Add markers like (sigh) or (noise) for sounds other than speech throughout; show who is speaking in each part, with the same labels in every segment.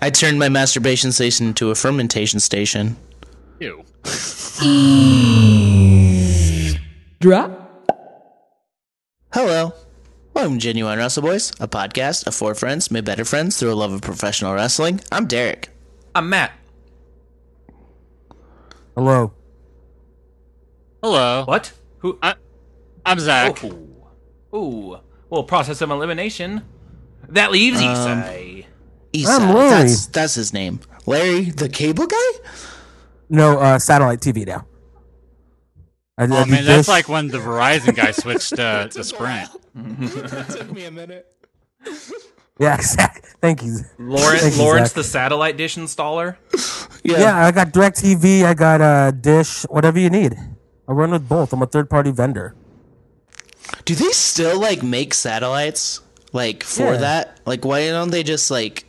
Speaker 1: I turned my masturbation station into a fermentation station.
Speaker 2: Ew.
Speaker 3: Drop.
Speaker 1: Hello. Welcome to Genuine Wrestle Boys, a podcast of four friends made better friends through a love of professional wrestling. I'm Derek.
Speaker 4: I'm Matt.
Speaker 3: Hello.
Speaker 2: Hello.
Speaker 4: What? Who?
Speaker 2: I, I'm Zach.
Speaker 1: Oh.
Speaker 4: Ooh. Ooh. Well, process of elimination. That leaves Isai.
Speaker 1: Isa.
Speaker 3: I'm Larry.
Speaker 1: That's, that's his name. Larry, the cable guy?
Speaker 3: No, uh, satellite TV now. I,
Speaker 2: Oh man, that's like when the Verizon guy
Speaker 1: (laughs)
Speaker 2: switched uh, to Sprint.
Speaker 1: Took me a minute.
Speaker 3: (laughs) yeah, exactly. Thank you. Thank
Speaker 4: Lawrence,
Speaker 3: you,
Speaker 4: Lawrence
Speaker 3: Zach.
Speaker 4: the satellite dish installer.
Speaker 1: Yeah.
Speaker 3: Yeah, I got DirecTV. I got uh, Dish. Whatever you need, I run with both. I'm a third party vendor.
Speaker 1: Do they still like make satellites like for
Speaker 3: Yeah.
Speaker 1: that? Like why don't they just like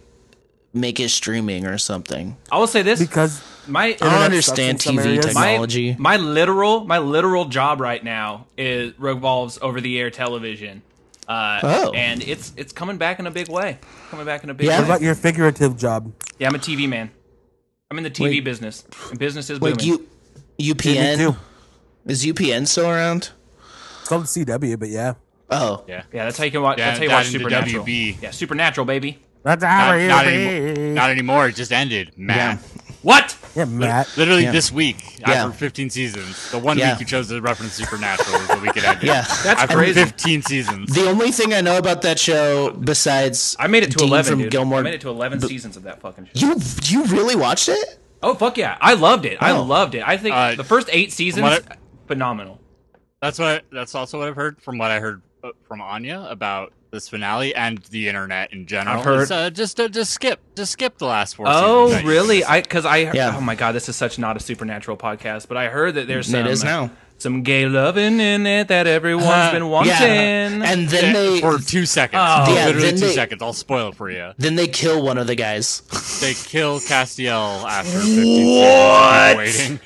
Speaker 1: make it streaming or something?
Speaker 4: I will say this
Speaker 3: Because
Speaker 4: my
Speaker 1: I
Speaker 4: uh,
Speaker 1: don't
Speaker 3: Internet sucks in
Speaker 1: understand
Speaker 3: some
Speaker 1: TV
Speaker 3: areas.
Speaker 4: my
Speaker 1: technology.
Speaker 4: my literal my literal job right now is revolves over the air television. Uh,
Speaker 1: Oh.
Speaker 4: and it's it's coming back in a big way. Coming back in a big
Speaker 1: Yeah.
Speaker 3: what
Speaker 4: way.
Speaker 3: about your figurative job?
Speaker 4: Yeah, I'm a TV man. I'm in the TV business. And business is booming.
Speaker 1: like you
Speaker 3: Yeah, me
Speaker 1: UPN
Speaker 3: too.
Speaker 1: is UPN still around?
Speaker 3: It's called CW, but yeah.
Speaker 1: Oh,
Speaker 2: Yeah.
Speaker 4: yeah, that's how you can watch.
Speaker 2: Yeah,
Speaker 4: that's how you
Speaker 2: that
Speaker 4: watch
Speaker 2: into
Speaker 4: Supernatural.
Speaker 2: WB.
Speaker 4: Yeah, Supernatural, baby.
Speaker 3: That's
Speaker 2: Not,
Speaker 3: how you
Speaker 2: not,
Speaker 3: be.
Speaker 2: anymore, not anymore. It just ended. Matt.
Speaker 4: What?
Speaker 3: Yeah, Matt.
Speaker 2: Literally
Speaker 1: Yeah.
Speaker 2: this week,
Speaker 1: Yeah.
Speaker 2: after 15 seasons, the one
Speaker 1: Yeah.
Speaker 2: week you chose to reference Supernatural is the week it ended.
Speaker 1: Yeah.
Speaker 4: That's
Speaker 2: after
Speaker 4: crazy.
Speaker 2: 15 seasons.
Speaker 1: the only thing I know about that show besides
Speaker 4: I made it to
Speaker 1: Dean
Speaker 4: eleven.
Speaker 1: from
Speaker 4: dude.
Speaker 1: Gilmore.
Speaker 4: I made it to eleven seasons of that fucking show.
Speaker 1: you you really watched it?
Speaker 4: Oh fuck yeah! I loved it. I
Speaker 1: Oh.
Speaker 4: loved it. I think
Speaker 2: Uh,
Speaker 4: the first eight seasons
Speaker 2: what
Speaker 4: phenomenal.
Speaker 2: That's what. That's also what I've heard from what I heard uh, from Anya about this finale and the internet in general.
Speaker 4: I've heard-
Speaker 2: It's, uh, just uh, just skip just skip the last four. seasons
Speaker 4: Oh
Speaker 2: that you-
Speaker 4: really? I because I
Speaker 1: Yeah.
Speaker 4: oh my god, this is such not a supernatural podcast, but I heard that there's
Speaker 1: It
Speaker 4: some
Speaker 1: is now.
Speaker 4: some gay loving in it that everyone's
Speaker 2: Uh,
Speaker 4: been wanting.
Speaker 1: Yeah, and then they
Speaker 2: for two seconds.
Speaker 4: Oh.
Speaker 1: Yeah,
Speaker 2: literally
Speaker 1: then
Speaker 2: two
Speaker 1: they-
Speaker 2: seconds. I'll spoil it for you.
Speaker 1: then they kill one of the guys (laughs)
Speaker 2: They kill Castiel after 15 seconds. Waiting.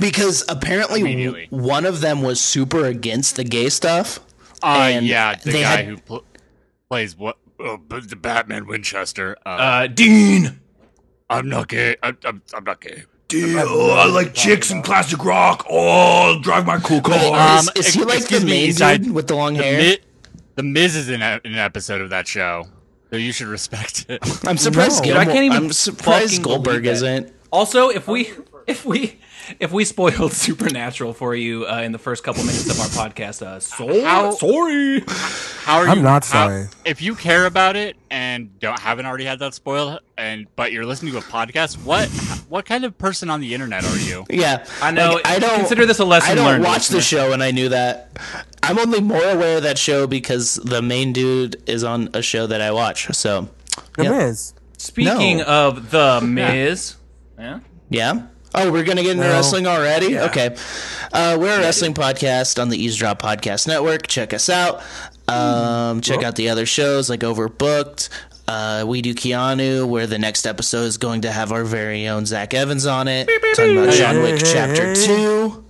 Speaker 1: because apparently
Speaker 2: Immediately.
Speaker 1: one of them was super against the gay stuff.
Speaker 2: Uh,
Speaker 1: And
Speaker 2: yeah, the
Speaker 1: they
Speaker 2: guy
Speaker 1: had-
Speaker 2: who pl- plays what uh, b- the Batman Winchester. Uh,
Speaker 4: uh, Dean.
Speaker 2: I'm not gay. I'm, I'm, I'm not gay.
Speaker 4: I like chicks and classic rock. Oh, drive my cool car.
Speaker 1: is,
Speaker 2: Um,
Speaker 1: is he like
Speaker 2: ex-
Speaker 1: the
Speaker 2: excuse me,
Speaker 1: main
Speaker 2: Eastside,
Speaker 1: dude with the long
Speaker 2: The,
Speaker 1: hair?
Speaker 2: Mi- the Miz is in, a, in an episode of that show, so you should respect
Speaker 1: (laughs)
Speaker 2: it.
Speaker 1: I'm surprised.
Speaker 3: No.
Speaker 1: Gilmore,
Speaker 4: Dude, I can't even
Speaker 1: am surprised
Speaker 4: fucking believe
Speaker 1: Goldberg
Speaker 4: that.
Speaker 1: isn't.
Speaker 4: Also, if we if we if we spoiled (laughs) Supernatural for you uh, in the first couple minutes of our podcast, uh, so
Speaker 2: How-
Speaker 4: sorry.
Speaker 2: How are
Speaker 3: I'm
Speaker 2: you,
Speaker 3: not
Speaker 2: how-
Speaker 3: sorry.
Speaker 2: if you care about it and don't haven't already had that spoiled, and but you're listening to a podcast, what what kind of person on the internet are you?
Speaker 1: Yeah,
Speaker 4: I know.
Speaker 1: Like, I don't
Speaker 4: Consider this a lesson
Speaker 1: I don't
Speaker 4: learned,
Speaker 1: watch the
Speaker 4: listener.
Speaker 1: show, and I knew that. I'm only more aware of that show because the main dude is on a show that I watch. So,
Speaker 3: The
Speaker 1: yeah.
Speaker 3: Miz.
Speaker 4: Speaking
Speaker 1: No.
Speaker 4: of the Miz, yeah.
Speaker 1: Yeah. Oh, we're gonna get into
Speaker 3: No.
Speaker 1: wrestling already. Okay, uh, we're a wrestling podcast on the Eavesdrop Podcast Network. Check us out. Um, check out the other shows like Overbooked. Uh, we do Keanu, where the next episode is going to have our very own Zach Evans on it, talking about John Wick
Speaker 3: Hey, hey,
Speaker 1: Chapter
Speaker 3: hey.
Speaker 1: Two.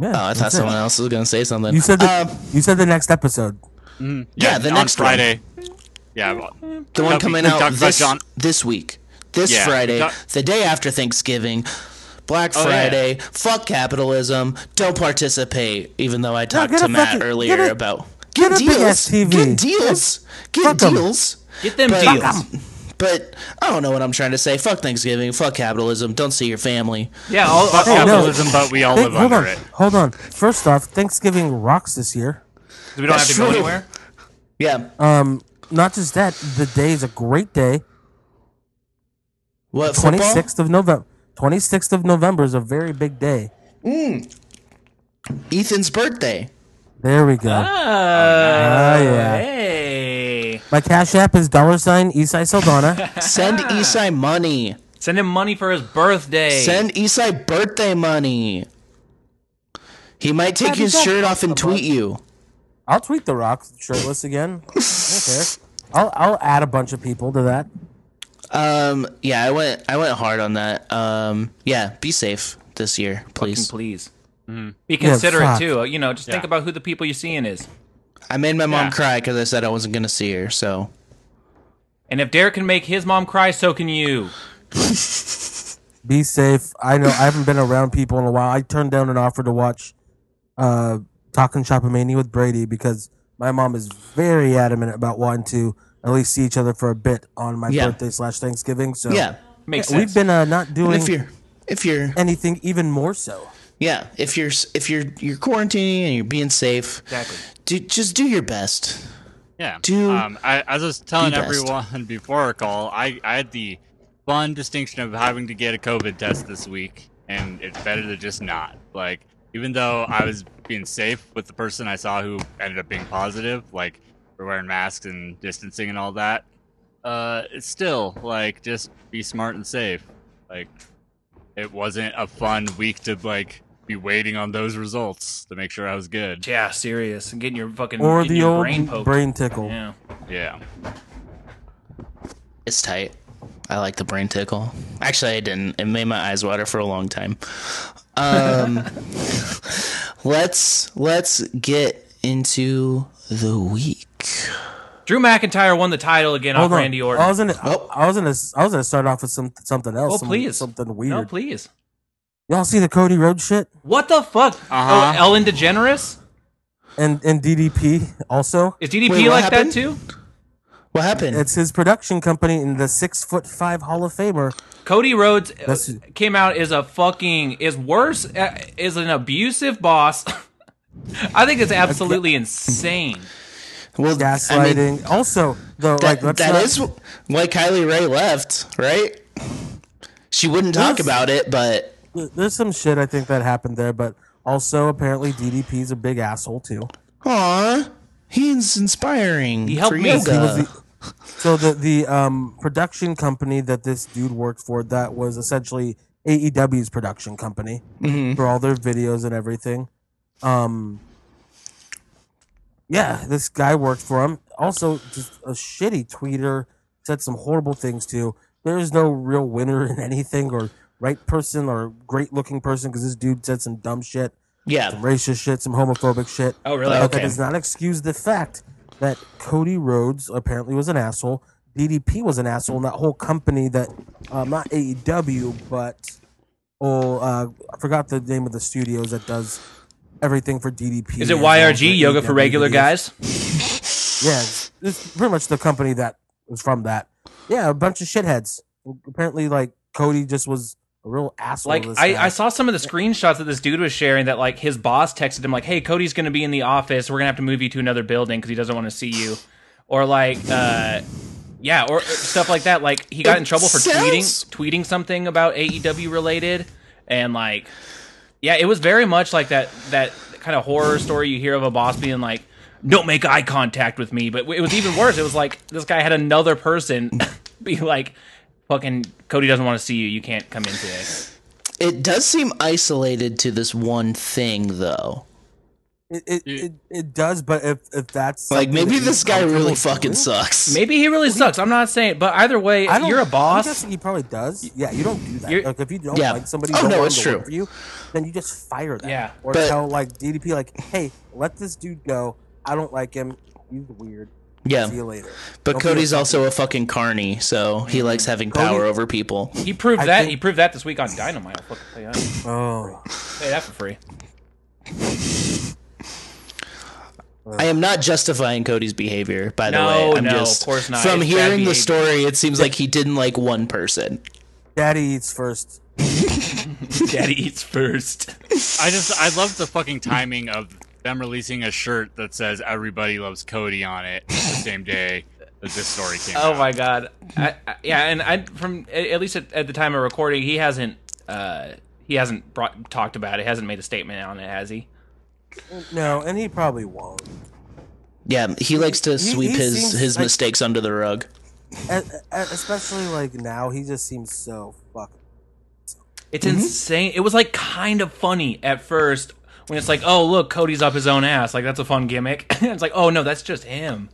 Speaker 3: Yeah,
Speaker 1: Oh, I thought
Speaker 3: that's it.
Speaker 1: someone else was gonna say something.
Speaker 3: You said the,
Speaker 1: Um,
Speaker 3: you said the next episode.
Speaker 1: yeah, the
Speaker 2: on
Speaker 1: next one.
Speaker 2: Friday. Yeah, well,
Speaker 1: the one
Speaker 2: Talk-
Speaker 1: coming
Speaker 2: we
Speaker 1: out
Speaker 2: talked about
Speaker 1: this,
Speaker 2: John-
Speaker 1: this week, this
Speaker 2: Yeah, we
Speaker 1: Friday,
Speaker 2: talk-
Speaker 1: the day after Thanksgiving, Black
Speaker 2: yeah.
Speaker 1: Friday. Fuck capitalism. Don't participate. Even though I talked
Speaker 3: get
Speaker 1: to
Speaker 3: a
Speaker 1: Matt
Speaker 3: fucking-
Speaker 1: earlier
Speaker 3: get a-
Speaker 1: about
Speaker 3: get
Speaker 1: good
Speaker 3: a big
Speaker 1: deals,
Speaker 3: ass TV.
Speaker 1: good deals, good
Speaker 3: Fuck 'em.
Speaker 1: deals.
Speaker 4: Get them
Speaker 1: But-
Speaker 4: deals.
Speaker 1: Fuck But I don't know what I'm trying to say. Fuck Thanksgiving. Fuck capitalism. Don't see your family.
Speaker 4: Yeah, I'll, I'll,
Speaker 3: no.
Speaker 2: capitalism, but we all
Speaker 3: Hey,
Speaker 2: live
Speaker 3: hold
Speaker 2: under
Speaker 3: on,
Speaker 2: it.
Speaker 3: hold on. First off, Thanksgiving rocks this year.
Speaker 4: we don't have to
Speaker 1: That's
Speaker 4: go
Speaker 1: true.
Speaker 4: anywhere.
Speaker 1: Yeah.
Speaker 3: Um, not just that, the day is a great day.
Speaker 1: what
Speaker 3: Twenty
Speaker 1: football?
Speaker 3: sixth of November. Twenty sixth of November is a very big day.
Speaker 1: Ethan's birthday.
Speaker 3: There we go.
Speaker 1: Oh,
Speaker 3: Oh,
Speaker 4: Uh,
Speaker 3: yeah.
Speaker 4: Hey,
Speaker 3: My cash app is dollar sign Isai Saldana. (laughs)
Speaker 1: Send Esai money.
Speaker 4: send him money for his birthday.
Speaker 1: Send Esai birthday money. He might take
Speaker 3: Happy
Speaker 1: his
Speaker 3: birthday,
Speaker 1: shirt off and tweet you.
Speaker 3: I'll tweet the rock shirtless again. I don't care. I'll I'll add a bunch of people to that.
Speaker 1: Um, yeah, I went I went hard on that. Um, yeah, be safe this year, please.
Speaker 4: please. Be considerate
Speaker 3: fuck.
Speaker 4: too. You know, just think
Speaker 2: Yeah.
Speaker 4: about who the people you're seeing is.
Speaker 1: I made my mom
Speaker 2: Yeah.
Speaker 1: cry because I said I wasn't gonna see her. So
Speaker 4: And if Derek can make his mom cry, so can you.
Speaker 3: Be safe. I know I haven't been around people in a while. I turned down an offer to watch uh Talking Shop Mania with Brady because my mom is very adamant about wanting to at least see each other for a bit on my
Speaker 1: Yeah.
Speaker 3: birthday slash Thanksgiving. So
Speaker 1: Yeah.
Speaker 4: Makes sense.
Speaker 3: we've been uh, not
Speaker 1: And
Speaker 3: doing
Speaker 1: if you're if you're
Speaker 3: anything even more so.
Speaker 1: yeah, if you're if you're you're quarantining and you're being safe,
Speaker 4: Exactly.
Speaker 1: do, just do your best.
Speaker 2: Yeah.
Speaker 1: Do
Speaker 2: um, I, as I was telling
Speaker 1: best.
Speaker 2: everyone (laughs) before our call, I, I had the fun distinction of having to get a COVID test this week, and it's better to just not. Like, even though I was being safe with the person I saw who ended up being positive, like, we're wearing masks and distancing and all that, uh, it's still, like, just be smart and safe. Like, it wasn't a fun week to, like, be waiting on those results to make sure I was good.
Speaker 4: Yeah, serious. And getting your fucking
Speaker 3: Or
Speaker 4: getting
Speaker 3: the
Speaker 4: your
Speaker 3: old
Speaker 4: brain
Speaker 3: brain,
Speaker 4: poked.
Speaker 3: tickle.
Speaker 4: Yeah.
Speaker 2: Yeah.
Speaker 1: It's tight. I like the brain tickle. Actually, I didn't. It made my eyes water for a long time.
Speaker 3: (laughs)
Speaker 1: Um, let's let's get into the week.
Speaker 4: Drew McIntyre won the title again off
Speaker 3: Hold on.
Speaker 4: Randy Orton.
Speaker 3: I was gonna,
Speaker 1: Oh.
Speaker 3: I was gonna, I was gonna start off with some something else.
Speaker 4: Oh,
Speaker 3: some-
Speaker 4: please.
Speaker 3: something weird.
Speaker 4: no, please.
Speaker 3: Y'all see the Cody Rhodes shit
Speaker 4: What the fuck?
Speaker 2: Uh-huh.
Speaker 4: Oh, Ellen DeGeneres?
Speaker 3: and and DDP also.
Speaker 4: Is DDP
Speaker 1: Wait, what
Speaker 4: like
Speaker 1: happened?
Speaker 4: that too?
Speaker 1: What happened?
Speaker 3: It's his production company and the six foot five Hall of Famer.
Speaker 4: Cody Rhodes uh,
Speaker 3: That's-
Speaker 4: came out as a fucking is worse uh, is an abusive boss. (laughs) I think it's absolutely insane.
Speaker 1: well,
Speaker 3: Gaslighting.
Speaker 1: I mean,
Speaker 3: also, though,
Speaker 1: that,
Speaker 3: like let's
Speaker 1: that
Speaker 3: not-
Speaker 1: is why Kylie Ray left, right? She wouldn't talk
Speaker 3: Yes.
Speaker 1: about it, but
Speaker 3: there's some shit I think that happened there, but also apparently DDP's a big asshole too.
Speaker 1: aw, he's inspiring. He
Speaker 4: helped
Speaker 1: for
Speaker 4: me.
Speaker 1: Yoga.
Speaker 3: He was the- (laughs) so the the um, production company that this dude worked for that was essentially AEW's production company for all their videos and everything. Um, yeah, this guy worked for him. Also, just a shitty tweeter said some horrible things too. There is no real winner in anything or right person or great looking person because this dude said some dumb shit
Speaker 1: yeah,
Speaker 3: racist shit, some homophobic shit.
Speaker 4: Oh, really?
Speaker 3: But
Speaker 1: Okay.
Speaker 3: that does not excuse the fact that Cody Rhodes apparently was an asshole. DDP was an asshole, and that whole company that, um, not AEW, but oh, uh, I forgot the name of the studios that does everything for DDP.
Speaker 4: Is it
Speaker 3: and all
Speaker 4: YRG yoga for
Speaker 3: AEW
Speaker 4: regular
Speaker 3: videos.
Speaker 4: guys?
Speaker 3: Yeah, it's, it's pretty much the company that was from that. Yeah, a bunch of shitheads. Apparently, like Cody just was a real asshole.
Speaker 4: Like
Speaker 3: to this
Speaker 4: I,
Speaker 3: guy.
Speaker 4: I saw some of the screenshots that this dude was sharing that like his boss texted him like, "Hey, Cody's going to be in the office. We're going to have to move you to another building because he doesn't want to see you," or like, uh, yeah, or stuff like that. Like he got in trouble for
Speaker 1: sounds-
Speaker 4: tweeting tweeting something about AEW related, and like, yeah, it was very much like that that kind of horror story you hear of a boss being like. Don't make eye contact with me. But it was even worse. It was like this guy had another person (laughs) be like, "Fucking Cody doesn't want to see you. You can't come in today."
Speaker 1: it does seem isolated to this one thing, though.
Speaker 3: It it, it, it does, but if if that's
Speaker 1: Like
Speaker 3: something that
Speaker 1: maybe
Speaker 3: he's
Speaker 1: this guy really
Speaker 3: comfortable
Speaker 1: fucking
Speaker 3: doing-
Speaker 1: sucks.
Speaker 4: Maybe he really sucks. I'm not saying, but either way,
Speaker 3: I don't,
Speaker 4: you're a
Speaker 3: I'm
Speaker 4: boss.
Speaker 3: guessing he probably does. Yeah, you don't do that.
Speaker 4: You're-
Speaker 3: like if you don't
Speaker 1: Yeah.
Speaker 3: like somebody,
Speaker 1: Oh,
Speaker 3: you don't
Speaker 1: no,
Speaker 3: want
Speaker 1: it's
Speaker 3: them to
Speaker 1: true.
Speaker 3: work for you, then you just fire them.
Speaker 4: Yeah.
Speaker 3: or
Speaker 1: But-
Speaker 3: tell like DDP like, hey, let this dude go. I don't like him. He's weird. See
Speaker 1: (laughs) yeah,
Speaker 3: you later.
Speaker 1: but
Speaker 3: Don't be
Speaker 1: Cody's
Speaker 3: a-
Speaker 1: also a fucking carny, so he likes having
Speaker 3: Cody-
Speaker 1: power over people.
Speaker 4: He proved
Speaker 3: I
Speaker 4: that.
Speaker 3: think-
Speaker 4: He proved that this week on Dynamite. I'll fucking tell you that.
Speaker 3: Oh,
Speaker 4: Say that for
Speaker 3: (laughs)
Speaker 4: free.
Speaker 1: I am not justifying Cody's behavior, by the
Speaker 4: No,
Speaker 1: way. I'm
Speaker 4: no,
Speaker 1: just,
Speaker 4: of course not.
Speaker 1: From
Speaker 4: It's bad
Speaker 1: hearing the
Speaker 4: behavior.
Speaker 1: story, it seems like he didn't like one person.
Speaker 3: daddy eats first.
Speaker 4: Daddy eats first.
Speaker 2: I just I love the fucking timing of them releasing a shirt that says "Everybody loves Cody" on it the same day that this story came out.
Speaker 4: Oh my god. I, I, yeah, and I from a- at least at, at the time of recording, he hasn't uh he hasn't brought talked about it. Hasn't made a statement on it, has he?
Speaker 3: No, and he probably won't.
Speaker 1: Yeah, he likes to
Speaker 3: he
Speaker 1: sweep his
Speaker 3: seems
Speaker 1: his
Speaker 3: like-
Speaker 1: mistakes under the rug.
Speaker 3: E- e- especially like now, he just seems so fuck.
Speaker 4: It's
Speaker 3: Mm-hmm.
Speaker 4: insane. It was like kind of funny at first when it's like, oh look, Cody's up his own ass. Like that's a fun gimmick. (laughs) it's like, oh no, that's just him.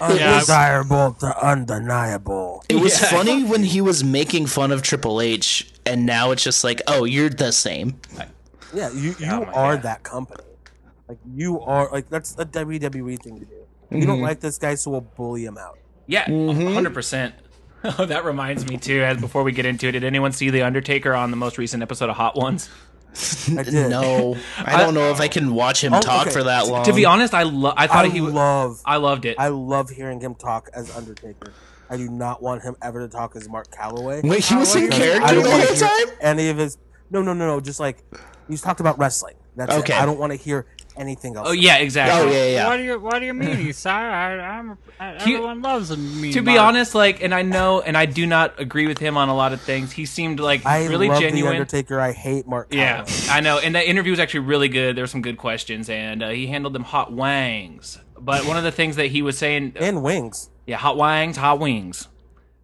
Speaker 2: I-
Speaker 3: Undesirable to undeniable.
Speaker 1: It was
Speaker 4: Yeah.
Speaker 3: (laughs)
Speaker 1: funny when he was making fun of Triple H, and now it's just like, oh, you're the same.
Speaker 3: Yeah, you, you
Speaker 4: Oh my
Speaker 3: are
Speaker 4: God.
Speaker 3: that company. E
Speaker 1: Mm-hmm.
Speaker 3: Like you are like that's a WWE thing to do. You don't like this guy, so we'll bully him out.
Speaker 4: Yeah, 100 percent. (laughs) Oh, that reminds me too. As before we get into it, did anyone see the Undertaker on the most recent episode of Hot Ones?
Speaker 3: I did. (laughs)
Speaker 1: No, I don't know if I can watch him
Speaker 3: Oh,
Speaker 1: talk
Speaker 3: okay.
Speaker 1: for that long.
Speaker 4: to be honest, I lo- I thought
Speaker 3: I
Speaker 4: he was.
Speaker 3: love
Speaker 4: I loved it.
Speaker 3: I love hearing him talk as Undertaker. I do not want him ever to talk as Mark Calloway.
Speaker 1: Wait, he was in
Speaker 3: Because
Speaker 1: character
Speaker 3: I don't
Speaker 1: the
Speaker 3: wanna
Speaker 1: whole
Speaker 3: hear
Speaker 1: time?
Speaker 3: Any of his? No, no, no, no. Just like he's talked about wrestling. That's
Speaker 1: Okay.
Speaker 3: okay. I don't want to hear anything else.
Speaker 4: oh yeah, exactly.
Speaker 1: oh yeah, yeah.
Speaker 2: What do you What do you mean? He's sorry. I, I'm. I,
Speaker 4: He-
Speaker 2: everyone loves him. mean
Speaker 4: To be
Speaker 2: Mark.
Speaker 4: honest, like, and I know, and I do not agree with him on a lot of things. He seemed like
Speaker 3: I
Speaker 4: really
Speaker 3: love the
Speaker 4: genuine.
Speaker 3: Undertaker. I hate Mark.
Speaker 4: Yeah,
Speaker 3: Calloway.
Speaker 4: I know. And that interview was actually really good. There were some good questions, and uh, he handled them hot wangs. But one of the things that he was saying,
Speaker 3: and wings.
Speaker 4: yeah, hot wangs, hot wings.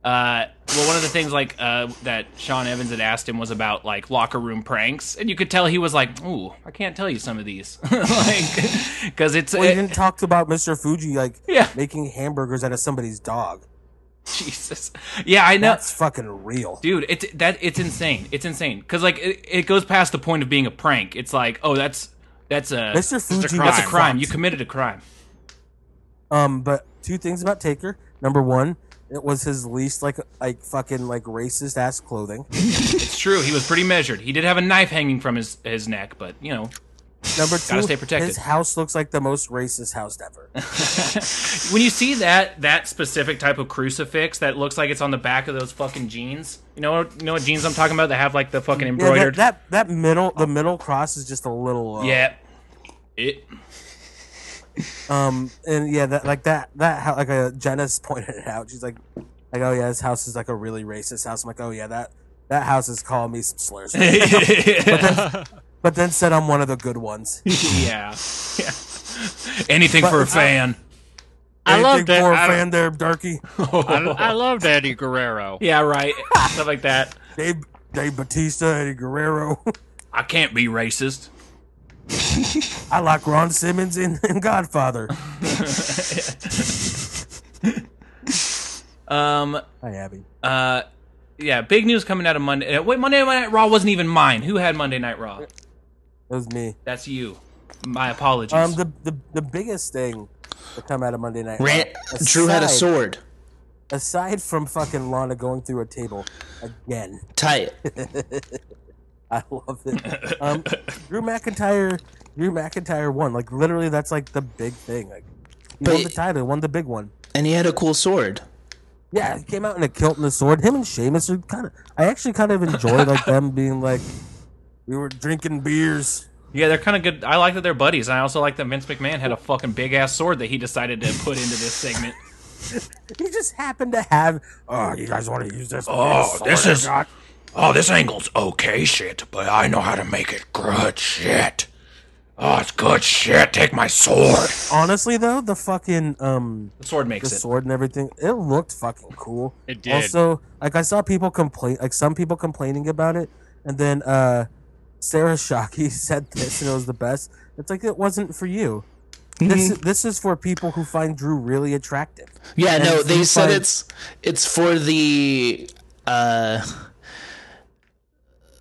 Speaker 4: Uh, well, one of the things like uh, that Sean Evans had asked him was about like locker room pranks, and you could tell he was like, "Ooh, I can't tell you some of these," (laughs) like because it's
Speaker 3: Well, he didn't talk about Mr. Fuji like
Speaker 4: Yeah.
Speaker 3: making hamburgers out of somebody's dog.
Speaker 4: (laughs) Jesus. Yeah, I know.
Speaker 3: That's fucking real.
Speaker 4: dude it's that it's insane it's insane because like it, it goes past the point of being a prank it's like oh that's that's a
Speaker 3: Mr. Fuji,
Speaker 2: crime.
Speaker 4: that's a
Speaker 2: crime.
Speaker 4: crime you committed a crime
Speaker 3: Um, but two things about Taker. Number one, it was his least like like fucking like racist ass clothing.
Speaker 4: it's true he was pretty measured he did have a knife hanging from his his neck but you know
Speaker 3: Number 2
Speaker 4: stay protected.
Speaker 3: his house looks like the most racist house
Speaker 4: (laughs)
Speaker 3: ever.
Speaker 4: when you see that that specific type of crucifix that looks like it's on the back of those fucking jeans you know you know what jeans i'm talking about that have like the fucking
Speaker 3: Yeah,
Speaker 4: embroidered
Speaker 3: that, that that middle the middle cross is just a little uh, low.
Speaker 4: yeah (laughs) it
Speaker 3: Um, and yeah, that like that that how like a Janice (laughs) pointed it out. She's like, like oh yeah, this house is like a really racist house. I'm like oh yeah that that house is calling me some slurs.
Speaker 4: (laughs)
Speaker 3: but then said I'm one of the
Speaker 4: (laughs)
Speaker 3: good ones.
Speaker 4: yeah yeah anything
Speaker 3: But-
Speaker 4: for a fan
Speaker 2: I loved
Speaker 3: Anything
Speaker 2: it.
Speaker 3: for a
Speaker 2: I-
Speaker 3: fan there, Darky.
Speaker 2: I, I loved Eddie Guerrero.
Speaker 4: yeah right stuff like that
Speaker 3: Dave Dave Batista, Eddie Guerrero. (laughs)
Speaker 4: i can't be racist
Speaker 3: I like Ron Simmons in, (laughs) in Godfather.
Speaker 4: um
Speaker 3: Hi Abby.
Speaker 4: Uh, yeah, big news coming out of Monday. uh, Wait, Monday Night Raw wasn't even mine. Who had Monday Night Raw?
Speaker 3: That was me.
Speaker 4: That's you. My apologies.
Speaker 3: Um, the, the the biggest thing that come out of Monday Night. Raw,
Speaker 1: Ran- Drew had a
Speaker 3: aside-
Speaker 1: sword.
Speaker 3: Aside from fucking Lana going through a table again, (laughs)
Speaker 1: Tight.
Speaker 3: I love it. Um, Drew McIntyre, Drew McIntyre won. Like literally, that's like the big thing. Like he
Speaker 1: But-
Speaker 3: won the title, won the big one.
Speaker 1: And he had a cool sword.
Speaker 3: Yeah, he came out in a kilt and a sword. Him and Sheamus are kind of. I actually kind of enjoy like them being like, we were drinking beers.
Speaker 4: yeah, they're kind of good. I like that they're buddies. And I also like that Vince McMahon had a fucking big ass sword that he decided to put into this segment.
Speaker 3: He just happened to have. Oh, you guys want to use this?
Speaker 5: Oh,
Speaker 3: sword
Speaker 5: this
Speaker 3: I
Speaker 5: is-
Speaker 3: got?"
Speaker 5: Oh, this angle's okay shit, but I know how to make it good shit. Oh, it's good shit. Take my sword.
Speaker 3: Honestly, though, the fucking um,
Speaker 4: The sword
Speaker 3: the
Speaker 4: makes it.
Speaker 3: sword and everything, it looked fucking cool.
Speaker 2: It did.
Speaker 3: Also, like I saw people complain, like some people complaining about it, and then uh, Sarah Shockey (laughs) said this, and it was the best. It's like it wasn't for you. This
Speaker 1: Mm-hmm.
Speaker 3: is, this is for people who find Drew really attractive.
Speaker 1: Yeah,
Speaker 3: And
Speaker 1: no,
Speaker 3: if
Speaker 1: they
Speaker 3: you
Speaker 1: said
Speaker 3: find-
Speaker 1: it's it's for the uh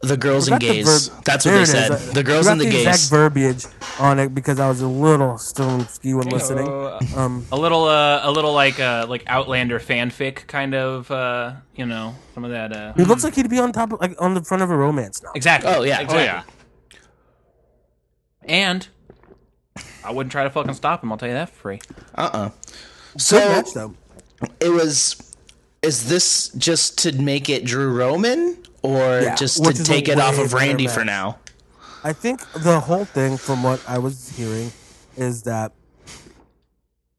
Speaker 1: the girls and
Speaker 3: Forgot the
Speaker 1: gays.
Speaker 3: verb-
Speaker 1: That's what
Speaker 3: there
Speaker 1: they
Speaker 3: it is.
Speaker 1: said.
Speaker 3: I-
Speaker 1: The girls
Speaker 3: forgot
Speaker 1: and the,
Speaker 3: exact
Speaker 1: gays.
Speaker 3: verbiage on it because I was a little stone ski when listening.
Speaker 4: Uh,
Speaker 3: Um,
Speaker 4: a little, uh, a little like, uh, like Outlander fanfic kind of, uh, you know, some of that. Uh,
Speaker 3: he looks like he'd be on top, of, like on the front of a romance novel.
Speaker 4: exactly.
Speaker 1: Oh, yeah. Oh,
Speaker 2: Oh
Speaker 4: Exactly.
Speaker 2: yeah.
Speaker 4: And I wouldn't try to fucking stop him. I'll tell you that for free.
Speaker 1: Uh-uh.
Speaker 3: Good
Speaker 1: So
Speaker 3: match though.
Speaker 1: it was is this just to make it Drew Roman or
Speaker 3: Yeah,
Speaker 1: just to
Speaker 3: which is a
Speaker 1: take it off
Speaker 3: way
Speaker 1: of
Speaker 3: better
Speaker 1: Randy for
Speaker 3: match.
Speaker 1: now?
Speaker 3: I think the whole thing, from what I was hearing, is that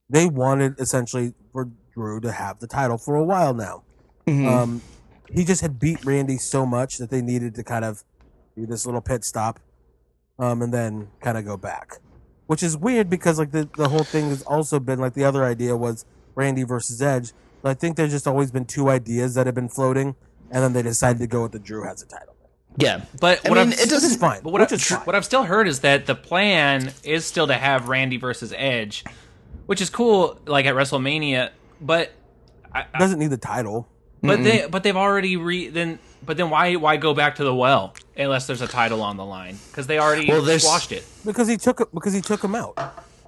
Speaker 3: they wanted essentially for Drew to have the title for a while now.
Speaker 4: Mm-hmm.
Speaker 3: Um, he just had beat Randy so much that they needed to kind of do this little pit stop, um, and then kind of go back, which is weird because like the the whole thing has also been like the other idea was Randy versus Edge. But I think there's just always been two ideas that have been floating, and then they decided to go with the Drew has a title.
Speaker 1: Yeah.
Speaker 4: But
Speaker 1: I
Speaker 4: what
Speaker 1: mean,
Speaker 4: I'm-
Speaker 1: it
Speaker 3: Which is
Speaker 1: doesn't
Speaker 3: fine.
Speaker 4: But what,
Speaker 3: which
Speaker 4: I,
Speaker 3: is fine.
Speaker 4: what I've still heard is that the plan is still to have Randy versus Edge, which is cool, like at WrestleMania. But
Speaker 3: doesn't need the title.
Speaker 4: but they but they've already re then but then why why go back to the well unless there's a title on the line because they already
Speaker 1: Well, there's-
Speaker 4: squashed it.
Speaker 3: Because he took because he took him out.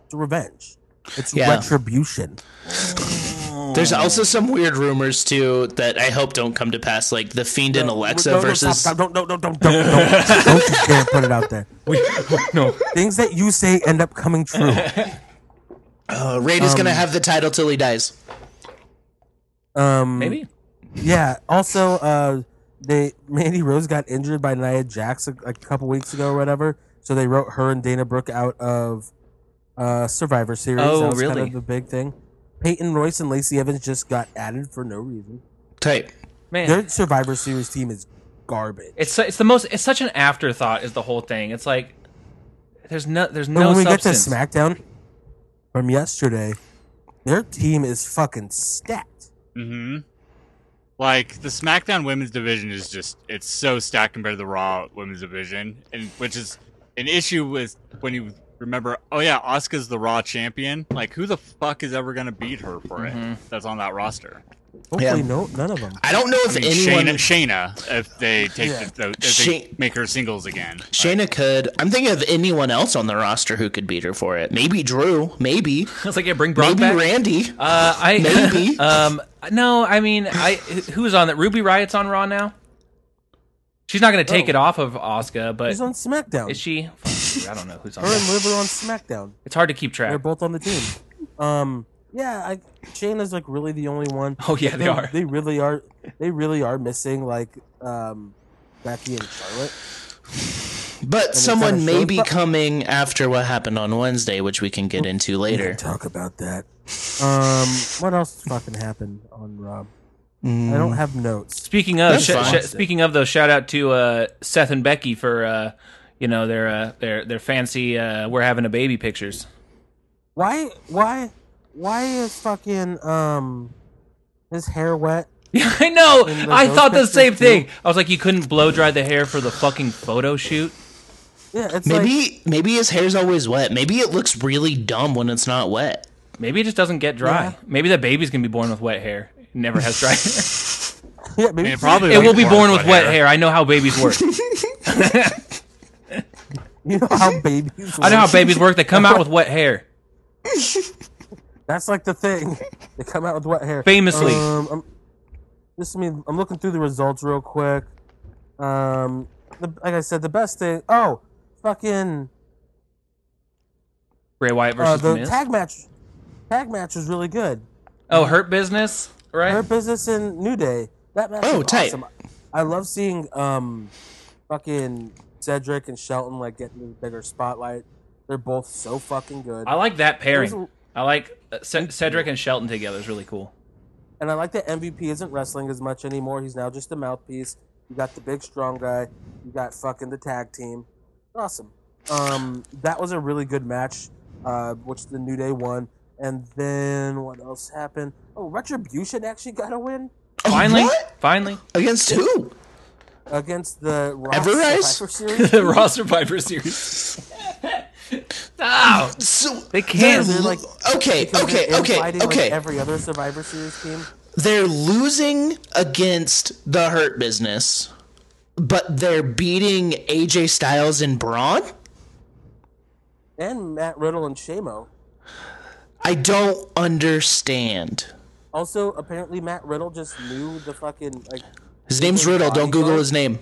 Speaker 3: It's revenge. It's
Speaker 1: Yeah.
Speaker 3: retribution.
Speaker 1: There's also some weird rumors too that I hope don't come to pass, like the Fiend and Alexa
Speaker 3: No, no,
Speaker 1: versus.
Speaker 3: stop, stop. Don't, don't, don't, don't, don't,
Speaker 1: (laughs)
Speaker 3: don't, don't you dare put it out there.
Speaker 4: no.
Speaker 3: Things that you say end up
Speaker 1: (laughs)
Speaker 3: coming true.
Speaker 1: Uh, Raid is gonna have the title till he dies.
Speaker 3: Um,
Speaker 4: Maybe.
Speaker 3: Yeah. Also, uh, they Mandy Rose got injured by Nia Jax a, a couple weeks ago, or whatever. So they wrote her and Dana Brooke out of uh, Survivor Series.
Speaker 4: Oh,
Speaker 3: that was
Speaker 4: really?
Speaker 3: Kind of the big thing. Peyton Royce and Lacey Evans just got added for no reason.
Speaker 1: Tight.
Speaker 4: Man.
Speaker 3: Their Survivor Series team is garbage.
Speaker 4: It's su- it's the most it's such an afterthought is the whole thing. It's like there's no there's
Speaker 3: But
Speaker 4: no
Speaker 3: when we
Speaker 4: substance.
Speaker 3: get to SmackDown from yesterday, their team is fucking stacked.
Speaker 2: Mm-hmm. Like the SmackDown women's division is just it's so stacked compared to the Raw women's division, and which is an issue with when you remember, oh yeah, Asuka's the Raw champion. Like who the fuck is ever gonna beat her for it?
Speaker 1: Mm-hmm.
Speaker 2: That's on that roster.
Speaker 3: Hopefully,
Speaker 1: Yeah.
Speaker 3: no, none of them.
Speaker 1: I don't know
Speaker 2: I
Speaker 1: if
Speaker 2: mean,
Speaker 1: anyone.
Speaker 2: Shayna, Shayna, if they take
Speaker 3: Yeah.
Speaker 2: the, if
Speaker 1: Shay-
Speaker 2: they make her singles again.
Speaker 1: Shayna could. I'm thinking of anyone else on the roster who could beat her for it. Maybe Drew. Maybe.
Speaker 4: (laughs) It's like yeah, bring Brock
Speaker 1: maybe
Speaker 4: back.
Speaker 1: Randy.
Speaker 4: Uh, I
Speaker 1: Maybe.
Speaker 4: (laughs) um no, I mean I who's on that? Ruby Riot's on Raw now. She's not gonna take it off of Oscar, but
Speaker 3: He's Oh. on SmackDown.
Speaker 4: is she? Fuck, dude, I don't know who's on.
Speaker 3: Her
Speaker 4: That.
Speaker 3: and Liv are on SmackDown.
Speaker 4: It's hard to keep
Speaker 3: They're
Speaker 4: track.
Speaker 3: both on the team. Um, yeah, I, Shayna's like really the only one.
Speaker 4: Oh yeah, they are.
Speaker 3: They really are. They really are missing like um, Becky and Charlotte.
Speaker 1: But
Speaker 3: it's
Speaker 1: someone
Speaker 3: not
Speaker 1: may
Speaker 3: sure,
Speaker 1: be
Speaker 3: but-
Speaker 1: coming after what happened on Wednesday, which we can get into
Speaker 3: We
Speaker 1: later.
Speaker 3: can talk about that. Um, what else fucking happened on Rob? I don't have notes.
Speaker 4: Speaking of,
Speaker 1: That's
Speaker 4: sh-
Speaker 1: fine.
Speaker 4: sh- speaking of though, shout out to uh, Seth and Becky for uh, you know their uh, their their fancy uh, we're having a baby pictures.
Speaker 3: Why? Why? Why is fucking um his hair wet?
Speaker 4: Yeah, (laughs) I know.
Speaker 3: And the
Speaker 4: I
Speaker 3: nose
Speaker 4: thought the
Speaker 3: pictures,
Speaker 4: same
Speaker 3: too.
Speaker 4: thing. I was like, you couldn't blow dry the hair for the fucking photo shoot.
Speaker 3: Yeah, it's
Speaker 1: Maybe
Speaker 3: like
Speaker 1: maybe his hair's always wet. Maybe it looks really dumb when it's not wet.
Speaker 4: Maybe it just doesn't get dry.
Speaker 3: Yeah.
Speaker 4: Maybe the baby's gonna be born with wet hair. It Never has dry. hair.
Speaker 3: yeah, maybe
Speaker 2: I mean, it probably
Speaker 4: it
Speaker 2: won't
Speaker 4: will be born with wet hair. I know how babies work.
Speaker 3: (laughs) you know how babies.
Speaker 4: (laughs) I know how
Speaker 3: work.
Speaker 4: babies work. They come out with wet hair.
Speaker 3: That's like the thing. (laughs) They come out with wet hair.
Speaker 4: Famously.
Speaker 3: Um, I'm, this I mean, I'm looking through the results real quick. Um, the, like I said, the best thing. Oh, fucking
Speaker 4: Bray Wyatt
Speaker 3: uh,
Speaker 4: versus
Speaker 3: the
Speaker 4: Miz.
Speaker 3: tag match. Tag match was really good.
Speaker 4: oh, hurt business, right?
Speaker 3: Her business in New Day. That match.
Speaker 1: Oh,
Speaker 3: was
Speaker 1: tight.
Speaker 3: Awesome. I love seeing um, fucking Cedric and Shelton like getting the bigger spotlight. They're both so fucking good.
Speaker 4: I like that
Speaker 3: It was
Speaker 4: pairing. I like uh, C- Cedric and Shelton together is really cool.
Speaker 3: And I like that MVP isn't wrestling as much anymore. He's now just a mouthpiece. You got the big strong guy. You got fucking the tag team. Awesome. Um, that was a really good match, uh, which the New Day won. And then what else happened? Oh, Retribution actually got a win
Speaker 4: Finally,
Speaker 1: What?
Speaker 4: finally,
Speaker 1: Against who?
Speaker 3: against the Raw
Speaker 1: Everrise?
Speaker 3: Survivor
Speaker 1: (laughs)
Speaker 3: Series.
Speaker 4: the Raw Survivor Series. oh,
Speaker 1: So
Speaker 4: They can't.
Speaker 1: they're
Speaker 3: They're like-
Speaker 1: lo- okay,
Speaker 3: Because
Speaker 1: okay,
Speaker 3: they're
Speaker 1: okay,
Speaker 3: infighting
Speaker 1: okay.
Speaker 3: Like every other Survivor Series team.
Speaker 1: they're losing against the Hurt Business, but they're beating AJ Styles and Braun.
Speaker 3: And Matt Riddle and Shamo.
Speaker 1: I don't understand.
Speaker 3: Also, apparently Matt Riddle just knew the fucking like.
Speaker 1: His name's Riddle. Don't Google his name.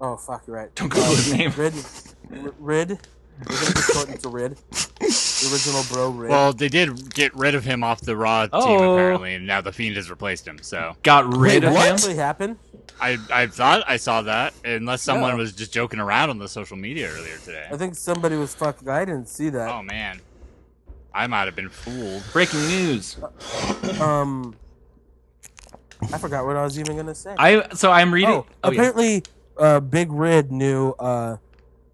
Speaker 3: Oh fuck, you're right.
Speaker 4: don't Google his name.
Speaker 3: Rid, R- Rid. We're gonna just shorten it to Rid. The original bro Rid.
Speaker 2: Well, they did get rid of him off the Raw team
Speaker 4: Oh.
Speaker 2: apparently, and now the Fiend has replaced him. So
Speaker 4: Got rid
Speaker 1: Wait,
Speaker 4: of
Speaker 1: what?
Speaker 4: him.
Speaker 3: actually happened.
Speaker 2: I I thought I saw that unless someone
Speaker 3: No.
Speaker 2: was just joking around on the social media earlier today.
Speaker 3: I think somebody was fucking. I didn't see that.
Speaker 2: Oh man, I might have been fooled.
Speaker 4: Breaking news.
Speaker 3: Um, I forgot what I was even gonna say.
Speaker 4: I so I'm reading.
Speaker 3: oh,
Speaker 4: oh, yeah.
Speaker 3: apparently, uh, Big Rid knew uh,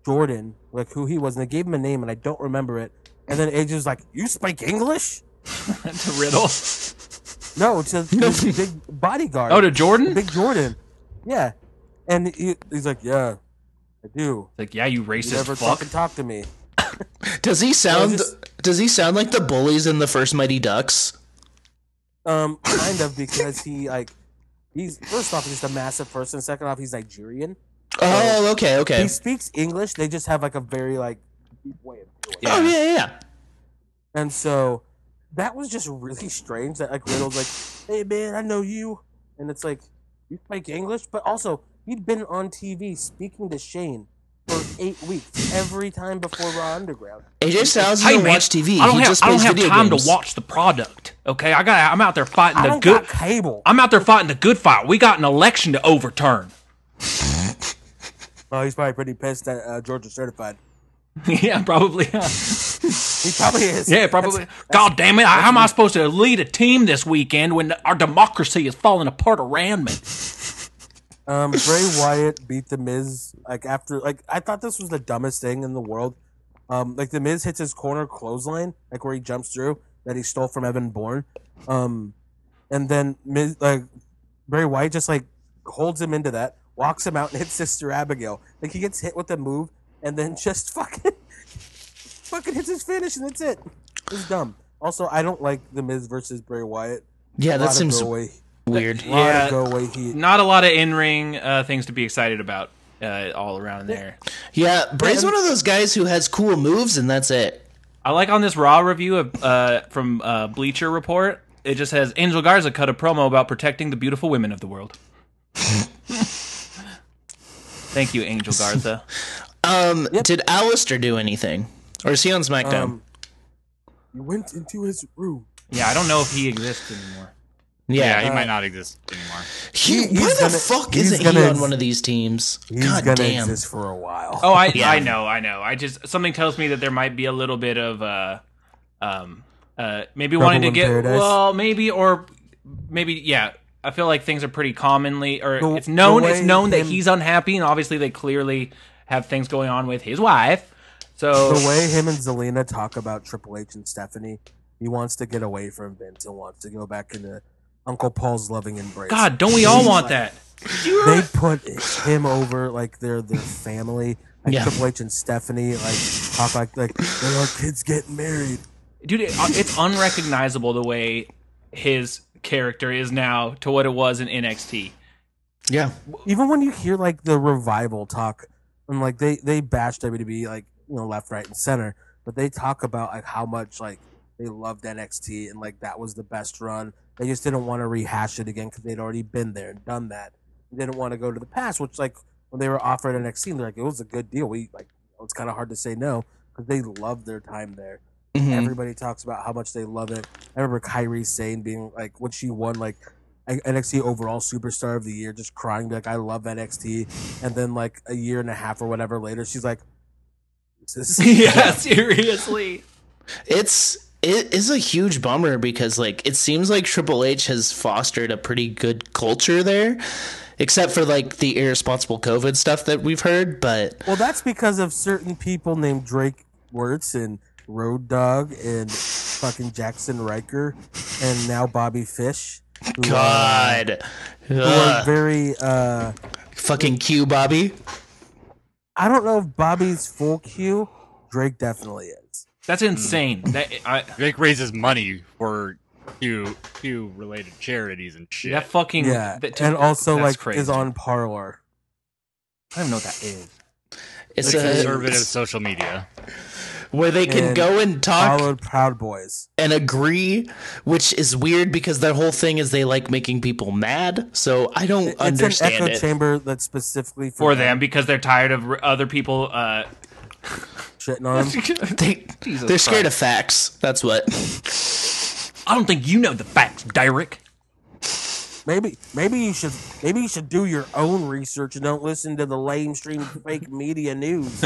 Speaker 3: Jordan, like who he was, and they gave him a name, and I don't remember it. And then AJ was like, "You speak English?"
Speaker 4: to Riddle.
Speaker 3: No, to his big bodyguard.
Speaker 4: (laughs) Oh, to Jordan.
Speaker 3: (laughs) Big Jordan. Yeah, and he, he's like, "Yeah, I do."
Speaker 4: like, yeah, you
Speaker 3: You
Speaker 4: racist
Speaker 3: never
Speaker 4: fuck.
Speaker 3: fucking talk to me.
Speaker 1: Does he sound?
Speaker 3: just-
Speaker 1: Does he sound like the bullies in the first Mighty Ducks?
Speaker 3: Um, kind of because he like he's first off he's just a massive person. Second off he's Nigerian.
Speaker 1: Oh, okay, okay.
Speaker 3: He speaks English. They just have like a very like deep way of doing.
Speaker 1: Oh yeah, yeah, yeah.
Speaker 3: it. And so that was just really strange that like Riddle's like hey man, I know you, and it's like you speak English, but also you'd been on TV speaking to Shane for eight weeks every time before Raw Underground.
Speaker 1: AJ Styles doesn't watch TV.
Speaker 4: I don't
Speaker 1: he
Speaker 4: have,
Speaker 1: just
Speaker 4: I
Speaker 1: plays
Speaker 4: don't have
Speaker 1: video
Speaker 4: time
Speaker 1: games.
Speaker 4: to watch the product. Okay, I got. I'm out there fighting
Speaker 3: I
Speaker 4: the
Speaker 3: don't
Speaker 4: good.
Speaker 3: got cable.
Speaker 4: I'm out there fighting the good fight. We got an election to overturn. (laughs)
Speaker 3: Oh, he's probably pretty pissed that uh, Georgia certified.
Speaker 4: yeah, probably. (laughs) huh?
Speaker 3: He probably is.
Speaker 4: Yeah, probably. God damn it! I- How am I supposed to lead a team this weekend when our democracy is falling apart around me?
Speaker 1: (laughs)
Speaker 3: Um, Bray Wyatt beat the Miz like after like I thought this was the dumbest thing in the world. Um, like the Miz hits his corner clothesline, like where he jumps through that he stole from Evan Bourne. Um, and then Miz like Bray Wyatt just like holds him into that, walks him out, and hits Sister Abigail. Like he gets hit with the move, and then (laughs) just fucking fucking hits his finish, and that's it. It's dumb. Also, I don't like the Miz versus Bray Wyatt.
Speaker 1: Yeah,
Speaker 3: A
Speaker 1: that
Speaker 3: lot of
Speaker 1: seems
Speaker 3: go away,
Speaker 1: weird.
Speaker 3: a lot of
Speaker 4: Yeah.
Speaker 3: go away heat.
Speaker 4: Not a lot of in-ring uh, things to be excited about uh, all around there.
Speaker 1: Yeah, Bray's one of those guys who has cool moves and that's it.
Speaker 4: I like on this Raw review of uh, from uh, Bleacher Report. It just has Angel Garza cut a promo about protecting the beautiful women of the world. Thank you, Angel Garza.
Speaker 1: Um, Did Alistair do anything? Or is he on SmackDown?
Speaker 3: Um, you went into his room.
Speaker 4: Yeah, I don't know if he exists anymore.
Speaker 2: Yeah,
Speaker 1: yeah.
Speaker 2: he might not exist anymore.
Speaker 1: He,
Speaker 3: He- he's
Speaker 1: why the
Speaker 3: gonna-
Speaker 1: fuck
Speaker 3: he's
Speaker 1: isn't he
Speaker 3: gonna
Speaker 1: on
Speaker 3: ex-
Speaker 1: one of these teams?
Speaker 3: He's
Speaker 1: God
Speaker 3: gonna
Speaker 1: damn.
Speaker 3: exist for a while.
Speaker 4: Oh, I
Speaker 1: Yeah.
Speaker 4: I know, I know. I just something tells me that there might be a little bit of uh, um, uh, maybe wanting to
Speaker 3: in
Speaker 4: get
Speaker 3: paradise.
Speaker 4: well, maybe or maybe yeah. I feel like things are pretty commonly, or
Speaker 3: The-
Speaker 4: it's known
Speaker 3: the
Speaker 4: it's
Speaker 3: way
Speaker 4: known that
Speaker 3: him-
Speaker 4: he's unhappy, and obviously they clearly have things going on with his wife. So
Speaker 3: The way him and Zelina talk about Triple H and Stephanie, he wants to get away from Vince and wants to go back into Uncle Paul's loving embrace.
Speaker 4: God, don't we all want that?
Speaker 3: they put him over like they're their family. Like
Speaker 1: Yeah.
Speaker 3: Triple H and Stephanie, like talk like like there are kids getting married.
Speaker 4: dude it, uh, it's unrecognizable the way his character is now to what it was in nxt
Speaker 1: Yeah.
Speaker 3: Even when you hear like the revival talk, and like they they bash WWE like you know left, right, and center, but they talk about like how much like they loved NXT and like that was the best run. They just didn't want to rehash it again because they'd already been there and done that. They didn't want to go to the past, which like when they were offered NXT, they're like it was a good deal. We like it's kind of hard to say no because they loved their time there.
Speaker 1: Mhm.
Speaker 3: Everybody talks about how much they love it. I remember Kyrie saying, being like, when she won like I- NXT overall superstar of the year, just crying, be like, I love NXT. And then like a year and a half or whatever later, she's like, "This
Speaker 1: (laughs)
Speaker 3: is-
Speaker 4: yeah (laughs) seriously
Speaker 1: It's it is a huge bummer because like it seems like Triple H has fostered a pretty good culture there, except for like the irresponsible COVID stuff that we've heard. But
Speaker 3: Well, that's because of certain people named Drake Wirtz and Road Dog and fucking Jackson Riker and now Bobby Fish. who, uh,
Speaker 1: God,
Speaker 3: who are
Speaker 1: Ugh.
Speaker 3: very, uh,
Speaker 1: fucking Q, Bobby.
Speaker 3: I don't know if Bobby's full Q. Drake definitely is.
Speaker 4: that's insane that I,
Speaker 2: Drake raises money for Q Q related charities and shit.
Speaker 4: that fucking
Speaker 3: Yeah,
Speaker 4: that-
Speaker 3: and also
Speaker 4: that's
Speaker 3: like
Speaker 4: crazy.
Speaker 3: is on Parlor.
Speaker 4: i don't even know what that is
Speaker 1: It's
Speaker 2: It's
Speaker 1: a,
Speaker 2: conservative social media.
Speaker 1: where they can
Speaker 3: And
Speaker 1: go and talk
Speaker 3: Followed Proud Boys.
Speaker 1: and agree, which is weird because their whole thing is they like making people mad. So I don't
Speaker 3: It's an
Speaker 1: understand
Speaker 3: echo
Speaker 1: it.
Speaker 3: chamber that's specifically for,
Speaker 4: for them because they're tired of r- other people
Speaker 3: (laughs)
Speaker 4: uh
Speaker 3: Shitting on 'em.
Speaker 1: They, they're scared of facts. That's what.
Speaker 4: i don't think you know the facts derek
Speaker 3: Maybe maybe you should maybe you should do your own research and don't listen to the lamestream fake media news.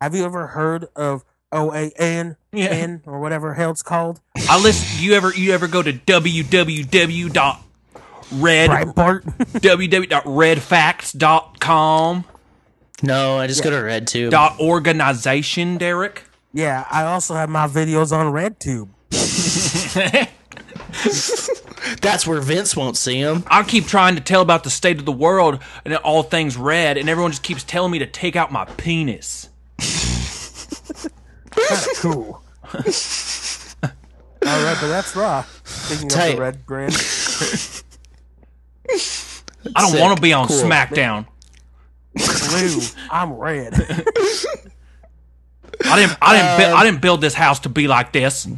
Speaker 3: Have you ever heard of OAN
Speaker 4: Yeah.
Speaker 3: N or whatever hell it's called?
Speaker 4: i listen you ever you ever go to www dot red
Speaker 3: Breitbart. (laughs)
Speaker 4: www.redfacts.com
Speaker 1: No, I just go to Red too.
Speaker 4: dot organization derek
Speaker 3: yeah, I also have my videos on RedTube.
Speaker 1: That's where Vince won't see him.
Speaker 4: I keep trying to tell about the state of the world and all things red, and everyone just keeps telling me to take out my penis.
Speaker 3: cool. All right, but that's raw. Speaking of
Speaker 1: Tight.
Speaker 3: the red brand,
Speaker 4: I don't
Speaker 1: Sick.
Speaker 4: want to be on
Speaker 1: Cool.
Speaker 4: SmackDown.
Speaker 3: blue, (laughs) I'm
Speaker 1: (laughs)
Speaker 3: red.
Speaker 1: Um,
Speaker 4: I didn't. I didn't. bui- I didn't build this house to be like this.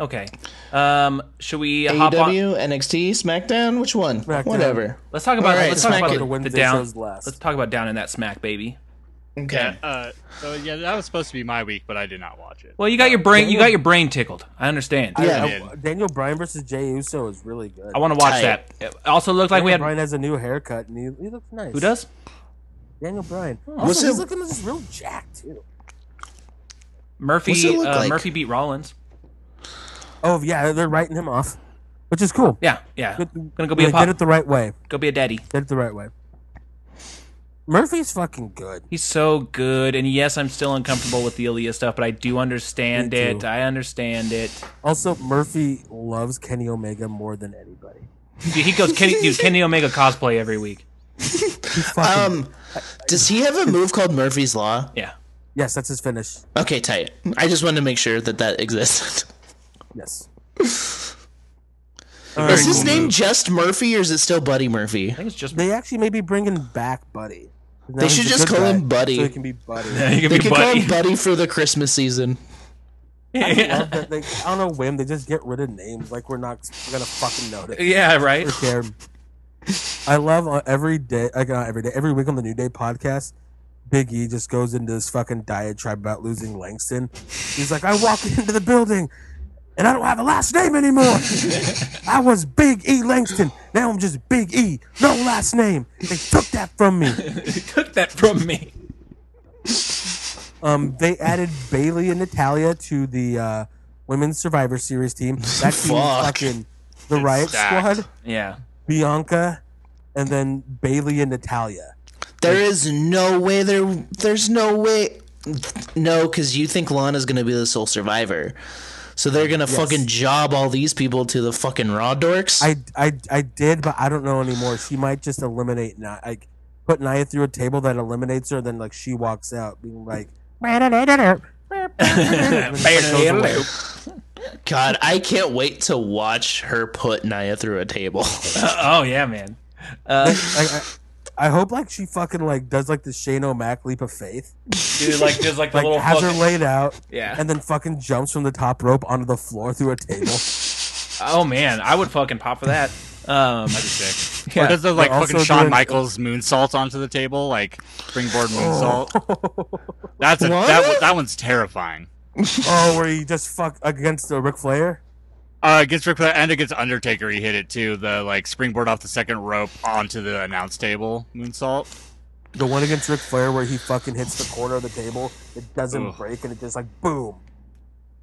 Speaker 4: Okay. Um, should we hop on?
Speaker 1: AEW, NXT, SmackDown, which one?
Speaker 3: SmackDown.
Speaker 1: Whatever.
Speaker 4: Let's talk about
Speaker 1: All right,
Speaker 4: let's talk
Speaker 1: smack
Speaker 4: about
Speaker 1: it.
Speaker 4: the, the
Speaker 3: Wednesday
Speaker 4: down.
Speaker 3: shows last.
Speaker 4: Let's talk about down in that smack, baby.
Speaker 1: Okay.
Speaker 2: Yeah. Uh, so yeah, that was supposed to be my week, but I did not watch it.
Speaker 4: Well, you got your brain you got your brain tickled. I understand.
Speaker 3: I-
Speaker 1: Yeah.
Speaker 3: I- Daniel Bryan versus Jay Uso is really good.
Speaker 4: I want to watch
Speaker 1: Tight.
Speaker 4: that. It also looked like we
Speaker 3: Daniel
Speaker 4: had
Speaker 3: Bryan has a new haircut and he, he looks nice.
Speaker 4: who does?
Speaker 3: Daniel Bryan.
Speaker 1: What's
Speaker 3: Also, he's
Speaker 1: it-
Speaker 3: looking just real jacked too.
Speaker 1: What's it
Speaker 4: Murphy uh,
Speaker 1: look like?
Speaker 4: Murphy beat Rollins.
Speaker 3: Oh yeah, they're writing him off, which is cool.
Speaker 4: Yeah, yeah.
Speaker 3: Good-
Speaker 4: Gonna go be a
Speaker 3: they
Speaker 4: pop.
Speaker 3: did it the right way.
Speaker 4: Go be a daddy.
Speaker 3: Did it the right way. Murphy's fucking good.
Speaker 4: He's so good, and yes, I'm still uncomfortable with the Aaliyah stuff, but I do understand
Speaker 3: Me
Speaker 4: it.
Speaker 3: too.
Speaker 4: I understand it.
Speaker 3: Also, Murphy loves Kenny Omega more than anybody.
Speaker 4: Dude, he goes Kenny, dude, Kenny Omega cosplay every week.
Speaker 3: Fucking-
Speaker 1: Um, does he have a move called Murphy's Law?
Speaker 4: Yeah,
Speaker 3: yes, that's his finish.
Speaker 1: Okay, tight. I just wanted to make sure that that existed.
Speaker 3: Yes.
Speaker 1: is his
Speaker 3: Um,
Speaker 1: name just Murphy or is it still Buddy Murphy?
Speaker 4: I think it's just
Speaker 3: They actually may be bringing back Buddy. Now
Speaker 1: They
Speaker 3: he's
Speaker 1: should
Speaker 3: a
Speaker 1: just
Speaker 3: good
Speaker 1: call
Speaker 3: guy,
Speaker 1: him Buddy.
Speaker 3: So he can be
Speaker 4: (laughs)
Speaker 3: Buddy.
Speaker 4: you can
Speaker 1: They
Speaker 4: be
Speaker 1: could call
Speaker 4: buddy.
Speaker 1: him Buddy for the Christmas season.
Speaker 4: yeah.
Speaker 3: Love that they, I don't know when they just get rid of names like we're not gonna fucking notice.
Speaker 4: yeah, right. (laughs)
Speaker 3: (laughs) Or care. I love on every day, like uh, every day, every week on the New Day podcast. Big E just goes into this fucking diatribe about losing Langston. He's like, I walked into the building and I don't have a last name anymore. I was Big E Langston. Now I'm just Big E. No last name. They took that from me.
Speaker 4: Took that from me.
Speaker 3: Um, they added Bailey and Natalia to the uh, women's Survivor Series team. That team is
Speaker 1: Fuck.
Speaker 3: fucking the
Speaker 2: It's
Speaker 3: Riot
Speaker 2: stacked.
Speaker 3: Squad,
Speaker 4: Yeah,
Speaker 3: Bianca, and then Bailey and Natalia.
Speaker 1: There is no way there. There's no way. No, because you think Lana's gonna be the sole survivor, so they're gonna fucking job all these people to the fucking raw dorks.
Speaker 3: I, I, I did, but I don't know anymore. She might just eliminate Nia. Like put Nia through a table that eliminates her, then like she walks out being like. (laughs) and then she goes away.
Speaker 1: God, I can't wait to watch her put Naya through a table. (laughs)
Speaker 4: oh yeah, man.
Speaker 3: I, I, I hope like she fucking like does like the Shane O'Mac leap of faith.
Speaker 4: Dude, like just like the
Speaker 3: like
Speaker 4: little
Speaker 3: has her
Speaker 4: fucking-
Speaker 3: laid out,
Speaker 4: Yeah.
Speaker 3: (laughs) and then fucking jumps from the top rope onto the floor through
Speaker 4: (laughs)
Speaker 3: a table.
Speaker 4: Oh man, I would fucking pop for that. Um,
Speaker 2: Sick.
Speaker 4: Yeah.
Speaker 2: Or does the like
Speaker 3: They're
Speaker 2: fucking
Speaker 3: also
Speaker 2: Shawn
Speaker 3: doing-
Speaker 2: Michaels moonsault onto the table, like springboard moonsault? That's a,
Speaker 1: What?
Speaker 2: that one- that one's terrifying.
Speaker 3: oh, where he just fuck against the Ric Flair.
Speaker 2: Uh, against Ric Flair and against Undertaker, he hit it too. The like springboard off the second rope onto the announce table moonsault.
Speaker 3: The one against Ric Flair where he fucking hits the corner of the table, it doesn't
Speaker 2: Ugh.
Speaker 3: break, and it just like boom.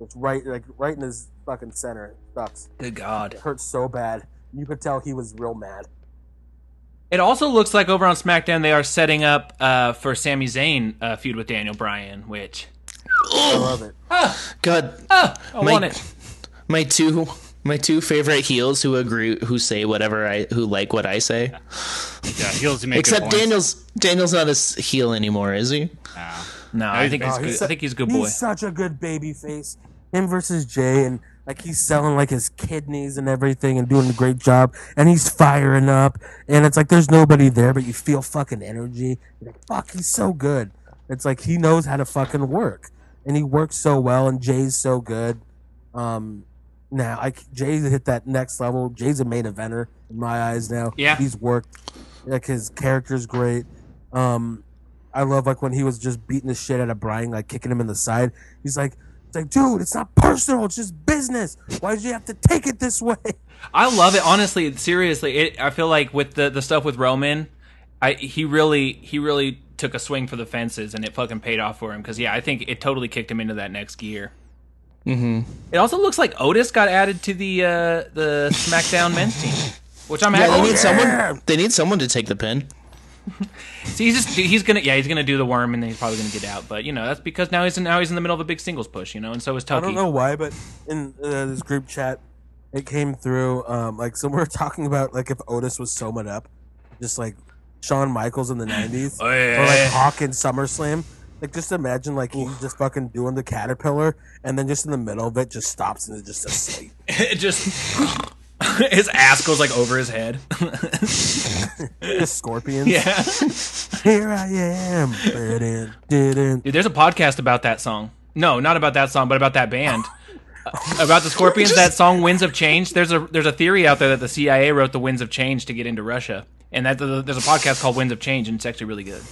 Speaker 3: It's right like right in his fucking center. It sucks.
Speaker 4: good God.
Speaker 3: It hurts so bad. You could tell he was real mad.
Speaker 4: It also looks like over on SmackDown they are setting up uh, for Sami Zayn uh, feud with Daniel Bryan, which
Speaker 3: I love it.
Speaker 1: God,
Speaker 4: ah, I
Speaker 1: My-
Speaker 4: want it.
Speaker 1: my two my two favorite heels who agree who say whatever I who like what I say.
Speaker 2: Yeah, heels who make good
Speaker 1: Except
Speaker 2: points.
Speaker 1: Daniel's Daniel's not a s- heel anymore, is he?
Speaker 2: Nah.
Speaker 4: No,
Speaker 2: he's
Speaker 4: I think he's
Speaker 2: basically-
Speaker 4: good.
Speaker 3: su-
Speaker 4: I think he's a good boy.
Speaker 3: Oh, He's such a good baby face. Him versus Jay, and like he's selling like his kidneys and everything, and doing a great job. And he's firing up, and it's like there's nobody there, but you feel fucking energy. You're like fuck, he's so good. It's like he knows how to fucking work, and he works so well. And Jay's so good. Um, now like Jay's hit that next level. Jay's a main eventer in my eyes now.
Speaker 4: Yeah.
Speaker 3: he's worked. Like his character's great. Um, I love like when he was just beating the shit out of Brian, like kicking him in the side. He's like, it's like, dude, it's not personal, it's just business. Why did you have to take it this way?
Speaker 4: I love it. Honestly, seriously, it, I feel like with the, the stuff with Roman, I he really he really took a swing for the fences, and it fucking paid off for him. Because yeah, I think it totally kicked him into that next gear. Mm-hmm. It also looks like Otis got added to the uh, the SmackDown men's team, which I'm
Speaker 1: Yeah, they
Speaker 4: happy.
Speaker 1: need
Speaker 4: with.
Speaker 1: someone. They need someone to take the pin.
Speaker 4: See, he's just he's gonna yeah he's gonna do the worm, and then he's probably gonna get out. But you know that's because now he's in, now he's in the middle of a big singles push, you know, and so is
Speaker 3: I
Speaker 4: Tucky.
Speaker 3: don't know why, but in uh, this group chat, it came through. Um, like, so (laughs) we we're talking about like if Otis was so much up, just like Shawn Michaels in the '90s, or like Hawk in SummerSlam. Like, just imagine like he's just fucking doing the caterpillar, and then just in the middle of it, just stops and is just asleep.
Speaker 4: (laughs) It just (laughs) his ass goes like over his head. (laughs)
Speaker 3: Just scorpions.
Speaker 4: yeah.
Speaker 3: Here I am. Didn't, didn't.
Speaker 4: Dude, there's a podcast about that song. No, not about that song, but about that band. about the Scorpions, that song "Winds of Change." There's a there's a theory out there that the CIA wrote the Winds of Change to get into Russia, and that there's a podcast called Winds of Change, and it's actually really good.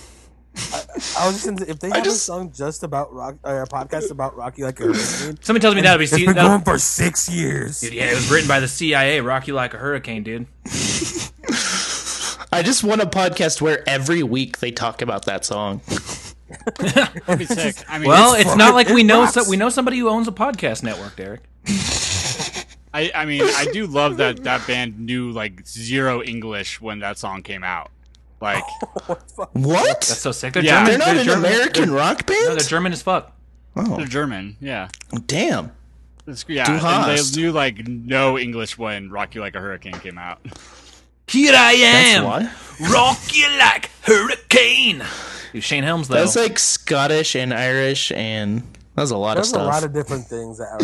Speaker 3: I was just gonna say, if they have
Speaker 1: just-
Speaker 3: a song just about Rock, uh, a podcast about Rocky like a hurricane,
Speaker 4: Somebody tells me that'll be
Speaker 3: it's
Speaker 4: C-
Speaker 3: been
Speaker 4: that'll-
Speaker 3: going for six years.
Speaker 4: dude, yeah, it was written by the CIA, Rocky like a hurricane, dude.
Speaker 1: I just want a podcast where every week they talk about that song.
Speaker 2: That'd be sick. I mean,
Speaker 4: Well, it's, not
Speaker 3: fucking-
Speaker 4: like
Speaker 3: it
Speaker 4: we know
Speaker 3: rocks.
Speaker 4: so, we know somebody who owns a podcast network, Derek.
Speaker 2: I, I mean, I do love that that band knew like zero English when that song came out. Like,
Speaker 4: That's
Speaker 1: What?
Speaker 4: so sick. They're
Speaker 2: Yeah.
Speaker 4: German.
Speaker 1: They're not an
Speaker 4: German.
Speaker 1: American rock
Speaker 4: No, they're
Speaker 1: band?
Speaker 4: German as fuck.
Speaker 2: they're German, yeah.
Speaker 1: Damn.
Speaker 2: It's- yeah,
Speaker 1: Oh. Du
Speaker 2: and
Speaker 1: hast.
Speaker 2: they knew like no English when "Rock You Like a Hurricane" came out.
Speaker 4: Here I
Speaker 1: That's
Speaker 4: am,
Speaker 1: why.
Speaker 4: rock you like hurricane. Dude, Shane Helms though.
Speaker 1: That's like Scottish and Irish and that was a lot of
Speaker 3: There's a
Speaker 1: stuff.
Speaker 3: lot of different things that are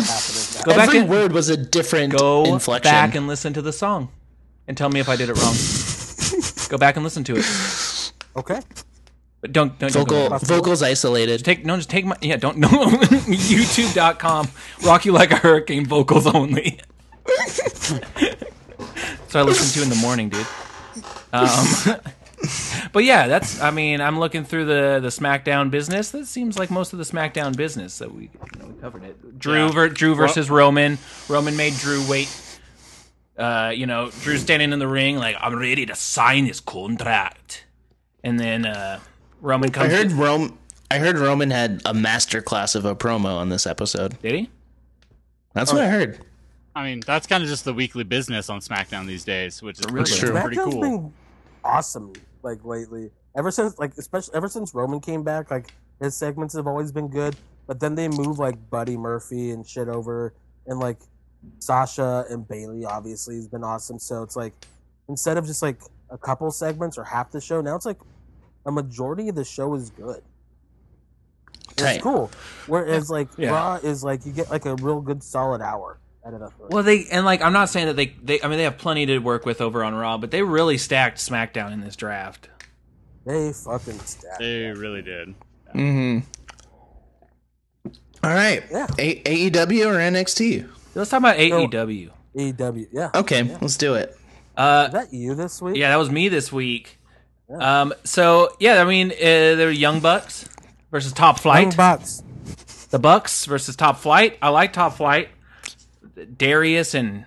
Speaker 1: (laughs)
Speaker 3: happening.
Speaker 4: Go back
Speaker 1: Every
Speaker 4: and-
Speaker 1: word was a different
Speaker 4: go
Speaker 1: inflection.
Speaker 4: back and listen to the song and tell me if I did it wrong. go back and listen to it.
Speaker 3: now. Okay,
Speaker 4: But don't don't, don't go
Speaker 1: Vocal
Speaker 4: back.
Speaker 1: vocals isolated.
Speaker 4: take no just take my yeah don't (laughs) no youtube.com rock you like a hurricane vocals only. (laughs) so I listen to in the morning, dude. Um (laughs) But yeah, that's. I mean, I'm looking through the the SmackDown business. That seems like most of the SmackDown business that we you know, we covered it. Drew
Speaker 2: Yeah.
Speaker 4: ver, Drew versus Roman. Roman made Drew wait uh, you know, Drew standing in the ring like, I'm ready to sign this contract. And then uh, Roman
Speaker 1: I
Speaker 4: comes.
Speaker 1: heard Rome I heard Roman had a master class of a promo on this episode.
Speaker 4: Did he?
Speaker 1: That's what I heard.
Speaker 2: I mean, that's kind of just the weekly business on SmackDown these days, which is
Speaker 4: That's
Speaker 2: pretty,
Speaker 1: true.
Speaker 2: pretty
Speaker 3: SmackDown's
Speaker 2: cool.
Speaker 3: been awesome. Like lately, ever since like especially ever since Roman came back, like his segments have always been good. But then they move like Buddy Murphy and shit over, and like Sasha and Bailey obviously has been awesome. So it's like instead of just like a couple segments or half the show, now it's like a majority of the show is good.
Speaker 1: Tight.
Speaker 3: It's cool. Whereas like
Speaker 4: Yeah.
Speaker 3: Raw is like you get like a real good solid hour out of nothing.
Speaker 4: Well, they and like I'm not saying that they they I mean they have plenty to work with over on Raw, but they really stacked SmackDown in this draft.
Speaker 3: They fucking stack.
Speaker 2: They really did.
Speaker 1: All right.
Speaker 3: Yeah.
Speaker 1: A- AEW or NXT?
Speaker 4: Let's talk about E AEW.
Speaker 3: AEW, E yeah.
Speaker 1: Okay, let's do it.
Speaker 4: Uh,
Speaker 3: Is that you this week?
Speaker 4: yeah, that was me this week. Um, so yeah, I mean uh, there were Young Bucks versus Top Flight.
Speaker 3: Young Bucks.
Speaker 4: the Bucks versus Top Flight. I like Top Flight. Darius and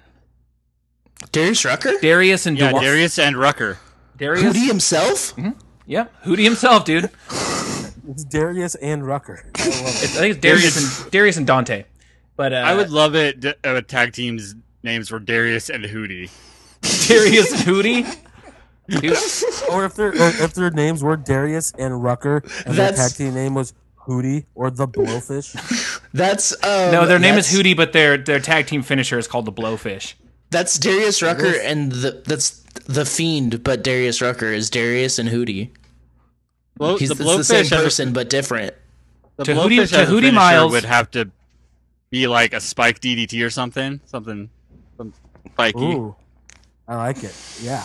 Speaker 1: Darius Rucker?
Speaker 4: Darius and
Speaker 2: Yeah,
Speaker 4: Dewan-
Speaker 2: Darius and Rucker.
Speaker 4: Darius.
Speaker 1: Hootie himself?
Speaker 4: Mm-hmm. Yeah, Hootie himself, dude.
Speaker 3: It's Darius and Rucker. (laughs) I love it.
Speaker 4: I think it's Darius and Darius and Dante. But uh,
Speaker 2: I would love it. d- Uh, tag teams names were Darius and Hootie.
Speaker 4: (laughs) Darius and Hootie. Dude,
Speaker 3: or if their or if their names were Darius and Rucker, and their
Speaker 1: That's-
Speaker 3: tag team name was Hootie or
Speaker 2: (laughs)
Speaker 3: the Blowfish.
Speaker 1: That's um,
Speaker 4: No, their name is
Speaker 1: that's-
Speaker 4: Hootie, but their their tag team finisher is called the Blowfish.
Speaker 1: That's Darius Rucker and the that's the fiend, but Darius Rucker is Darius and Hootie.
Speaker 2: Blow,
Speaker 1: He's
Speaker 2: the
Speaker 1: it's the same
Speaker 2: blowfish as a
Speaker 1: person but different.
Speaker 2: The
Speaker 4: To
Speaker 2: blowfish
Speaker 4: Hootie-
Speaker 2: as
Speaker 4: to
Speaker 2: a
Speaker 4: Hootie
Speaker 2: finisher
Speaker 4: Miles.
Speaker 2: would have to be like a spike DDT or something, something, some spiky.
Speaker 3: Ooh, I like it. Yeah,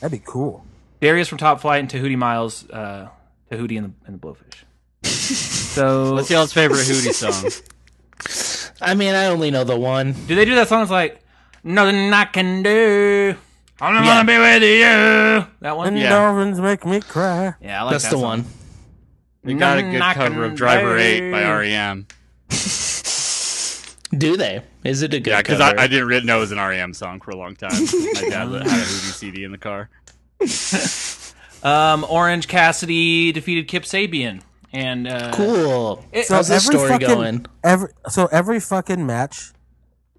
Speaker 3: that'd be cool.
Speaker 4: Darius from Top Flight and Tahuti Miles, uh, Tahuti and the, and the Blowfish. So
Speaker 2: What's y'all's favorite
Speaker 4: (laughs)
Speaker 2: Hootie song?
Speaker 1: I mean, I only know the one.
Speaker 4: do they do that song? It's like nothing I can do. I don't
Speaker 1: Yeah.
Speaker 4: wanna be with you. That one.
Speaker 3: And
Speaker 2: Yeah.
Speaker 3: dolphins make me cry.
Speaker 4: Yeah, I like
Speaker 1: That's
Speaker 4: that
Speaker 1: the
Speaker 4: song.
Speaker 1: one.
Speaker 2: They got a
Speaker 4: Nothing
Speaker 2: good
Speaker 4: I
Speaker 2: cover
Speaker 4: can
Speaker 2: of Driver
Speaker 4: do.
Speaker 2: Eight by E REM.
Speaker 1: Do they? Is it a good?
Speaker 2: Yeah, because I,
Speaker 1: cover?
Speaker 2: I didn't re- know it was an REM song for a
Speaker 1: (laughs)
Speaker 2: long time. My dad had a Hootie CD in the car.
Speaker 4: Um, Orange Cassidy defeated Kip Sabian, and uh,
Speaker 1: cool.
Speaker 4: So
Speaker 1: How's the story
Speaker 3: fucking,
Speaker 1: going?
Speaker 3: Every so every fucking match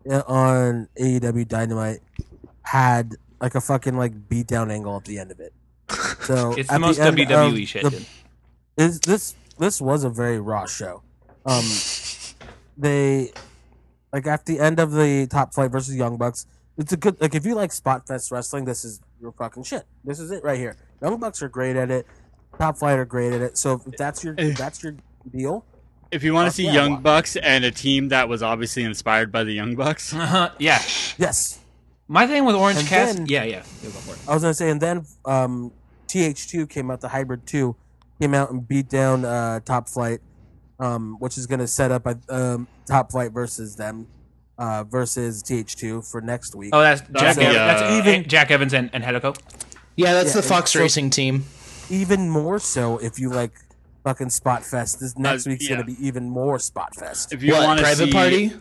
Speaker 3: uh, on AEW Dynamite had like a fucking like beatdown angle at the end of it. So
Speaker 4: (laughs) it's
Speaker 3: at
Speaker 4: the most
Speaker 3: end
Speaker 4: WWE
Speaker 3: of
Speaker 4: shit.
Speaker 3: the-
Speaker 4: dude.
Speaker 3: is this this was a very raw show. Um, they like at the end of the top flight versus Young Bucks. It's a good like if you like spot fest wrestling, this is your fucking shit. This is it right here. Young Bucks are great at it. Top flight are great at it. So if that's your if that's your deal.
Speaker 2: If
Speaker 1: Oh,
Speaker 2: you want
Speaker 3: Fuck
Speaker 2: to see
Speaker 3: yeah, why-
Speaker 2: Young Bucks and a team that was obviously inspired by the Young Bucks,
Speaker 4: Uh-huh, (laughs) yeah,
Speaker 3: Yes,
Speaker 4: my thing with Orange
Speaker 3: And
Speaker 4: Cassidy.
Speaker 3: then-
Speaker 4: Yeah, yeah. Yeah, go for it.
Speaker 3: I was gonna say. And then um, TH two came out. The hybrid two came out and beat down uh, top flight. um, which is going to set up a um, top flight versus them uh, versus TH2 for next week.
Speaker 4: Oh, that's Jack.
Speaker 2: That's
Speaker 4: Ev-
Speaker 2: the, uh,
Speaker 4: that's even
Speaker 3: even-
Speaker 4: Jack Evans and, and Hedico.
Speaker 1: Yeah, that's
Speaker 3: Yeah,
Speaker 1: the Fox
Speaker 3: so-
Speaker 1: Racing team.
Speaker 3: even more so if you like fucking Spot Fest. This next
Speaker 2: Uh,
Speaker 3: week's
Speaker 2: yeah.
Speaker 3: going to be even more Spot Fest.
Speaker 2: If you
Speaker 1: what
Speaker 2: want to
Speaker 1: private
Speaker 2: see,
Speaker 1: party?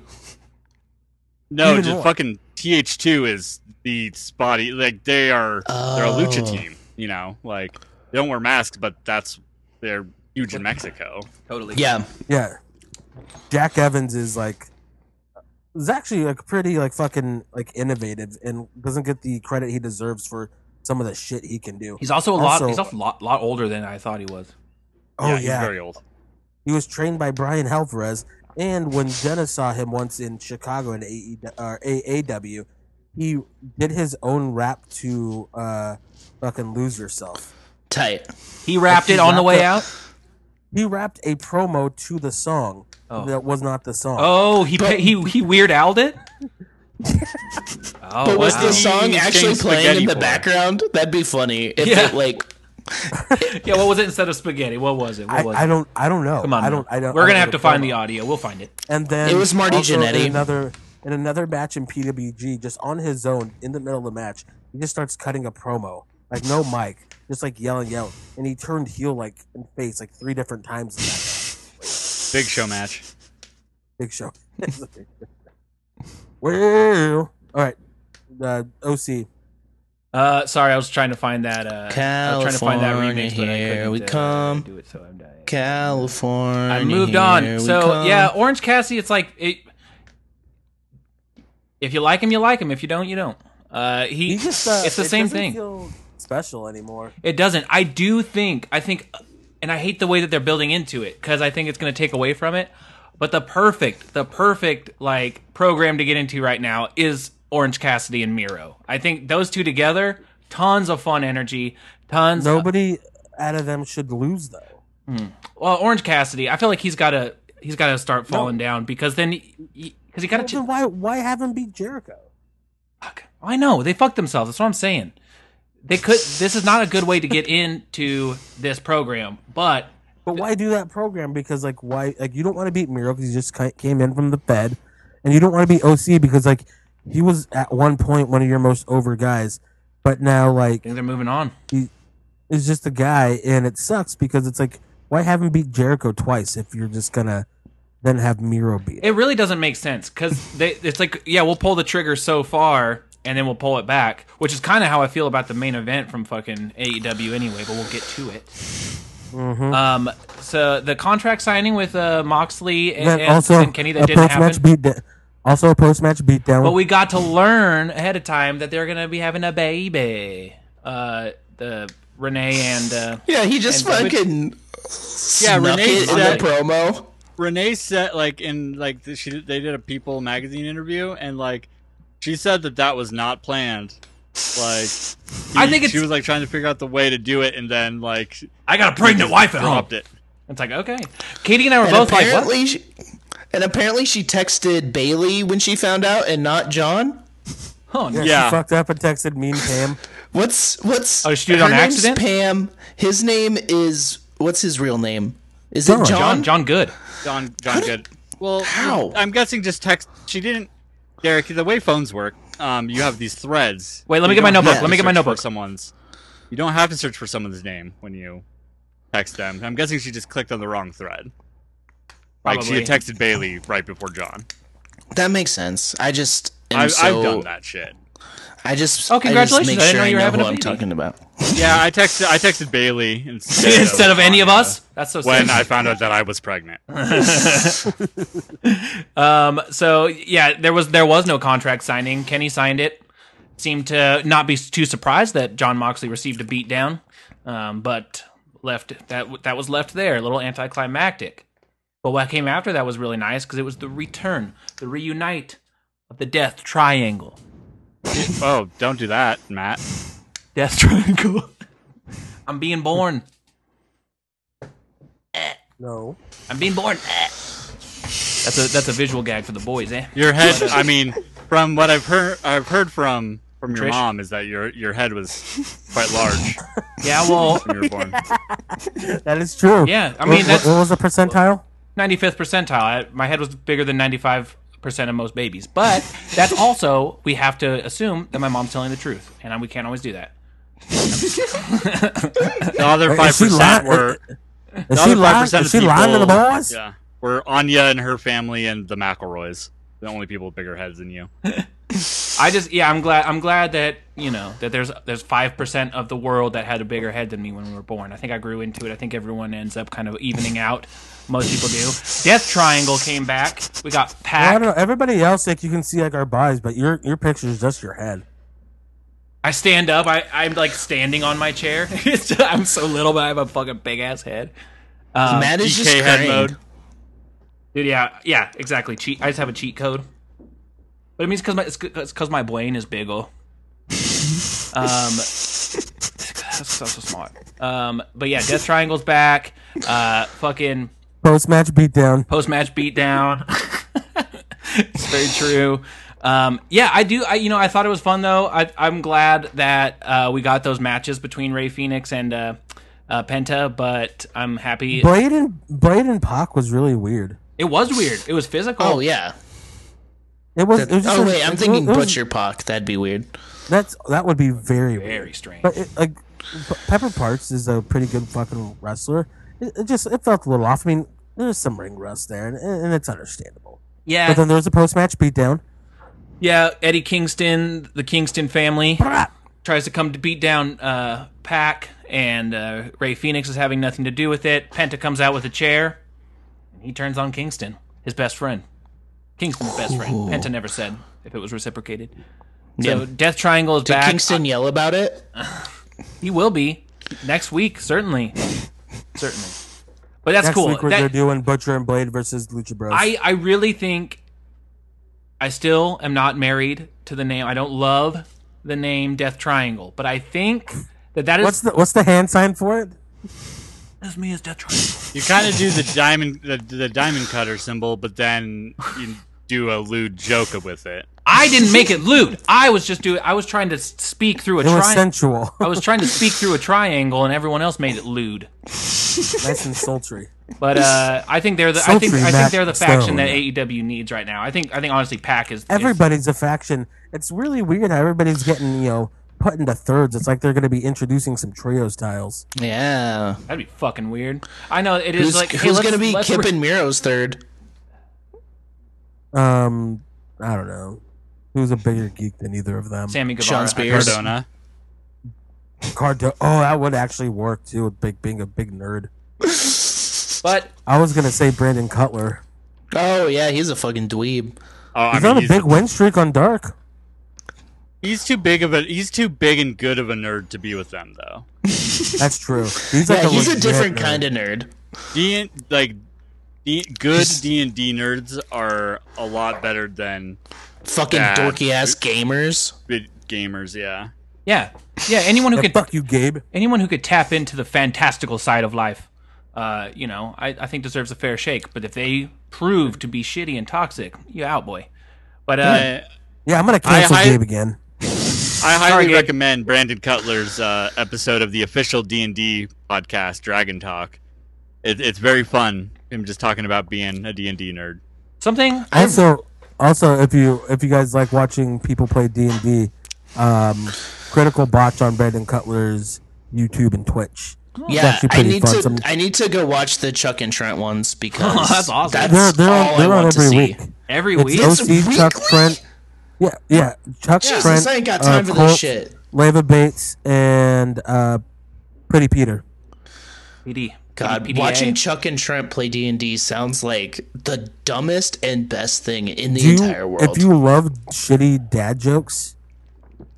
Speaker 2: no,
Speaker 3: Even
Speaker 2: just
Speaker 3: more.
Speaker 2: fucking TH2 is the spotty. Like they are, they're a lucha
Speaker 1: Oh.
Speaker 2: team. You know, like they don't wear masks, but that's they're huge in Mexico.
Speaker 4: Totally.
Speaker 1: Yeah,
Speaker 3: Yeah. Jack Evans is like is actually like pretty like fucking like innovative and doesn't get the credit he deserves for some of the shit he can do.
Speaker 4: He's also a
Speaker 3: Also-
Speaker 4: lot. He's also a lot, lot older than I thought he was.
Speaker 3: oh yeah.
Speaker 2: he's very old.
Speaker 3: He was trained by Brian Alvarez and when Dennis saw him once in Chicago in AE, or AAW, he did his own rap to uh fucking lose yourself.
Speaker 1: tight.
Speaker 4: He wrapped
Speaker 3: He
Speaker 4: it on the
Speaker 3: wrapped
Speaker 4: way
Speaker 3: up-
Speaker 4: out.
Speaker 3: He rapped a promo to the song
Speaker 4: Oh.
Speaker 3: that was not the song.
Speaker 4: Oh, he pa- he he weird owled it. (laughs) Oh,
Speaker 2: Oh,
Speaker 1: But was
Speaker 4: wow.
Speaker 1: the song
Speaker 2: He's
Speaker 1: actually playing in
Speaker 2: getting spaghetti
Speaker 1: the
Speaker 2: for it.
Speaker 1: background? That'd be funny if
Speaker 4: Yeah.
Speaker 1: it like
Speaker 4: yeah? What was it instead of spaghetti? What was it? What
Speaker 3: I,
Speaker 4: was
Speaker 3: I
Speaker 4: it?
Speaker 3: don't I don't know.
Speaker 4: Come on,
Speaker 3: I
Speaker 4: now.
Speaker 3: don't I don't
Speaker 4: We're
Speaker 3: I
Speaker 4: gonna
Speaker 3: don't
Speaker 4: have
Speaker 3: know
Speaker 4: to find
Speaker 3: promo.
Speaker 4: the audio. We'll find it.
Speaker 3: And then
Speaker 1: It was Marty
Speaker 3: also in
Speaker 1: Jannetty.
Speaker 3: Another in another match in PWG, just on his own in the middle of the match, he just starts cutting a promo like no mic, just like yelling out, and he turned heel like in face like three different times in that
Speaker 2: Big show match.
Speaker 3: big show. (laughs) well, all right, uh, OC.
Speaker 4: Uh, sorry, I was trying to find that. Uh, I was trying to find that
Speaker 1: California,
Speaker 4: remix, but I
Speaker 1: here
Speaker 4: couldn't
Speaker 1: we
Speaker 4: uh,
Speaker 1: come.
Speaker 4: do it. So I'm dying.
Speaker 1: California.
Speaker 4: I moved
Speaker 1: here
Speaker 4: on.
Speaker 1: we
Speaker 4: So
Speaker 1: come.
Speaker 4: yeah, Orange Cassidy. It's like it, if you like him, you like him. If you don't, you don't. Uh, he,
Speaker 3: He just uh,
Speaker 4: it's the
Speaker 3: it
Speaker 4: same
Speaker 3: doesn't
Speaker 4: thing.
Speaker 3: Feel special anymore?
Speaker 4: It doesn't. I do think. I think, and I hate the way that they're building into it because I think it's going to take away from it. But the perfect, the perfect like program to get into right now is Orange Cassidy and Miro. I think those two together, tons of fun energy, tons.
Speaker 3: Nobody out of them should lose though.
Speaker 4: well, Orange Cassidy, I feel like he's got to he's got to start falling down because then because he, got to.
Speaker 3: Then why why have him beat Jericho?
Speaker 4: Fuck. I know they fucked themselves. That's what I'm saying. They could. This is not a good way to get into this program, but
Speaker 3: But why do that program? Because like why like you don't want to beat Miro because he just ki- came in from the Fed, and you don't want to beat OC because like he was at one point one of your most over guys, but now
Speaker 4: I
Speaker 3: like
Speaker 4: think they're moving on.
Speaker 3: is just a guy, and it sucks because it's like why have him beat Jericho twice if you're just gonna then have Miro beat? him?
Speaker 4: It really doesn't make sense because they. It's like yeah, we'll pull the trigger so far and then we'll pull it back, which is kind of how I feel about the main event from fucking AEW anyway. But we'll get to it.
Speaker 3: Mm-hmm.
Speaker 4: Um. So the contract signing with uh, Moxley and,
Speaker 3: Then
Speaker 4: and, and Kenny that
Speaker 3: a
Speaker 4: didn't
Speaker 3: post match
Speaker 4: happen.
Speaker 3: beat da- also a post match beatdown.
Speaker 4: But we got to learn ahead of time that they're gonna be having a baby. Uh, the Renee
Speaker 2: (laughs)
Speaker 4: and uh,
Speaker 1: yeah, he just
Speaker 4: And-
Speaker 1: fucking
Speaker 2: Yeah,
Speaker 1: snuck
Speaker 2: Renee
Speaker 1: it in
Speaker 2: said-
Speaker 1: the promo.
Speaker 2: Renee said like in like th- she did- they did a People magazine interview and like she said that that was not planned. Like
Speaker 4: I
Speaker 2: he-
Speaker 4: think
Speaker 2: she
Speaker 4: it's-
Speaker 2: was like trying to figure out the way to do it and then like she
Speaker 4: I got a pregnant wife at home.
Speaker 2: dropped it.
Speaker 4: It's like okay, Katie and I were
Speaker 1: And
Speaker 4: both like, what?
Speaker 1: apparently, she, and apparently she texted Bailey when she found out, and not John.
Speaker 4: Oh, no.
Speaker 2: Yeah.
Speaker 3: She fucked up and texted
Speaker 4: (sighs)
Speaker 3: Mean Pam.
Speaker 1: What's what's?
Speaker 4: Oh, she did it
Speaker 1: her
Speaker 4: on
Speaker 1: name's
Speaker 4: accident?
Speaker 1: Pam. His name is what's his real name? Is
Speaker 3: John.
Speaker 1: it
Speaker 4: John,
Speaker 1: John?
Speaker 4: John, good.
Speaker 2: John John Good. Well,
Speaker 1: How?
Speaker 2: I'm guessing just text. She didn't. Derek, the way phones work, um, you have these threads.
Speaker 4: Wait, let
Speaker 2: You
Speaker 4: me get my
Speaker 2: don't
Speaker 4: notebook.
Speaker 2: have
Speaker 4: Let
Speaker 2: to
Speaker 4: me get my
Speaker 2: search for
Speaker 4: notebook.
Speaker 2: Someone's. You don't have to search for someone's name when you text them. I'm guessing she just clicked on the wrong thread. Like she had
Speaker 4: Probably.
Speaker 2: texted Bailey right before John.
Speaker 1: That makes sense. I just am
Speaker 2: I,
Speaker 1: so,
Speaker 2: I've done that shit.
Speaker 1: I just
Speaker 4: Oh,
Speaker 1: I just
Speaker 4: congratulations.
Speaker 1: make
Speaker 4: I didn't
Speaker 1: sure
Speaker 4: know you
Speaker 1: I
Speaker 4: were
Speaker 1: know
Speaker 4: having
Speaker 1: who
Speaker 4: a
Speaker 1: I'm
Speaker 4: baby.
Speaker 1: talking about.
Speaker 2: Yeah, I texted. I texted Bailey instead,
Speaker 4: (laughs) Instead of any of
Speaker 2: Anya
Speaker 4: us, that's so
Speaker 2: When
Speaker 4: sad.
Speaker 2: I found out that I was pregnant,
Speaker 4: um, so yeah, there was there was no contract signing. Kenny signed it. Seemed to not be too surprised that John Moxley received a beatdown, um, but left that that was left there, a little anticlimactic. But what came after that was really nice because it was the return, the reunite of the Death Triangle.
Speaker 2: oh, don't do that, Matt.
Speaker 4: Death (laughs) Triangle. I'm being born.
Speaker 3: No.
Speaker 4: I'm being born. (laughs) Eh. That's a that's a visual gag for the boys, eh?
Speaker 2: Your head.
Speaker 4: (laughs)
Speaker 2: I mean, from what I've heard, I've heard from from your
Speaker 4: Trish?
Speaker 2: mom is that your your head was quite large
Speaker 4: Yeah, well,
Speaker 2: when you were born.
Speaker 3: That is true.
Speaker 4: (laughs) Yeah, I mean,
Speaker 3: What- what,
Speaker 4: that's-
Speaker 3: what was the percentile?
Speaker 4: 95th percentile. I, my head was bigger than 95% of most babies. But that's also, we have to assume that my mom's telling the truth. And we can't always do that.
Speaker 2: The other
Speaker 3: Wait,
Speaker 2: five
Speaker 3: is she
Speaker 2: percent
Speaker 3: lying?
Speaker 2: were
Speaker 3: Is
Speaker 2: the
Speaker 3: she
Speaker 2: other
Speaker 3: lying?
Speaker 2: 5% of
Speaker 3: Is she lying to the
Speaker 2: people-
Speaker 3: boys?
Speaker 2: yeah were Anya and her family and the McElroys, the only people with bigger heads than you.
Speaker 4: I just, yeah, I'm glad, I'm glad that, you know, that there's, there's 5% of the world that had a bigger head than me when we were born. I think I grew into it. I think everyone ends up kind of evening out. Most people do. Death Triangle came back. We got
Speaker 3: Well, I
Speaker 4: Pack.
Speaker 3: don't know. Everybody else, like you can see like our bodies, but your your picture is just your head.
Speaker 4: I stand up. I, I'm like standing on my chair. (laughs) It's just- I'm so little, but I have a fucking big ass head. Um,
Speaker 1: Matt is just
Speaker 2: DK head
Speaker 1: craned.
Speaker 2: mode.
Speaker 4: Dude, yeah, yeah, exactly. Cheat. I just have a cheat code, but it means because my it's because my brain is
Speaker 3: (laughs)
Speaker 4: biggle. um, that's, so so smart. Um, but yeah, Death Triangle's back. Uh, fucking
Speaker 3: Post match beatdown.
Speaker 4: post match beatdown. (laughs) it's very true. Um, yeah, I do. I you know I thought it was fun though. I, I'm glad that uh, we got those matches between Ray Phoenix and uh, uh, Penta, but I'm happy.
Speaker 3: Blade and Blade and Pac was really weird.
Speaker 4: it was weird. It was physical.
Speaker 1: Oh yeah.
Speaker 3: It was. It was just
Speaker 1: Oh
Speaker 3: a-
Speaker 1: wait, I'm
Speaker 3: it
Speaker 1: thinking
Speaker 3: was- it was-
Speaker 1: Butcher Pock. That'd be weird.
Speaker 3: That's that would be very weird.
Speaker 4: very strange.
Speaker 3: But it, like P- Pepper Parts is a pretty good fucking wrestler. It, it just it felt a little off. I mean, there's some ring rust there, and, and it's understandable. But
Speaker 4: Yeah,
Speaker 3: then there was a post match beatdown.
Speaker 4: yeah. Eddie Kingston, the Kingston family,
Speaker 3: Brah!
Speaker 4: tries to come to beat down uh, Pac, and uh, Ray Phoenix is having nothing to do with it. Penta comes out with a chair, and he turns on Kingston, his best friend. Kingston's best friend. Penta never said if it was reciprocated. So Death Triangle is
Speaker 1: Did
Speaker 4: back.
Speaker 1: Kingston yell about it?
Speaker 4: he will be next
Speaker 1: (laughs)
Speaker 4: week, certainly, certainly. But that's
Speaker 3: Next
Speaker 4: cool.
Speaker 3: week we're
Speaker 4: That-
Speaker 3: they're doing Butcher and Blade versus Lucha Bros.
Speaker 4: I, I really think I still am not married to the name. I don't love the name Death Triangle, but I think that that is
Speaker 3: what's the what's the hand sign for it?
Speaker 4: that's me as Death Triangle.
Speaker 2: You kind of do the diamond the, the diamond cutter symbol, but then you do a lewd joke with it.
Speaker 4: I didn't make it lewd. I was just doing. I was trying to s- speak through a
Speaker 3: It was
Speaker 4: triangle.
Speaker 3: sensual,
Speaker 4: I was trying to speak through a triangle, and everyone else made it lewd.
Speaker 3: (laughs) nice and sultry.
Speaker 4: But uh, I think they're the I think
Speaker 3: Sultry
Speaker 4: I think
Speaker 3: Matt
Speaker 4: they're the faction
Speaker 3: Stone.
Speaker 4: that AEW needs right now. I think I think honestly, Pack is is-
Speaker 3: everybody's a faction. It's really weird how everybody's getting, you know, put into thirds. It's like they're going to be introducing some trios tiles.
Speaker 1: Yeah.
Speaker 4: That'd be fucking weird. I know it is
Speaker 1: Who's,
Speaker 4: like hey,
Speaker 1: who's
Speaker 4: let's-
Speaker 1: gonna be
Speaker 4: let's
Speaker 1: Kip
Speaker 4: re-
Speaker 1: and Miro's third?
Speaker 3: Um, I don't know. Who's a bigger geek than either of them?
Speaker 4: Sammy Guevara.
Speaker 1: Sean
Speaker 4: I-
Speaker 1: Spears.
Speaker 2: Cardona.
Speaker 3: Cardo- oh, that would actually work too. With big being a big nerd.
Speaker 4: But
Speaker 3: I was gonna say Brandon Cutler.
Speaker 1: Oh yeah, he's a fucking dweeb.
Speaker 2: Oh, I
Speaker 3: He's
Speaker 2: mean,
Speaker 3: on a
Speaker 2: he's,
Speaker 3: big win streak on
Speaker 2: (laughs)
Speaker 3: Dark.
Speaker 2: he's too big of a he's too big and good of a nerd to be with them though.
Speaker 3: That's true. He's like
Speaker 1: Yeah, he's a
Speaker 3: legit
Speaker 1: different
Speaker 3: nerd.
Speaker 1: kind of nerd.
Speaker 2: D like D, good D and D nerds are a lot better than
Speaker 1: Fucking
Speaker 2: Yeah.
Speaker 1: dorky ass gamers.
Speaker 2: big gamers. Yeah,
Speaker 4: yeah, yeah. Anyone who could
Speaker 3: Fuck you, Gabe.
Speaker 4: anyone who could tap into the fantastical side of life, uh, you know, I, I think deserves a fair shake. But if they prove to be shitty and toxic, you out, boy. But uh,
Speaker 2: I,
Speaker 3: Yeah, I'm gonna cancel
Speaker 2: hi-
Speaker 3: Gabe again.
Speaker 2: I highly
Speaker 4: Gabe.
Speaker 2: recommend Brandon Cutler's uh, episode of the official D and D podcast, Dragon Talk. It, it's very fun. Him just talking about being a D and D nerd.
Speaker 4: something
Speaker 3: Also, also, if you if you guys like watching people play D and D, um, critical botch on Brandon Cutler's YouTube and Twitch.
Speaker 1: Yeah,
Speaker 3: actually
Speaker 1: I
Speaker 3: pretty
Speaker 1: need
Speaker 3: fun.
Speaker 1: to
Speaker 3: Some-
Speaker 1: I need to go watch the Chuck and Trent ones because
Speaker 4: Oh, (laughs) that's awesome.
Speaker 3: They're
Speaker 1: That's
Speaker 3: they're
Speaker 1: all
Speaker 3: on, they're
Speaker 1: I
Speaker 3: on
Speaker 1: want to
Speaker 3: every
Speaker 1: see.
Speaker 3: week.
Speaker 4: every week.
Speaker 3: It's OC
Speaker 1: It's
Speaker 3: Chuck
Speaker 1: weekly?
Speaker 3: Trent. Yeah, yeah, Chuck
Speaker 1: Jesus,
Speaker 3: Trent. uh,
Speaker 1: I ain't got time for this
Speaker 3: Colt,
Speaker 1: shit.
Speaker 3: Leva Bates and uh, Pretty Peter.
Speaker 4: PD.
Speaker 1: God,
Speaker 4: PDA.
Speaker 1: watching Chuck and Trent play D and D sounds like the dumbest and best thing in the
Speaker 3: Do you-
Speaker 1: entire world.
Speaker 3: If you love shitty dad jokes,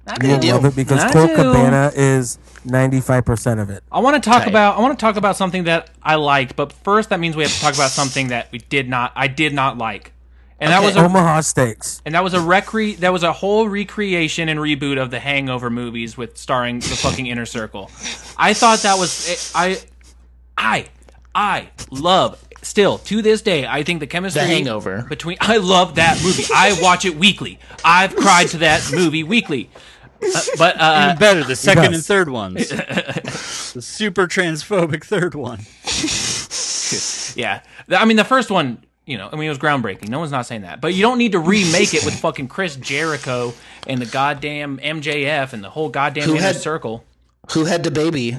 Speaker 4: I,
Speaker 3: you will
Speaker 1: do.
Speaker 3: love it because
Speaker 4: I
Speaker 3: Colt
Speaker 4: do.
Speaker 3: Cabana is ninety five percent of it.
Speaker 4: want to talk
Speaker 1: Okay.
Speaker 4: about I want to talk about something that I liked, but first that means we have to talk about something that we did not I did not like, and that
Speaker 1: Okay.
Speaker 4: was a
Speaker 3: Omaha Steaks.
Speaker 4: And that was a recre that was a whole recreation and reboot of the Hangover movies with starring the fucking Inner Circle. I thought that was I I I love still to this day I think the chemistry
Speaker 1: The Hangover.
Speaker 4: between I love that movie. I watch it weekly. I've cried to that movie weekly. Uh, but uh
Speaker 2: Even better, the second
Speaker 3: does.
Speaker 2: and
Speaker 4: (laughs)
Speaker 2: third ones. the super transphobic third one.
Speaker 4: Yeah. Th- I mean, the first one, you know, I mean, it was groundbreaking. No one's not saying that. But you don't need to remake it with fucking Chris Jericho and the goddamn MJF and the whole goddamn
Speaker 1: Who
Speaker 4: inner
Speaker 1: had-
Speaker 4: circle.
Speaker 1: Who had the baby?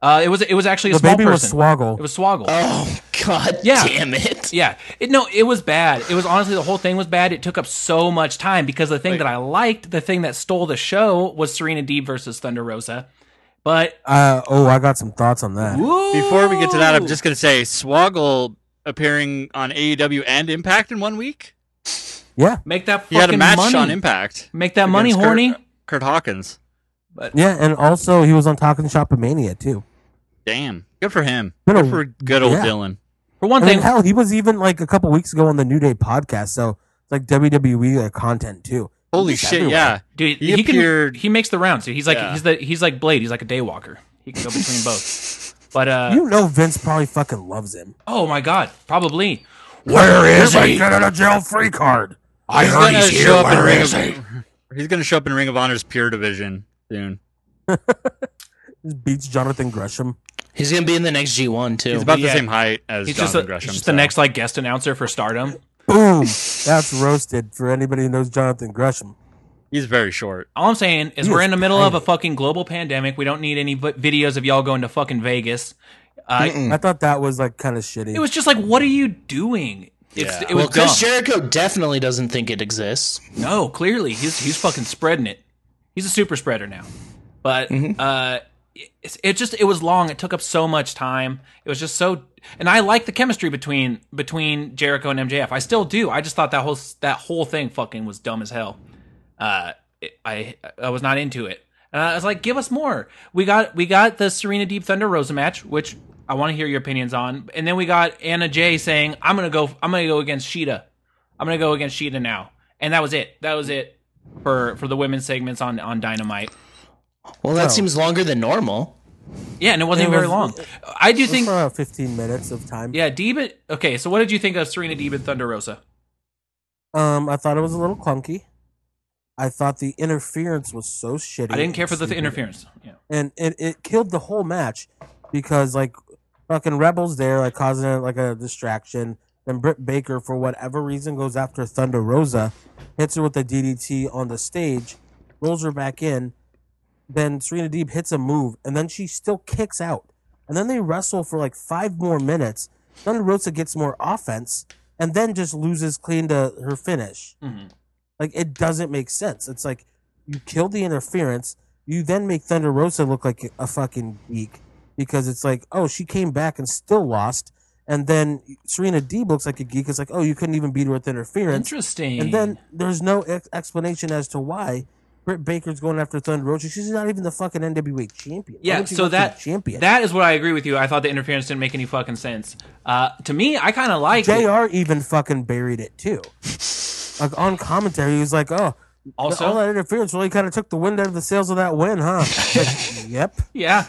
Speaker 4: Uh, it was it was actually a
Speaker 3: The
Speaker 4: small
Speaker 3: baby was
Speaker 4: person.
Speaker 3: Swoggle.
Speaker 4: It was Swoggle.
Speaker 1: Oh God
Speaker 4: Yeah.
Speaker 1: damn it!
Speaker 4: yeah. It, no, it was bad. It was honestly the whole thing was bad. It took up so much time because the thing that I liked, the thing that stole the show, was Serena Deeb versus Thunder Rosa. But
Speaker 3: Uh, oh, I got some thoughts on that.
Speaker 2: Before we get to that, I'm
Speaker 4: Ooh.
Speaker 2: just gonna say Swoggle appearing on AEW and Impact in one week.
Speaker 3: Yeah,
Speaker 4: make that fucking
Speaker 2: He had a match
Speaker 4: money.
Speaker 2: on Impact.
Speaker 4: Make that money,
Speaker 2: against
Speaker 4: horny.
Speaker 2: Kurt, Kurt Hawkins.
Speaker 3: yeah, and also he was on Talking Shop of Mania too.
Speaker 2: Damn, good for him.
Speaker 3: Good
Speaker 2: Good
Speaker 3: old-
Speaker 2: for good old
Speaker 3: yeah.
Speaker 2: Dylan.
Speaker 4: For one
Speaker 3: I mean,
Speaker 4: thing,
Speaker 3: hell, he was even like a couple weeks ago on the New Day podcast. So it's like WWE like, uh, content too.
Speaker 2: Holy
Speaker 3: He's
Speaker 2: shit!
Speaker 3: everywhere.
Speaker 2: Yeah,
Speaker 4: Dude,
Speaker 2: He
Speaker 4: he,
Speaker 2: appeared-
Speaker 4: can. He makes the rounds. Dude. He's like
Speaker 2: Yeah.
Speaker 4: he's the he's like Blade. He's like a daywalker. He can go between both. But uh,
Speaker 3: You know, Vince probably fucking loves him.
Speaker 4: oh my god, probably.
Speaker 5: Where is he?
Speaker 3: a jail free card.
Speaker 5: I
Speaker 2: He's
Speaker 5: heard
Speaker 2: gonna
Speaker 5: he's
Speaker 2: show up
Speaker 5: here.
Speaker 2: in
Speaker 5: Where
Speaker 2: Ring
Speaker 5: is he?
Speaker 2: of- He's gonna show up in Ring of Honor's Pure Division soon.
Speaker 3: Just beats Jonathan Gresham.
Speaker 1: He's gonna be in the next G one too.
Speaker 2: He's about the
Speaker 4: Yeah.
Speaker 2: same height as
Speaker 4: He's just,
Speaker 2: Jonathan
Speaker 4: a-
Speaker 2: Gresham.
Speaker 4: just
Speaker 2: so-
Speaker 4: the next like guest announcer for Stardom. (laughs)
Speaker 3: Boom. That's roasted for anybody who knows Jonathan Gresham.
Speaker 2: He's very short.
Speaker 4: All I'm saying is
Speaker 3: He
Speaker 4: we're
Speaker 3: is
Speaker 4: in the middle of a
Speaker 3: tiny.
Speaker 4: fucking global pandemic. We don't need any vi- videos of y'all going to fucking Vegas. Uh,
Speaker 3: I thought that was like kind of shitty.
Speaker 4: it was just like, what are you doing? It's,
Speaker 2: Yeah.
Speaker 4: It was
Speaker 1: well, Chris
Speaker 4: dumb.
Speaker 1: Jericho definitely doesn't think it exists.
Speaker 4: No, clearly he's he's fucking spreading it. He's a super spreader now. But uh, it, it just it was long. It took up so much time. It was just so. And I like the chemistry between between Jericho and MJF. I still do. I just thought that whole that whole thing fucking was dumb as hell. Uh, it, I I was not into it. And I was like, give us more. We got we got the Serena Deep Thunder Rosa match, which I want to hear your opinions on. And then we got Anna Jay saying, I'm gonna go I'm gonna go against Sheeta. I'm gonna go against Sheeta now. And that was it. That was it for for the women's segments on on Dynamite.
Speaker 1: Well, that
Speaker 3: No.
Speaker 1: seems longer than normal.
Speaker 4: Yeah, and it wasn't
Speaker 3: It
Speaker 4: even very long.
Speaker 3: was-
Speaker 4: I do
Speaker 3: It was
Speaker 4: think
Speaker 3: for about 15 minutes of time.
Speaker 4: yeah, Deeb. Okay, so what did you think of Serena Deeb and Thunder Rosa?
Speaker 3: Um, I thought it was a little clunky. I thought the interference was so shitty.
Speaker 4: I didn't care for the
Speaker 3: Stupid.
Speaker 4: interference. Yeah.
Speaker 3: and it, it killed the whole match because like fucking rebels there like causing like a distraction then Britt Baker for whatever reason goes after Thunder Rosa hits her with a DDT on the stage rolls her back in then Serena Deeb hits a move and then she still kicks out and then they wrestle for like 5 more minutes Thunder Rosa gets more offense and then just loses clean to her finish
Speaker 4: Mhm.
Speaker 3: like it doesn't make sense it's like you kill the interference you then make Thunder Rosa look like a fucking geek because it's like, oh, she came back and still lost. And then Serena Deeb looks like a geek. It's like, oh, you couldn't even beat her with interference.
Speaker 4: Interesting.
Speaker 3: And then there's no ex- explanation as to why Britt Baker's going after Thunder Rosa. She's not even the fucking NWA champion. Why
Speaker 4: yeah,
Speaker 3: would she
Speaker 4: so
Speaker 3: want to be
Speaker 4: that
Speaker 3: champion
Speaker 4: that is what I agree with you. I thought the interference didn't make any fucking sense. Uh, to me, I kind of like it.
Speaker 3: Jr. even fucking buried it too.
Speaker 4: (laughs)
Speaker 3: Like on commentary, he was like, oh.
Speaker 4: Also-
Speaker 3: all that interference really kind of took the wind out of the sails of that win,
Speaker 4: (laughs)
Speaker 3: huh? Like, yep. (laughs)
Speaker 4: Yeah.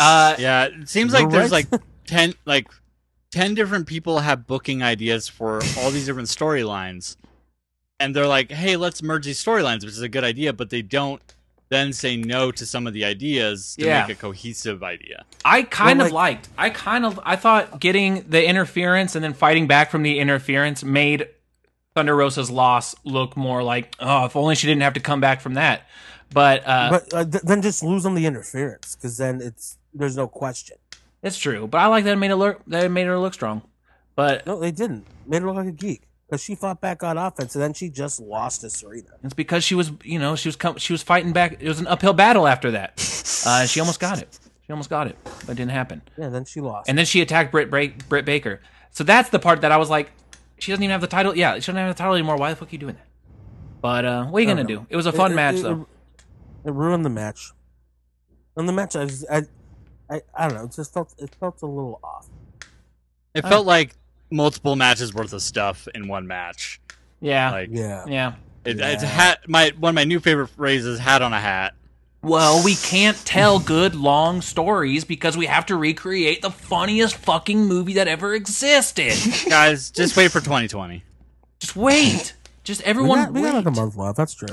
Speaker 4: Uh,
Speaker 2: Yeah, it seems like
Speaker 3: You're
Speaker 2: there's
Speaker 3: right.
Speaker 2: like ten like ten different people have booking ideas for all these different storylines, and they're like, "Hey, let's merge these storylines," which is a good idea, but they don't then say no to some of the ideas to
Speaker 4: Yeah.
Speaker 2: make a cohesive idea.
Speaker 4: I kind
Speaker 3: Well,
Speaker 4: of
Speaker 3: like-
Speaker 4: liked. I kind of I thought getting the interference and then fighting back from the interference made Thunder Rosa's loss look more like oh, if only she didn't have to come back from that. But, uh,
Speaker 3: but uh, th- then just lose on the interference because then it's there's no question.
Speaker 4: it's true. But I like that it made it look that it made her look strong. But
Speaker 3: No, they didn't. Made her look like a geek because she fought back on offense and then she just lost to Serena.
Speaker 4: it's because she was you know she was com- she was fighting back. It was an uphill battle after
Speaker 3: (laughs)
Speaker 4: that. Uh, she almost got it. She almost got it, but it didn't happen.
Speaker 3: Yeah, and then she lost.
Speaker 4: And then she attacked Britt, Bra- Britt Baker. So that's the part that I was like, she doesn't even have the title. Yeah, she doesn't have the title anymore. Why the fuck are you doing that? But uh, what are you gonna do? It was a fun
Speaker 3: It- it-
Speaker 4: match
Speaker 3: it-
Speaker 4: though.
Speaker 3: It, ruined the match. And the match, I, just, I, I, I don't know. It just felt it felt a little off.
Speaker 2: It felt like multiple matches worth of stuff in one match.
Speaker 4: yeah,
Speaker 2: Like
Speaker 3: Yeah.
Speaker 4: yeah.
Speaker 2: it, it's a hat. My one of my new favorite phrases: "Hat on a hat."
Speaker 4: Well, we can't tell good long stories because we have to recreate the funniest fucking movie that ever existed. (laughs)
Speaker 2: Guys, just wait for 2020.
Speaker 4: Just wait. Just
Speaker 3: We
Speaker 4: everyone.
Speaker 3: got, we got like a
Speaker 4: wait.
Speaker 3: month left. That's true.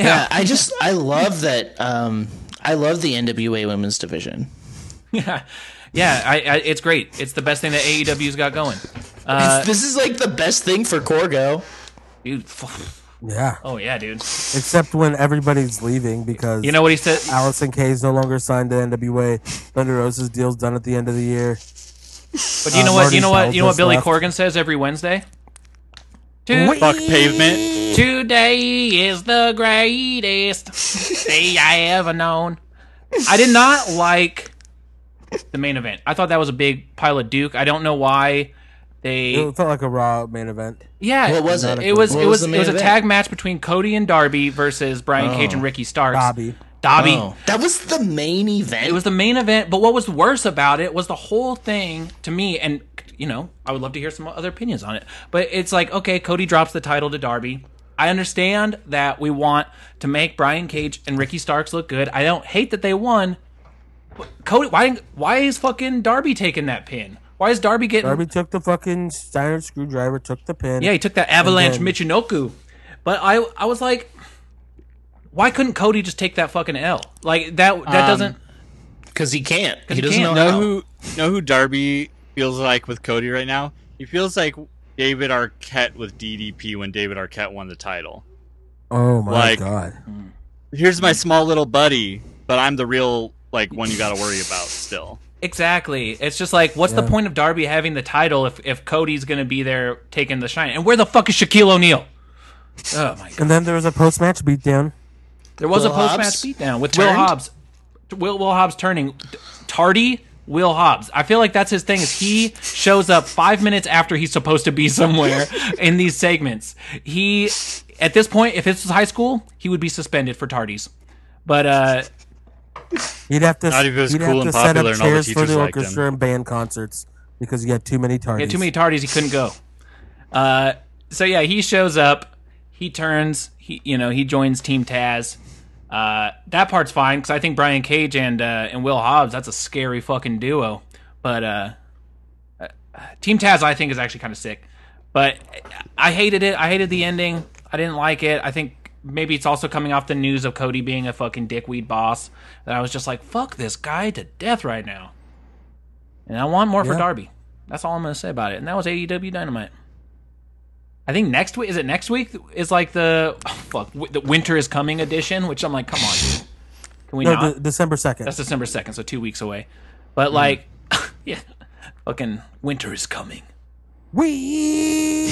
Speaker 4: Yeah.
Speaker 1: Yeah, I just I love that. Um, I love the NWA women's division.
Speaker 4: (laughs) yeah, Yeah, I, I, it's great. It's the best thing that AEW's got going. Uh,
Speaker 1: this is like the best thing for Corgo.
Speaker 4: dude, f-
Speaker 3: Yeah.
Speaker 4: oh yeah, dude.
Speaker 3: Except when everybody's leaving because
Speaker 4: You know what he said?
Speaker 3: Allison K is no longer signed to NWA. Thunder Rosa's deal's done at the end of the year.
Speaker 4: But you
Speaker 3: Uh,
Speaker 4: know what? You know
Speaker 3: Marty
Speaker 4: what? You know what
Speaker 3: Feldman
Speaker 4: Billy
Speaker 3: left.
Speaker 4: Corgan says every Wednesday. To-
Speaker 2: Fuck pavement.
Speaker 4: Today is the greatest day I ever known. I did not like the main event. I thought that was a big pile of Duke. I don't know why they.
Speaker 3: It felt like a Raw main event.
Speaker 4: Yeah,
Speaker 1: What was it?
Speaker 4: It was
Speaker 1: What
Speaker 4: it
Speaker 1: was
Speaker 4: was
Speaker 1: the
Speaker 4: it
Speaker 1: main
Speaker 4: was a
Speaker 1: event?
Speaker 4: tag match between Cody and Darby versus Brian Cage
Speaker 3: Oh.
Speaker 4: and Ricky Starks.
Speaker 3: Bobby.
Speaker 4: Dobby.
Speaker 3: Oh.
Speaker 1: That was the main event.
Speaker 4: It was the main event, but what was worse about it was the whole thing to me, and you know, I would love to hear some other opinions on it. But it's like, okay, Cody drops the title to Darby. I understand that we want to make Brian Cage and Ricky Starks look good. I don't hate that they won. But Cody, why why is fucking Darby taking that pin? Why is Darby getting
Speaker 3: Darby took the fucking Steiner screwdriver, took the pin.
Speaker 4: yeah, he took that avalanche
Speaker 3: And then-
Speaker 4: Michinoku. But I I was like, why couldn't Cody just take that fucking L? Like that
Speaker 2: Um,
Speaker 4: that doesn't
Speaker 1: because he can't. He
Speaker 4: he
Speaker 1: doesn't
Speaker 4: can't.
Speaker 1: know.
Speaker 2: Know
Speaker 1: How.
Speaker 2: who know who Darby feels like with Cody right now? He feels like David Arquette with DDP when David Arquette won the title.
Speaker 3: Oh my
Speaker 2: Like-
Speaker 3: god.
Speaker 2: Here's my small little buddy, but I'm the real like one you got to worry about still.
Speaker 4: Exactly. It's just like, what's the
Speaker 3: Yeah.
Speaker 4: point of Darby having the title if, if Cody's going to be there taking the shine? And where the fuck is Shaquille
Speaker 1: (laughs)
Speaker 4: O'Neal? Oh my god!
Speaker 3: And then there was a post match beatdown.
Speaker 4: There was
Speaker 1: Will
Speaker 4: a post match
Speaker 1: Hobbs
Speaker 4: beatdown with Will
Speaker 1: turned?
Speaker 4: Hobbs. Will Will Hobbs turning t- tardy. Will Hobbs. I feel like that's his thing. Is he shows up five minutes after he's supposed to
Speaker 1: (laughs)
Speaker 4: be somewhere in these segments? He at this point, if this was high school, he would be suspended for tardies. But uh,
Speaker 3: He'd have to,
Speaker 2: Not if it was
Speaker 3: he'd
Speaker 2: cool
Speaker 3: have to
Speaker 2: and
Speaker 3: set
Speaker 2: popular
Speaker 3: up
Speaker 2: and all the
Speaker 3: chairs for
Speaker 2: teachers
Speaker 3: the
Speaker 2: liked him.
Speaker 3: orchestra and band concerts because he had too many tardies.
Speaker 4: He had too many tardies. He couldn't go. Uh, so yeah, he shows up. He turns. He you know he joins Team Taz. Uh, that part's fine because I think Brian Cage and uh, and Will Hobbs that's a scary fucking duo. But uh, uh, Team Taz I think is actually kind of sick. But I hated it. I hated the ending. I didn't like it. I think maybe it's also coming off the news of Cody being a fucking dickweed boss that I was just like fuck this guy to death right now. And I want more for
Speaker 3: Yeah.
Speaker 4: Darby. That's all I'm going to say about it. And that was AEW Dynamite. I think next week is it next week is like the oh, fuck w- the winter is coming edition, which I'm like, come on, dude. can we
Speaker 3: No,
Speaker 4: not?
Speaker 3: De- December second.
Speaker 4: That's December second, so two weeks away.
Speaker 1: Mm.
Speaker 4: But like, (laughs) yeah, fucking winter is coming.
Speaker 3: We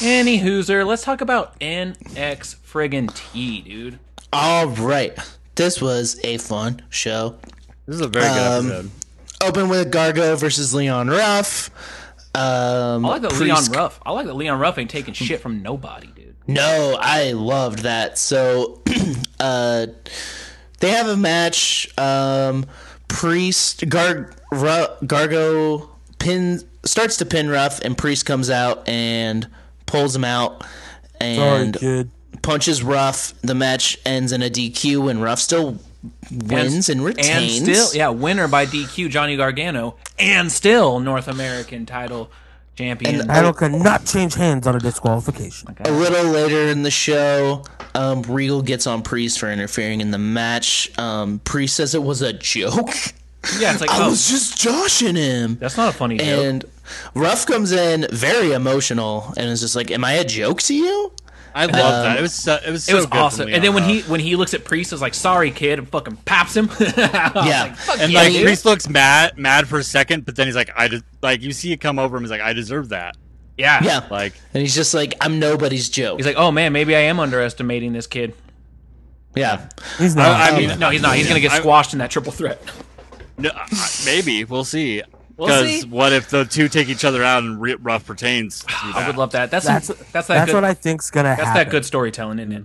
Speaker 4: Any hooser, let's talk about NX friggin' T, dude.
Speaker 1: All right. This was a fun show.
Speaker 2: This is a very
Speaker 1: Um,
Speaker 2: good episode.
Speaker 1: Open with Gargo versus Leon Ruff. Um,
Speaker 4: I like that Leon Ruff. I like that Leon Ruff ain't taking shit from nobody, dude.
Speaker 1: No, I loved that. So (clears throat) uh they have a match um Priest Gar Ru- Gargo pin starts to pin Ruff and Priest comes out and pulls him out
Speaker 3: sorry,
Speaker 1: and
Speaker 3: kid.
Speaker 1: punches Ruff. The match ends in a DQ and Ruff still wins and, retains.
Speaker 4: And still, yeah, winner by DQ, Johnny Gargano, and still North American title champion.
Speaker 1: And
Speaker 3: Title cannot change hands on a disqualification.
Speaker 1: A little later in the show, um, Regal gets on Priest for interfering in the match. Um, Priest says it was a joke. (laughs)
Speaker 4: yeah, it's like,
Speaker 1: I
Speaker 4: oh,
Speaker 1: was just joshing him.
Speaker 4: that's not a funny joke.
Speaker 1: And Ruff comes in very emotional and is just like, "Am I a joke to you?"
Speaker 2: I love that. It was so, it was so
Speaker 4: It was
Speaker 2: good from
Speaker 4: awesome.
Speaker 2: Leon
Speaker 4: And then when
Speaker 2: Ruff.
Speaker 4: he when he looks at Priest, is like, "Sorry, kid," and fucking paps him. (laughs) yeah,
Speaker 1: Yeah.
Speaker 4: fuck
Speaker 2: And
Speaker 4: yeah,
Speaker 2: like
Speaker 4: dude.
Speaker 2: Priest looks mad, mad for a second, but then he's like, "I de- like you see it come over him." He's like, "I deserve that."
Speaker 4: yeah,
Speaker 1: Yeah,
Speaker 2: Like,
Speaker 1: and he's just like, "I'm nobody's joke."
Speaker 4: He's like, "Oh man, maybe I am underestimating this kid." Um,
Speaker 1: yeah,
Speaker 3: He's not.
Speaker 2: I, I mean,
Speaker 4: No, he's not. He's gonna get
Speaker 2: I-
Speaker 4: squashed in that triple threat.
Speaker 2: no, I- maybe we'll see.
Speaker 4: We'll see.
Speaker 2: what if the two take each other out and re- Ruff pertains? To that?
Speaker 4: (sighs) I would love that. That's
Speaker 3: that's
Speaker 4: that's,
Speaker 3: that's,
Speaker 4: that good,
Speaker 3: what I think's gonna
Speaker 4: that's
Speaker 3: happen.
Speaker 4: that good Mm-hmm. storytelling, isn't it?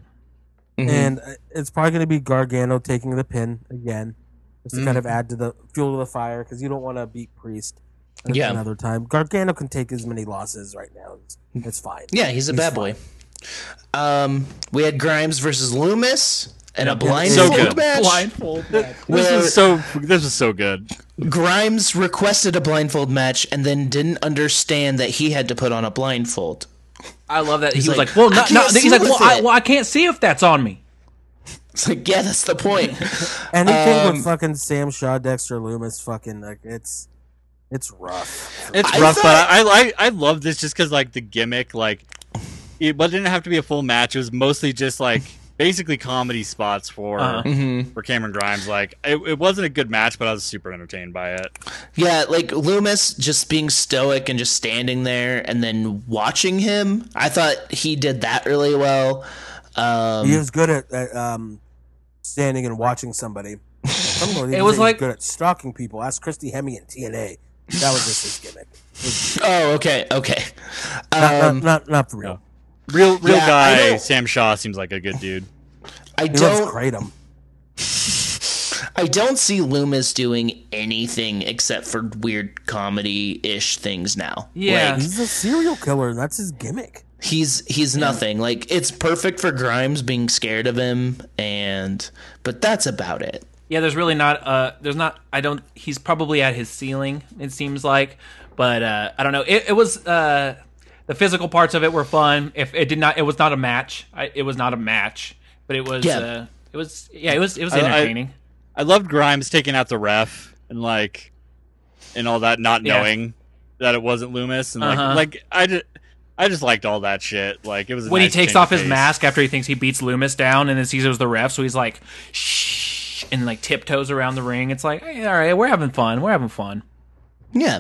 Speaker 3: and uh, it's probably going to be Gargano taking the pin again, just to
Speaker 4: Mm-hmm.
Speaker 3: kind of add to the fuel to the fire because you don't want to beat Priest. at
Speaker 1: Yeah.
Speaker 3: Another time, Gargano can take as many losses right now. It's, it's fine.
Speaker 1: yeah, he's a bad boy. Um, we had Grimes versus Loomis and a blindfold
Speaker 2: So good.
Speaker 1: match.
Speaker 4: Blindfold.
Speaker 2: This
Speaker 1: where-
Speaker 2: is so. This is so good.
Speaker 1: Grimes requested a blindfold match and then didn't understand that he had to put on a blindfold.
Speaker 4: I love that. he was
Speaker 1: like,
Speaker 4: like, "Well,
Speaker 1: "I
Speaker 4: no,
Speaker 1: can't
Speaker 4: no." He's
Speaker 1: see
Speaker 4: like,
Speaker 1: with
Speaker 4: well I,
Speaker 1: it."
Speaker 4: "Well, I can't see if that's on me."
Speaker 1: It's like, yeah, that's the
Speaker 4: (laughs)
Speaker 1: point.
Speaker 3: Anything
Speaker 1: Um,
Speaker 3: with fucking Sam Shaw, Dexter Loomis, fucking like it's it's rough.
Speaker 2: It's
Speaker 1: I
Speaker 2: rough,
Speaker 1: thought-
Speaker 2: but I, I I love this just because like the gimmick, like it but it didn't have to be a full match. It was mostly just like basically comedy spots for
Speaker 4: Uh-huh.
Speaker 2: for Cameron Grimes. Like it, it wasn't a good match, but I was super entertained by it.
Speaker 1: Yeah, like Loomis just being stoic and just standing there and then watching him. I thought he did that really well. Um,
Speaker 3: he was good at, at um, standing and watching somebody.
Speaker 1: (laughs)
Speaker 3: Some people even
Speaker 4: was
Speaker 3: say he's
Speaker 4: like-
Speaker 3: good at stalking people. Ask Christy Hemme in TNA. That was just
Speaker 1: (laughs)
Speaker 3: his gimmick.
Speaker 1: Oh, okay, okay.
Speaker 3: Not, not-
Speaker 1: Um,
Speaker 3: not, not for real.
Speaker 2: Real real
Speaker 1: Yeah, I
Speaker 2: guy
Speaker 1: don't-
Speaker 2: Sam Shaw seems like a good dude.
Speaker 1: I
Speaker 3: He loves
Speaker 1: don't.
Speaker 3: kratom.
Speaker 1: I don't see Loomis doing anything except for weird comedy ish things now.
Speaker 4: Yeah.
Speaker 1: Like,
Speaker 3: He's a serial killer, and that's his gimmick.
Speaker 1: he's he's nothing. Like it's perfect for Grimes being scared of him, and but that's about it.
Speaker 4: Yeah, there's really not. Uh, there's not. I don't. He's probably at his ceiling. It seems like, but uh, I don't know. It, it was uh, the physical parts of it were fun. If it did not, it was not a match. I, it was not a match, but it was.
Speaker 1: Yeah.
Speaker 4: Uh, it was. Yeah, it was. It was
Speaker 2: I- I-
Speaker 4: entertaining.
Speaker 2: I loved Grimes taking out the ref and like and all that, not
Speaker 4: Yeah.
Speaker 2: knowing that it wasn't Loomis and like
Speaker 4: Uh-huh.
Speaker 2: like I just I just liked all that shit. Like it was a
Speaker 4: when
Speaker 2: nice
Speaker 4: he takes
Speaker 2: change
Speaker 4: off his
Speaker 2: pace.
Speaker 4: mask after he thinks he beats Loomis down, and then sees it was the ref, so he's like, shh, and like tiptoes around the ring. It's like, hey, all right, we're having fun. We're having fun.
Speaker 1: Yeah.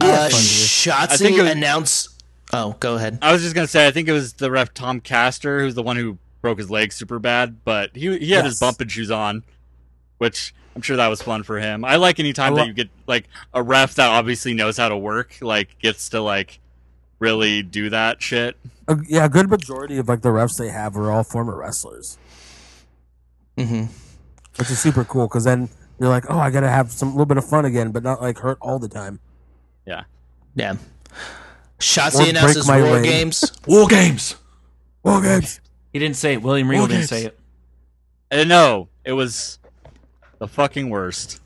Speaker 1: Uh,
Speaker 2: I think it
Speaker 1: Shotzi
Speaker 2: was-
Speaker 1: announced. Oh, go ahead.
Speaker 2: I was just gonna say, I think it was the ref Tom Caster who's the one who broke his leg super bad, but he he had his
Speaker 3: Yes.
Speaker 2: bumping shoes on, which I'm sure that was fun for him. I like any time
Speaker 3: I lo-
Speaker 2: that you get like a ref that obviously knows how to work, like gets to like really do that shit.
Speaker 3: A, yeah, a good majority of like the refs they have are all former wrestlers,
Speaker 1: Mm-hmm.
Speaker 3: which is super cool. Because then you're like, oh, I gotta have some little bit of fun again, but not like hurt all the time.
Speaker 1: Yeah.
Speaker 3: Or
Speaker 1: Shotzi
Speaker 3: break
Speaker 1: announces
Speaker 3: my
Speaker 1: War
Speaker 3: leg. (laughs)
Speaker 1: Games.
Speaker 4: War games.
Speaker 3: Okay.
Speaker 4: He didn't say it. William Regal
Speaker 2: War
Speaker 4: didn't
Speaker 2: games.
Speaker 4: say it.
Speaker 2: And Uh, no, it was the fucking worst.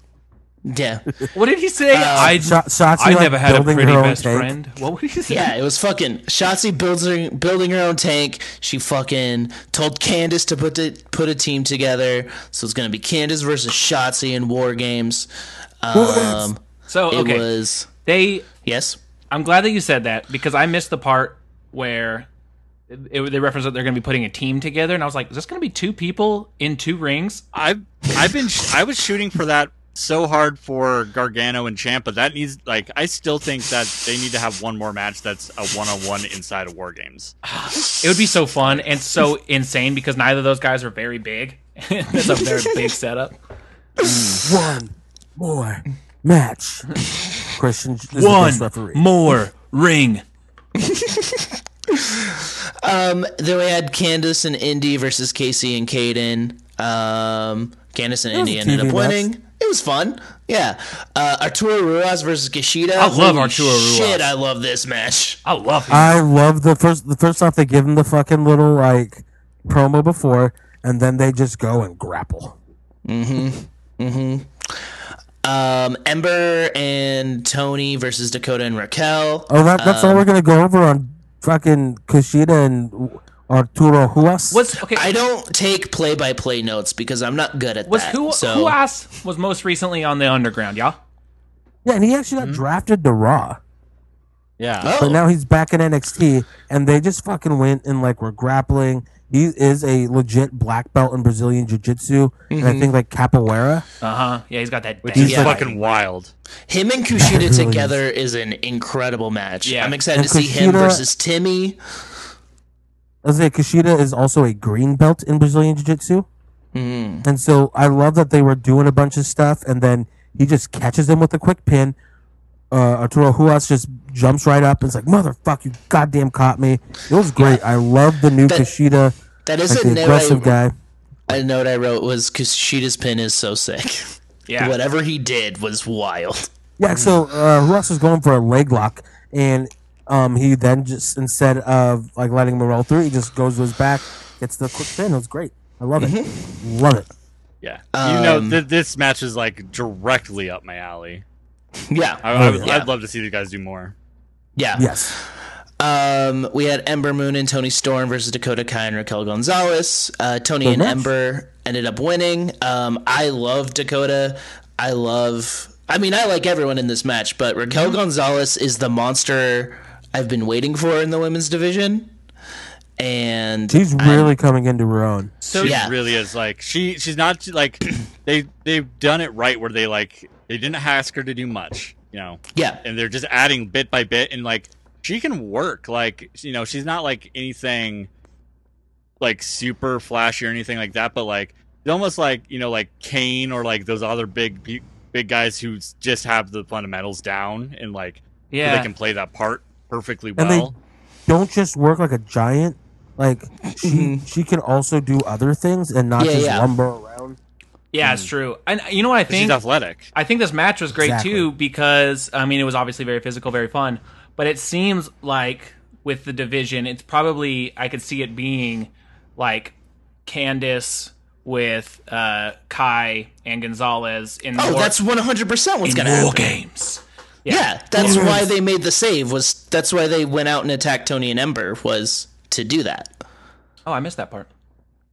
Speaker 1: Yeah.
Speaker 4: What did he say?
Speaker 2: Uh,
Speaker 4: I
Speaker 3: Shot, shots
Speaker 4: I
Speaker 3: like,
Speaker 4: never had a
Speaker 3: building
Speaker 4: pretty
Speaker 3: her own
Speaker 4: best
Speaker 3: tank.
Speaker 4: friend. What would he say?
Speaker 1: Yeah, it was fucking Shotzi building building her own tank. She fucking told Candace to put the, put a team together. So it's gonna be Candace versus Shotzi in War Games. Um,
Speaker 4: So
Speaker 1: it
Speaker 4: okay,
Speaker 1: was
Speaker 4: they.
Speaker 1: yes.
Speaker 4: I'm glad that you said that because I missed the part where it, it- they referenced that they're going to be putting a team together, and I was like, "Is this going to be two people in two rings?"
Speaker 2: I've I've been sh- I was shooting for that so hard for Gargano and Champa. That needs like I still think that they need to have one more match that's a one on one inside of War Games.
Speaker 4: It would be so fun and so insane because neither of those guys are very big. (laughs) That's a very big setup.
Speaker 3: One more
Speaker 4: (laughs)
Speaker 3: match. Christian is the best referee.
Speaker 4: more ring.
Speaker 1: Then we had Candace and Indy versus Casey and Caden. Um, Candace and
Speaker 3: was
Speaker 1: Indy
Speaker 3: a
Speaker 1: ended
Speaker 3: TV
Speaker 1: up
Speaker 3: match.
Speaker 1: winning. It was fun. Yeah. Uh, Arturo Ruas versus Kushida.
Speaker 4: I love
Speaker 1: Holy
Speaker 4: Arturo Ruas.
Speaker 1: Shit, I love this match.
Speaker 4: I love him.
Speaker 3: I love the first. The first off, they give him the fucking little like promo before, and then they just go and grapple.
Speaker 1: Um, Ember and Tony versus Dakota and Raquel.
Speaker 3: Oh, that, that's
Speaker 4: Um,
Speaker 3: all we're gonna go over on fucking Kushida and Arturo Huas.
Speaker 4: Was okay.
Speaker 1: I don't take play by play notes because I'm not good at
Speaker 4: was
Speaker 1: that.
Speaker 4: who
Speaker 1: so
Speaker 4: who ass was most recently on the underground? Y'all.
Speaker 3: yeah, and he actually
Speaker 4: Hmm?
Speaker 3: got drafted to Raw,
Speaker 2: Yeah.
Speaker 3: but
Speaker 1: oh,
Speaker 3: now he's back in NXT, and they just fucking went and like were grappling. He is a legit black belt in Brazilian Jiu Jitsu, and I think like capoeira.
Speaker 4: Uh huh. Yeah, he's got that.
Speaker 2: which
Speaker 4: dang
Speaker 2: is
Speaker 1: Yeah.
Speaker 2: fucking wild.
Speaker 1: him and Kushida
Speaker 3: really is-
Speaker 1: together is. an incredible match.
Speaker 4: Yeah.
Speaker 1: I'm excited
Speaker 3: And
Speaker 1: to see him
Speaker 3: Kushida-
Speaker 1: versus Timmy.
Speaker 3: I was gonna say Kushida is also a green belt in Brazilian Jiu Jitsu. And so I love that they were doing a bunch of stuff, and then he just catches him with a quick pin. Uh, Arturo Huas just jumps right up and is like, "Motherfuck, you goddamn caught me!" It was great. I love the new
Speaker 1: That-
Speaker 3: Kushida,
Speaker 1: That
Speaker 3: like
Speaker 1: is
Speaker 3: the
Speaker 1: a
Speaker 3: aggressive
Speaker 1: note I,
Speaker 3: guy.
Speaker 1: a note I wrote was Kushida's pin is so sick.
Speaker 4: Yeah.
Speaker 1: (laughs) Whatever he did was wild. (laughs)
Speaker 3: Yeah, so uh, Huas was going for a leg lock, and um, he then just instead of like letting him roll through, he just goes to his back, gets the quick pin. It was great. I love it.
Speaker 1: Mm-hmm.
Speaker 3: Love it.
Speaker 2: Yeah. you
Speaker 1: Um,
Speaker 2: know, th- this match is like directly up my alley.
Speaker 1: Yeah.
Speaker 2: I, I would,
Speaker 1: Oh, yeah.
Speaker 2: I'd love to see these guys do more.
Speaker 1: Yeah.
Speaker 3: Yes.
Speaker 1: Um, we had Ember Moon and Tony Storm versus Dakota Kai and Raquel Gonzalez. Uh, Tony and
Speaker 3: match.
Speaker 1: Ember ended up winning. Um, I love Dakota. I love. I mean, I like everyone in this match, but Raquel Gonzalez is the monster I've been waiting for in the women's division. And
Speaker 3: She's really coming into her own.
Speaker 4: So
Speaker 2: she
Speaker 1: Yeah.
Speaker 2: really is like she she's not (clears throat) like they they've done it right where they like they didn't ask her to do much you know
Speaker 1: yeah,
Speaker 2: and they're just adding bit by bit and like she can work like you know she's not like anything like super flashy or anything like that but like it's almost like you know like kane or like those other big pe- big guys who s- just have the fundamentals down and like so
Speaker 4: yeah,
Speaker 2: they can play that part perfectly
Speaker 3: And they-
Speaker 2: well
Speaker 3: Don't just work like a giant. Like she she can also do other things and not
Speaker 1: Mm-hmm. Yeah,
Speaker 3: just
Speaker 1: yeah.
Speaker 3: lumber around.
Speaker 4: yeah, it's true. And you know what I
Speaker 2: But she's
Speaker 4: think?
Speaker 2: athletic
Speaker 4: I think this match was great
Speaker 3: Exactly.
Speaker 4: too because I mean it was obviously very physical, very fun. But it seems like with the division, it's probably I could see it being like Candice with uh, Kai and Gonzalez in
Speaker 1: Oh,
Speaker 4: more-
Speaker 1: that's one hundred percent what's gonna happen.
Speaker 5: games.
Speaker 1: Yeah, that's why they made the save. Was that's why they went out and attacked Tony and Ember was to do that.
Speaker 4: oh I missed that part.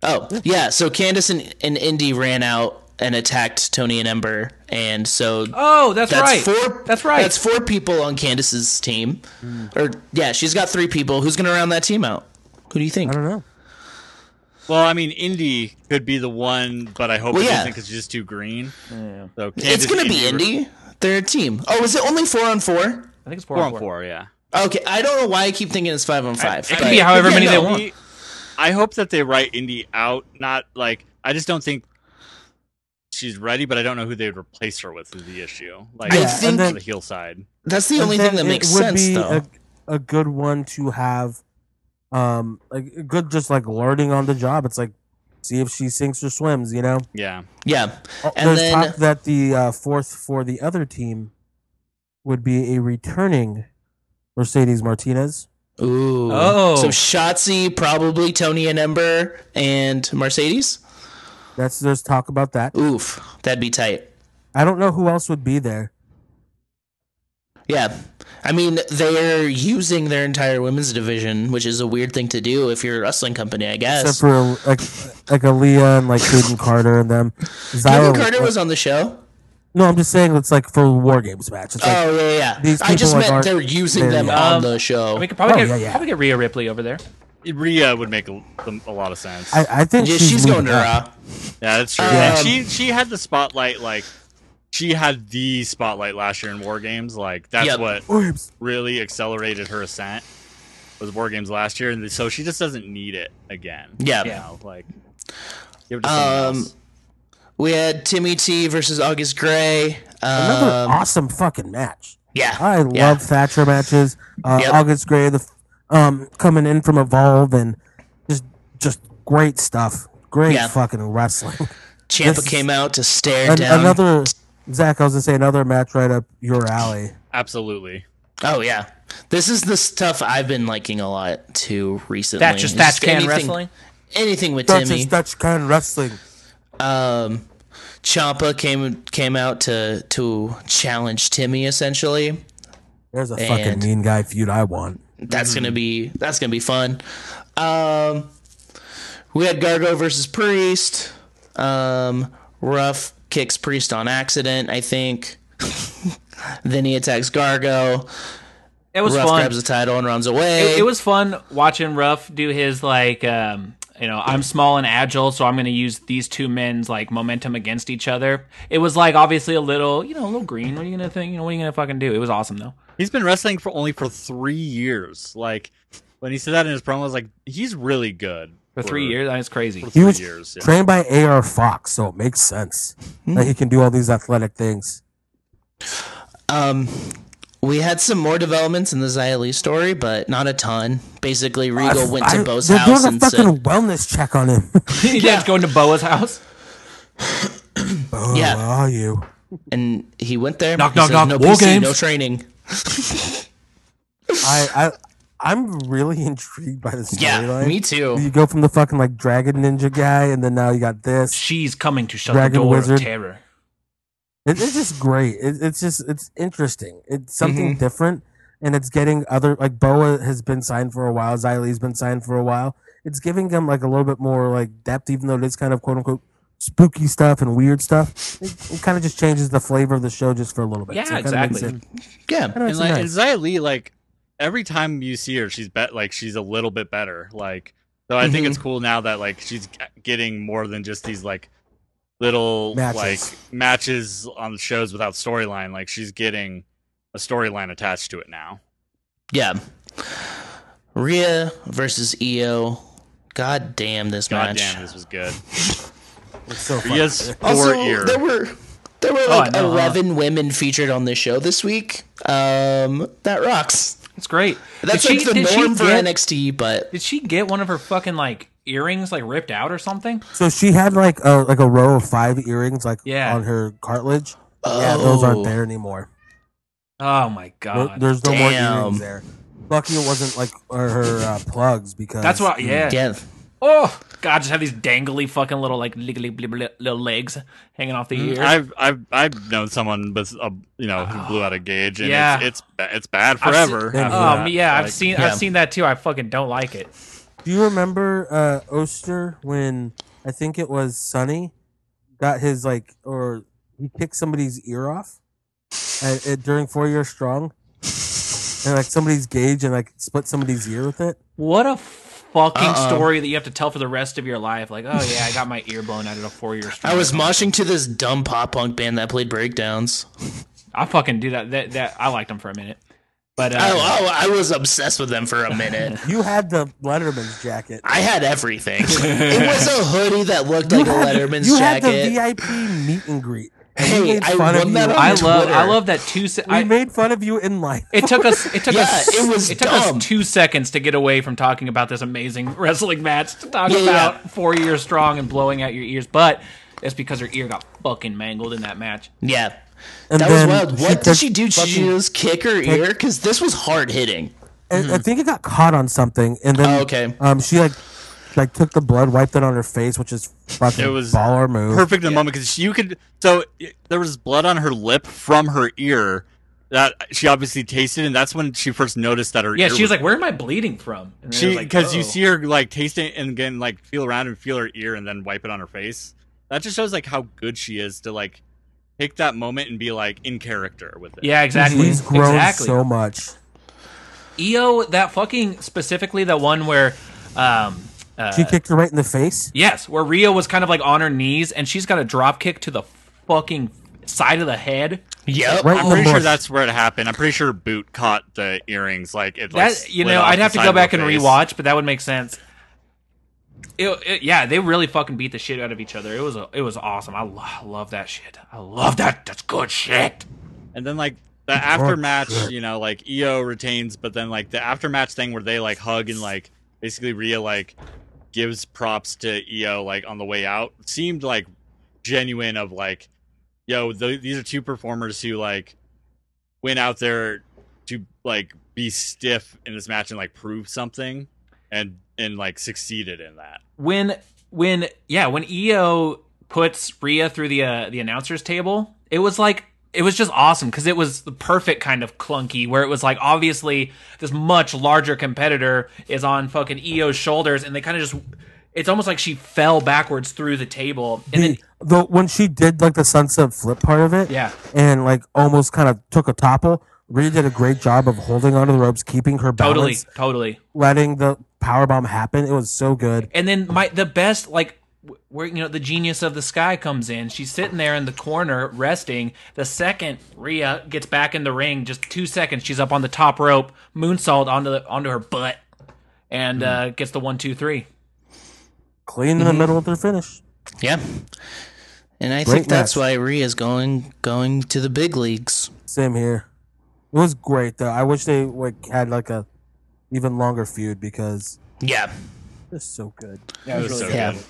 Speaker 1: Oh yeah, so Candace and, and Indy ran out and attacked Tony and Ember, and so
Speaker 4: Oh, that's,
Speaker 1: that's
Speaker 4: right.
Speaker 1: four.
Speaker 4: that's right.
Speaker 1: That's four people on Candace's team,
Speaker 3: Hmm.
Speaker 1: or yeah, she's got three people. Who's gonna round that team out? Who do you think?
Speaker 3: I don't know.
Speaker 2: well i mean indy could be the one but i hope
Speaker 1: Well,
Speaker 2: it
Speaker 1: yeah.
Speaker 2: not because she's too green so
Speaker 1: It's
Speaker 2: Candace,
Speaker 1: gonna be
Speaker 2: were-
Speaker 1: Indy. They're a team. Oh, is it only four on four?
Speaker 4: I think it's four,
Speaker 2: four
Speaker 4: on
Speaker 2: on four yeah
Speaker 1: Okay, I don't know why I keep thinking it's five on five.
Speaker 4: It
Speaker 1: but-
Speaker 4: could be however
Speaker 1: Yeah,
Speaker 4: many they
Speaker 1: no.
Speaker 4: want.
Speaker 2: Indy- I hope that they write Indy out. Not like I just don't think she's ready, but I don't know who they'd replace her with. Is the issue? Like
Speaker 1: I
Speaker 2: on
Speaker 1: think-
Speaker 2: the heel side.
Speaker 1: That's the
Speaker 3: And
Speaker 1: only
Speaker 3: then
Speaker 1: thing that
Speaker 3: it
Speaker 1: makes
Speaker 3: would
Speaker 1: sense,
Speaker 3: be
Speaker 1: though.
Speaker 3: A, a good one to have, um, a a good just like learning on the job. It's like see if she sinks or swims. You know,
Speaker 2: Yeah,
Speaker 1: yeah, And
Speaker 3: Oh, there's
Speaker 1: then-
Speaker 3: talk that the uh, fourth for the other team would be a returning Mercedes Martinez.
Speaker 1: Ooh.
Speaker 4: Oh.
Speaker 1: So Shotzi, probably Tony and Ember and Mercedes.
Speaker 3: That's there's talk about that.
Speaker 1: Oof. That'd be tight.
Speaker 3: I don't know who else would be there.
Speaker 1: Yeah. I mean, they're using their entire women's division, which is a weird thing to do if you're a wrestling company, I
Speaker 3: Except
Speaker 1: guess.
Speaker 3: for uh, like like Aaliyah and like Caden Carter and them.
Speaker 1: Kevin
Speaker 3: Zyra-
Speaker 1: Carter was on the show.
Speaker 3: no, I'm just saying it's like for war games match. It's like
Speaker 1: Oh, yeah, yeah, yeah.
Speaker 3: these
Speaker 1: I just
Speaker 3: people, like,
Speaker 1: meant
Speaker 3: aren't
Speaker 1: they're using them
Speaker 3: very-
Speaker 1: on
Speaker 4: Um,
Speaker 1: the show.
Speaker 4: We could probably
Speaker 3: Oh,
Speaker 4: get
Speaker 3: yeah, yeah.
Speaker 4: probably get Rhea Ripley over there.
Speaker 2: Rhea would make a, a lot of sense.
Speaker 3: I, I think
Speaker 1: Yeah,
Speaker 3: she's,
Speaker 1: she's going to
Speaker 3: moving up.
Speaker 1: Raw.
Speaker 2: yeah, that's true.
Speaker 1: Um,
Speaker 2: and she she had the spotlight. Like she had the spotlight last year in War Games. Like that's
Speaker 1: Yep.
Speaker 2: what
Speaker 3: War games.
Speaker 2: really accelerated her ascent. Was War Games last year, and so she just doesn't need it again.
Speaker 1: Yeah.
Speaker 2: you know, like give it to someone
Speaker 1: Um,
Speaker 2: else.
Speaker 1: We had Timmy T versus August Gray.
Speaker 3: Another
Speaker 1: Um,
Speaker 3: awesome fucking match.
Speaker 1: yeah.
Speaker 3: I
Speaker 1: (laughs)
Speaker 3: love
Speaker 1: yeah.
Speaker 3: Thatcher matches. Uh,
Speaker 1: Yep.
Speaker 3: August Gray, the f- um, coming in from Evolve, and just just great stuff. Great
Speaker 1: Yeah.
Speaker 3: fucking wrestling.
Speaker 1: Champa
Speaker 3: this-
Speaker 1: came out to stare
Speaker 3: and
Speaker 1: down.
Speaker 3: another Zach, I was gonna say another match right up your alley.
Speaker 2: Absolutely.
Speaker 1: Oh yeah, this is the stuff I've been liking a lot too recently.
Speaker 4: That's just that's can
Speaker 1: anything-
Speaker 4: wrestling.
Speaker 1: Anything with
Speaker 3: That's
Speaker 1: Timmy.
Speaker 3: just Dutch kind of wrestling.
Speaker 1: Um, Champa came came out to to challenge Timmy essentially.
Speaker 3: There's a
Speaker 1: And-
Speaker 3: fucking mean guy feud I want.
Speaker 1: That's gonna
Speaker 4: Mm-hmm.
Speaker 1: be that's gonna be fun. Um, we had Gargo versus Priest. Um, Ruff kicks Priest on accident, I think. (laughs) then he attacks Gargo.
Speaker 4: It was
Speaker 1: Ruff
Speaker 4: fun.
Speaker 1: grabs the title and runs away.
Speaker 4: it, it was fun watching Ruff do his like um you know I'm small and agile, so I'm going to use these two men's like momentum against each other. It was like obviously a little you know a little green. What are you going to think? You know what are you going to fucking do? It was awesome though.
Speaker 2: He's been wrestling for only for three years. Like when he said that in his promo, I was like, he's really good
Speaker 4: For three years, that's
Speaker 1: (laughs)
Speaker 4: crazy.
Speaker 2: For
Speaker 3: He
Speaker 2: three
Speaker 3: was
Speaker 2: years. Yeah.
Speaker 3: trained by A.R. Fox, so it makes sense
Speaker 1: Hmm.
Speaker 3: that he can do all these athletic things.
Speaker 1: Um, we had some more developments in the Xia Li story, but not a ton. Basically, Regal went to
Speaker 3: I-
Speaker 1: Bo's
Speaker 3: they're
Speaker 1: house
Speaker 3: doing a
Speaker 1: and
Speaker 3: fucking
Speaker 1: said,
Speaker 3: wellness check on
Speaker 1: (laughs)
Speaker 3: him.
Speaker 4: He (laughs) yeah. going to Boa's house.
Speaker 3: oh,
Speaker 1: Yeah.
Speaker 3: where are you?
Speaker 1: and he went there.
Speaker 4: Knock,
Speaker 1: He
Speaker 4: knock,
Speaker 1: says,
Speaker 4: knock,
Speaker 1: No
Speaker 4: war
Speaker 1: PC,
Speaker 4: games."
Speaker 1: no training.
Speaker 3: I, I I'm really (laughs) intrigued by the
Speaker 1: Yeah,
Speaker 3: storyline.
Speaker 1: me too.
Speaker 3: You go from the fucking like dragon ninja guy, and then now you got this.
Speaker 4: She's coming to shut
Speaker 3: Dragon
Speaker 4: the door
Speaker 3: Wizard.
Speaker 4: of terror.
Speaker 3: It, it's just great. It, it's just it's interesting. It's something different, and it's getting other like Boa has been signed for a while. Xylee's been signed for a while. It's giving them like a little bit more like depth, even though it is kind of quote unquote spooky stuff and weird stuff, it, it kind of just changes the flavor of the show just for a little bit.
Speaker 4: Yeah,
Speaker 3: it kinda makes
Speaker 4: exactly.
Speaker 3: it-
Speaker 1: Yeah.
Speaker 3: kinda
Speaker 2: and
Speaker 3: makes it
Speaker 2: like
Speaker 3: nice.
Speaker 2: and Zia Lee, like every time you see her, she's bet like she's a little bit better. Like so, I
Speaker 1: Mm-hmm.
Speaker 2: think it's cool now that like she's g- getting more than just these like little
Speaker 3: Matches.
Speaker 2: like matches on the shows without storyline. Like she's getting a storyline attached to it now.
Speaker 1: Yeah. Rhea versus Io. God damn this
Speaker 2: God
Speaker 1: match.
Speaker 2: damn, this was
Speaker 1: (laughs)
Speaker 2: good.
Speaker 3: It's so fun.
Speaker 2: Yes, four
Speaker 1: Also,
Speaker 2: ear.
Speaker 1: there were there were
Speaker 4: Oh,
Speaker 1: like
Speaker 4: I know, huh?
Speaker 1: eleven women featured on this show this week. Um, that rocks.
Speaker 4: It's great.
Speaker 1: That's
Speaker 4: Did
Speaker 1: like
Speaker 4: she-
Speaker 1: the
Speaker 4: did she
Speaker 1: norm for
Speaker 4: get-
Speaker 1: NXT, but
Speaker 4: Did she get one of her fucking like earrings like ripped out or something?
Speaker 3: So she had like a like a row of five earrings like
Speaker 4: Yeah.
Speaker 3: on her cartilage. Yeah, those
Speaker 1: Oh.
Speaker 3: aren't there anymore.
Speaker 4: Oh my
Speaker 3: No-
Speaker 4: god.
Speaker 3: there's no more
Speaker 1: Damn.
Speaker 3: earrings there. Lucky it wasn't like or her uh, plugs because
Speaker 4: That's why. Yeah.
Speaker 1: yeah,
Speaker 4: Oh god, just have these dangly fucking little like liggly blib- blib- little legs hanging off the
Speaker 1: Mm,
Speaker 4: ear.
Speaker 2: I've I've I've known someone with a you know who blew out a gauge and
Speaker 4: Oh, Yeah.
Speaker 2: it's, it's ba- it's bad
Speaker 4: I've seen-
Speaker 2: forever.
Speaker 3: Oh,
Speaker 2: after
Speaker 4: Oh
Speaker 2: that.
Speaker 4: yeah, I've
Speaker 2: Like,
Speaker 4: seen
Speaker 1: yeah.
Speaker 4: I've seen that too. I fucking don't like it.
Speaker 3: Mm. Do you remember uh, Oster when I think it was Sonny got his like or he kicked somebody's ear off at, at, during Four Year Strong, and like somebody's gauge and like split somebody's ear with it.
Speaker 4: What a fucking
Speaker 1: Uh-uh.
Speaker 4: story that you have to tell for the rest of your life. Like, oh yeah, I got my ear blown out at a four year.
Speaker 1: (laughs) I was moshing to this dumb pop punk band that played breakdowns.
Speaker 4: I fucking do that. That that I liked them for a minute, but uh,
Speaker 1: Oh, oh, I was obsessed with them for a (laughs) minute.
Speaker 3: You had the Letterman's jacket.
Speaker 1: I had (laughs) everything. it was a hoodie that looked like a Letterman's
Speaker 3: you
Speaker 1: jacket.
Speaker 3: had the VIP meet and greet. And
Speaker 1: Hey,
Speaker 3: we made
Speaker 1: I
Speaker 3: fun of
Speaker 1: won
Speaker 3: you.
Speaker 1: that on
Speaker 4: I
Speaker 1: Twitter.
Speaker 4: love I love that two. Se-
Speaker 3: we
Speaker 4: I,
Speaker 3: made fun of you in life.
Speaker 4: It took us. It took
Speaker 1: Yeah,
Speaker 4: us.
Speaker 1: it was
Speaker 4: It took
Speaker 1: dumb.
Speaker 4: us two seconds to get away from talking about this amazing (laughs) wrestling match to talk
Speaker 1: Yeah, yeah.
Speaker 4: about four years strong and blowing out your ears. But it's because her ear got fucking mangled in that match.
Speaker 1: yeah.
Speaker 3: And
Speaker 1: That was
Speaker 3: then
Speaker 1: wild. What did
Speaker 3: took
Speaker 1: she do? Did she
Speaker 3: fucking-
Speaker 1: just kick her ear? Because this was hard hitting.
Speaker 3: and
Speaker 4: Mm-hmm.
Speaker 3: I think it got caught on something, and then
Speaker 1: Oh, okay.
Speaker 3: um, she like like took the blood, wiped it on her face, which is fucking
Speaker 2: It was
Speaker 3: baller move.
Speaker 2: perfect in the moment because you could. So it- there was blood on her lip from her ear that she obviously tasted, and that's when she first noticed that her
Speaker 4: Yeah,
Speaker 2: ear
Speaker 4: she was like, "Where am I bleeding from?" And then it was
Speaker 2: she
Speaker 4: like,
Speaker 2: because you
Speaker 4: "Oh."
Speaker 2: see her like taste it and again like feel around and feel her ear and then wipe it on her face. That just shows like how good she is to like take that moment and be like in character with it.
Speaker 4: Yeah, exactly.
Speaker 3: She's grown
Speaker 4: exactly.
Speaker 3: so much.
Speaker 4: Io, that fucking specifically the one where, um, uh,
Speaker 3: She kicked her right in the face.
Speaker 4: yes, where Rio was kind of like on her knees and she's got a drop kick to the fucking side of the head.
Speaker 1: Yep.
Speaker 3: Right
Speaker 2: I'm
Speaker 3: in the
Speaker 2: pretty sure
Speaker 3: mush.
Speaker 2: that's where it happened. I'm pretty sure Boot caught the earrings. Like it. Like,
Speaker 4: That you
Speaker 2: slid
Speaker 4: know,
Speaker 2: off
Speaker 4: I'd
Speaker 2: the
Speaker 4: have to
Speaker 2: side
Speaker 4: go
Speaker 2: of her
Speaker 4: back and
Speaker 2: face.
Speaker 4: rewatch, but that would make sense. It, it- yeah, they really fucking beat the shit out of each other. It was a, it was awesome. I lo- love that shit. I love that. That's good shit.
Speaker 2: And then like the aftermatch, you know, like EO retains, but then like the aftermatch thing where they like hug and like basically Rhea like gives props to EO like on the way out seemed like genuine of like, yo, th- these are two performers who like went out there to like be stiff in this match and like prove something and and like succeeded in that.
Speaker 4: When when yeah, when EO puts Rhea through the uh, the announcers table, it was like it was just awesome because it was the perfect kind of clunky where it was like obviously this much larger competitor is on fucking EO's shoulders and they kind of just it's almost like she fell backwards through the table and then
Speaker 3: The, the when she did like the sunset flip part of it,
Speaker 4: Yeah.
Speaker 3: and like almost kind of took a topple. Rhea did a great job of holding onto the ropes, keeping her balance,
Speaker 4: totally totally
Speaker 3: letting the power bomb happen. It was so good.
Speaker 4: And then my the best like wh- where you know the genius of the sky comes in. She's sitting there in the corner resting. The second Rhea gets back in the ring, just two seconds, she's up on the top rope, moonsault onto the, onto her butt, and uh, gets the one two three.
Speaker 3: Clean in
Speaker 4: Mm-hmm.
Speaker 3: the middle of their finish.
Speaker 1: Yeah. And I
Speaker 3: Great
Speaker 1: think that's
Speaker 3: match.
Speaker 1: why Rhea's going going to the big leagues.
Speaker 3: Same here. It was great though. I wish they like had like a even longer feud because
Speaker 1: Yeah.
Speaker 3: they're so good.
Speaker 2: Yeah, it was so
Speaker 1: Yeah.
Speaker 2: good.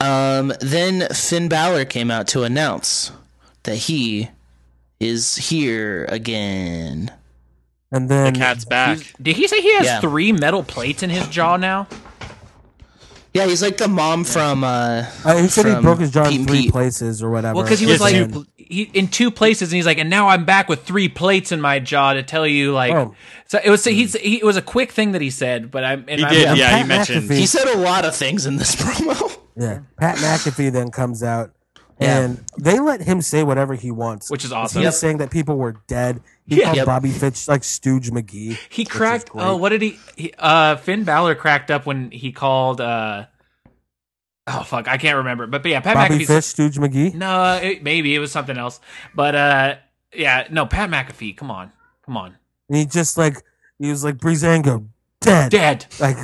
Speaker 1: Um, then Finn Balor came out to announce that he is here again.
Speaker 3: And then
Speaker 2: Cat's back.
Speaker 4: He's- Did he say he has
Speaker 1: Yeah.
Speaker 4: three metal plates in his jaw now?
Speaker 1: Yeah, he's like the mom from. Uh,
Speaker 3: uh, he said he
Speaker 1: from
Speaker 3: broke his jaw in
Speaker 1: Pete
Speaker 3: three
Speaker 1: Pete.
Speaker 3: places or whatever.
Speaker 4: Well, because he
Speaker 2: Yeah,
Speaker 4: was
Speaker 2: so
Speaker 4: like
Speaker 2: you-
Speaker 4: he he in two places, and he's like, and now I'm back with three plates in my jaw to tell you like.
Speaker 3: Oh.
Speaker 4: So it was so he's he, it was a quick thing that he said, but I'm and
Speaker 2: He
Speaker 4: I'm
Speaker 2: did,
Speaker 4: like,
Speaker 2: yeah,
Speaker 3: Pat
Speaker 2: you mentioned-
Speaker 3: McAfee-
Speaker 1: He said a lot of things in this (laughs) promo.
Speaker 3: Yeah, Pat McAfee then comes out,
Speaker 1: Yeah.
Speaker 3: and they let him say whatever he wants,
Speaker 4: Which is
Speaker 3: He
Speaker 4: awesome.
Speaker 3: was saying that people were dead. He called
Speaker 1: Yep.
Speaker 3: Bobby Fitch like Stooge McGee.
Speaker 4: He
Speaker 3: which is
Speaker 4: cracked.
Speaker 3: great.
Speaker 4: Oh, what did he, he? Uh, Finn Balor cracked up when he called. uh Oh fuck, I can't remember. But, but yeah, Pat
Speaker 3: Bobby
Speaker 4: McAfee's.
Speaker 3: Fitch, Stooge McGee.
Speaker 4: No, it, maybe it was something else. But uh, yeah, no, Pat McAfee. Come on, come on,
Speaker 3: And he just like he was like Breezango dead.
Speaker 4: dead.
Speaker 3: Like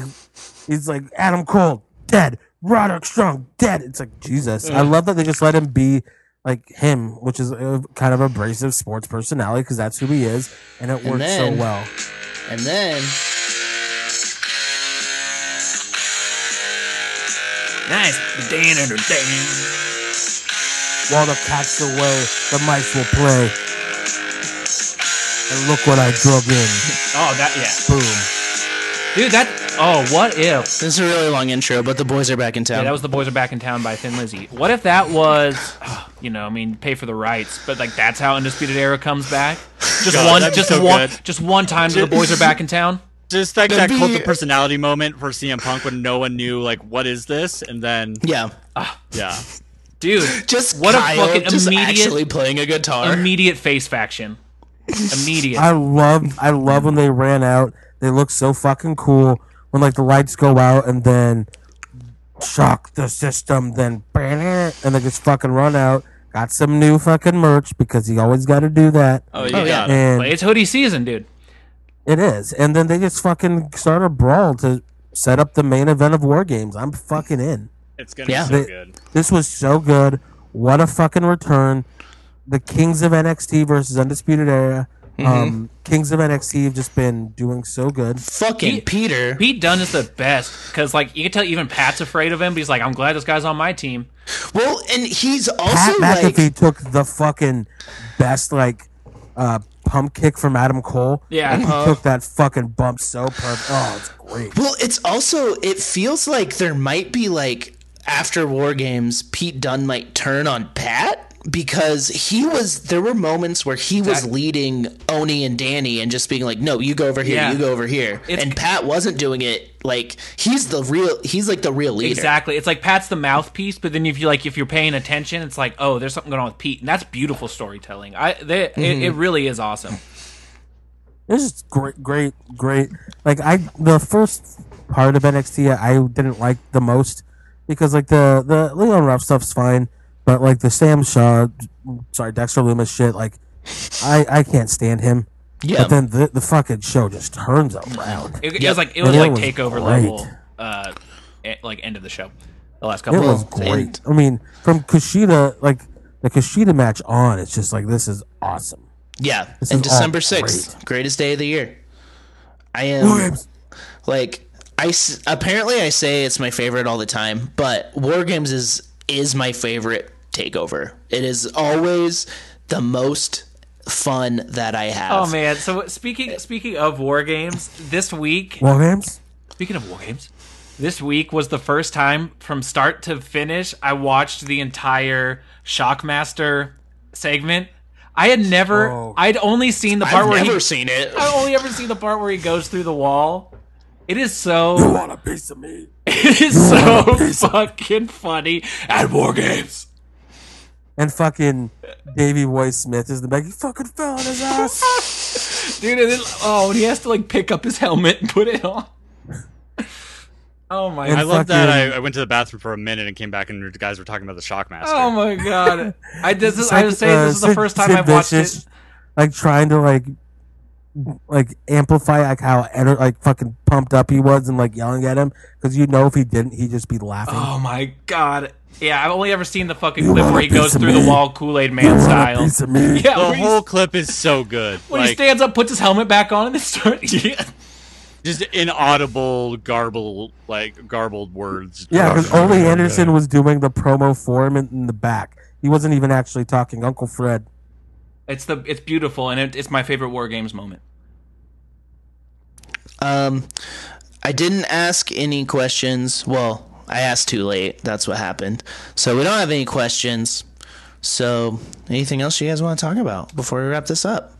Speaker 3: he's like Adam Cole dead. Roderick Strong dead. It's like Jesus. I love that they just let him be like him, which is a, kind of abrasive sports personality because that's who he is, and it works
Speaker 1: then-
Speaker 3: so well.
Speaker 1: And then
Speaker 4: Nice. Dan under Dan.
Speaker 3: While the cats away, the mice will play. And look what I drug in.
Speaker 4: Oh, that yeah,
Speaker 3: Boom.
Speaker 4: dude. That oh, what if?
Speaker 1: this is a really long intro, but the boys are back in
Speaker 4: Yeah,
Speaker 1: town.
Speaker 4: that was the boys are back in town by Thin Lizzy. What if that was, (sighs) oh, you know, I mean, pay for the rights, but like that's how Undisputed Era comes back. Just
Speaker 2: God,
Speaker 4: one,
Speaker 2: that'd be
Speaker 4: just
Speaker 2: so
Speaker 4: one,
Speaker 2: good.
Speaker 4: just one time till the boys are back in town.
Speaker 2: (laughs) Just like that
Speaker 1: That'd
Speaker 2: cult
Speaker 1: be-
Speaker 2: of personality moment for CM Punk when no one knew like what is this, and then
Speaker 1: yeah.
Speaker 2: yeah,
Speaker 4: Dude,
Speaker 1: Just
Speaker 4: what
Speaker 1: Kyle
Speaker 4: a fucking
Speaker 1: just actually
Speaker 4: immediate,
Speaker 1: playing a guitar.
Speaker 4: immediate face faction.
Speaker 3: (laughs)
Speaker 4: Immediate.
Speaker 3: I love I love when they ran out. They look so fucking cool when like the lights go out and then shock the system, then and they just fucking run out. Got some new fucking merch because you always gotta do that.
Speaker 2: oh
Speaker 1: yeah.
Speaker 2: yeah,
Speaker 3: And
Speaker 4: it's hoodie season, dude.
Speaker 3: it is. And then they just fucking start a brawl to set up the main event of war games. I'm fucking in.
Speaker 2: it's gonna
Speaker 1: Yeah.
Speaker 2: be so
Speaker 3: They-
Speaker 2: good.
Speaker 3: This was so good. What a fucking return. The Kings of NXT versus Undisputed Era. Um, Kings of NXT have just been doing so good.
Speaker 1: Fucking
Speaker 4: He-
Speaker 1: Peter.
Speaker 4: Pete Dunne is the best because, like, you can tell even Pat's afraid of him, but he's like, I'm glad this guy's on my team.
Speaker 1: well, and he's also
Speaker 3: Pat
Speaker 1: like
Speaker 3: McAfee took the fucking best like uh, pump kick from Adam Cole.
Speaker 4: Yeah.
Speaker 3: and he
Speaker 4: Uh-huh.
Speaker 3: took that fucking bump so perfect. Oh, it's great.
Speaker 1: Well, it's also it feels like there might be like after war games, Pete Dunn might turn on Pat because he was there were moments where he was leading Oni and Danny and just being like, No, you go over here,
Speaker 4: Yeah.
Speaker 1: you go over here.
Speaker 4: It's-
Speaker 1: and Pat wasn't doing it like he's the real he's like the real leader.
Speaker 4: Exactly. It's like Pat's the mouthpiece, but then if you like, if you're paying attention, it's like, oh, there's something going on with Pete, and that's beautiful storytelling. I, they, it,
Speaker 3: Mm-hmm.
Speaker 4: it really is awesome.
Speaker 3: This is great, great, great. Like I, the first part of NXT I didn't like the most because like the the Leon Ruff stuff's fine, but like the Sam Shaw, sorry Dexter Loomis shit, like I I can't stand him.
Speaker 1: Yeah.
Speaker 3: But then the, the fucking show just turns around.
Speaker 4: It, it
Speaker 1: Yep.
Speaker 4: was like it was
Speaker 3: It
Speaker 4: like
Speaker 3: was
Speaker 4: takeover
Speaker 3: great.
Speaker 4: level, uh, eh, like end of the show, the last
Speaker 3: It
Speaker 4: couple.
Speaker 3: was
Speaker 4: of
Speaker 3: great. I mean, from Kushida, like the Kushida match on, it's just like this is awesome.
Speaker 1: Yeah.
Speaker 3: This
Speaker 1: And
Speaker 3: is uh, all
Speaker 1: December sixth, greatest day of the year. I am like I s- apparently I say it's my favorite all the time, but War Games is is my favorite takeover. It is always the most fun that I
Speaker 4: Oh
Speaker 1: have.
Speaker 4: man! So speaking speaking of war games, this week
Speaker 3: War games.
Speaker 4: Speaking of war games, this week was the first time from start to finish I watched the entire Shockmaster segment. I had never,
Speaker 3: Oh.
Speaker 4: I'd only seen the part
Speaker 1: I've
Speaker 4: where
Speaker 1: never
Speaker 4: he,
Speaker 1: seen it.
Speaker 4: I only ever seen the part where he goes through the wall. It is so,
Speaker 3: (laughs)
Speaker 5: Want a piece of me?
Speaker 4: it is so (laughs) fucking funny.
Speaker 5: At War Games.
Speaker 3: And fucking Davey Boy Smith is the back. He fucking fell on his ass.
Speaker 4: Dude, and then, oh, and he has to like pick up his helmet and put it on. (laughs) Oh my
Speaker 2: I
Speaker 3: And-
Speaker 2: love that
Speaker 3: fucking-
Speaker 2: I, I went to the bathroom for a minute and came back and the guys were talking about the Shockmaster.
Speaker 4: Oh my god! I this is, (laughs) I was
Speaker 3: Sid-
Speaker 4: saying
Speaker 3: uh,
Speaker 4: this is the
Speaker 3: Sid-
Speaker 4: first time
Speaker 3: Sid
Speaker 4: I've watched
Speaker 3: Vicious,
Speaker 4: it.
Speaker 3: Like trying to like like amplify like how ener- like fucking pumped up he was and like yelling at him because you know if he didn't he'd just be laughing.
Speaker 4: Oh my god. Yeah, I've only ever seen the fucking clip where he goes through the wall Kool Aid Man style.
Speaker 3: Piece of me.
Speaker 4: (laughs) Yeah,
Speaker 2: The
Speaker 4: where, he-
Speaker 2: whole clip is so good.
Speaker 4: when he
Speaker 2: like
Speaker 4: stands up, puts his helmet back on, and (laughs) then starts. Yeah.
Speaker 2: just inaudible garble like garbled words.
Speaker 3: Yeah, because Ole Anderson was doing the promo for him in, in the back. He wasn't even actually talking. Uncle Fred.
Speaker 4: It's the it's beautiful and it, it's my favorite War Games moment.
Speaker 1: Um, I didn't ask any questions. Well, I asked too late. That's what happened. So we don't have any questions. So, anything else you guys want to talk about before we wrap this up?